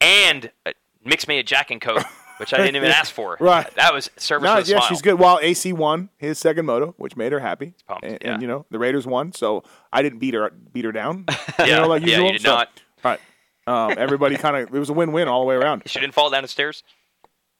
and uh, mixed me a Jack and Coke, which I didn't even ask for.
Right.
That was service
No, yeah,
with a smile.
she's good. While AC won his second moto, which made her happy,
pumped,
and,
yeah.
and, you know the Raiders won, so I didn't beat her beat her down.
Yeah,
you know, like
yeah,
usual.
you did
so-
not.
All right. Um, everybody kind of it was a win win all the way around.
She didn't fall down the stairs.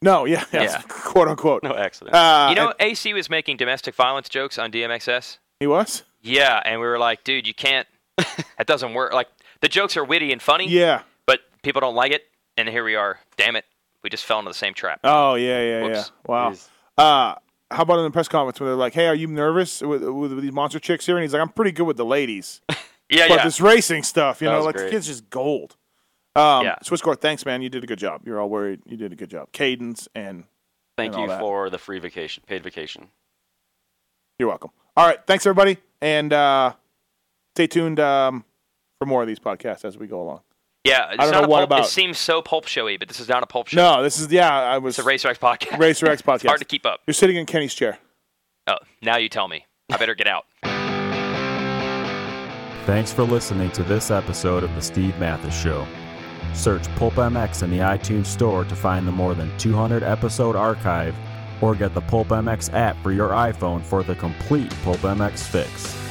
No, yeah, yeah,
Yeah.
quote unquote.
No accident.
Uh,
you know,
and-
AC was making domestic violence jokes on DMXS.
he was.
Yeah, and we were like, dude, you can't. that doesn't work. Like the jokes are witty and funny.
Yeah.
but people don't like it, and here we are. Damn it, we just fell into the same trap.
Oh yeah, yeah, yeah.
Whoops.
Wow.
Jeez.
Uh, how about in the press conference when they're like, "Hey, are you nervous with, with these monster chicks here?" And he's like, "I'm pretty good with the ladies,
yeah,
but
yeah.
this racing stuff, you
That
know,
was
like the
great.
kids just gold." Um,
Yeah.
Swisscore, thanks, man. You did a good job. You're all worried. You did a good job. Cadence and
Thank
and all
you
that.
for the free vacation, paid vacation.
You're welcome. All right. Thanks, everybody. And uh, stay tuned um, for more of these podcasts as we go along.
yeah, it's
don't
not
know
a
what
pulp,
about.
It seems so pulp showy, but this is not a pulp show.
No, this is, yeah, I was.
It's a Racer X podcast.
Racer X podcast.
It's hard to keep up.
You're sitting in Kenny's chair.
Oh, now you tell me. I better get out.
Thanks for listening to this episode of The Steve Mathis Show. Search Pulp MX in the iTunes Store to find the more than 200 episode archive or get the Pulp MX app for your iPhone for the complete Pulp MX fix.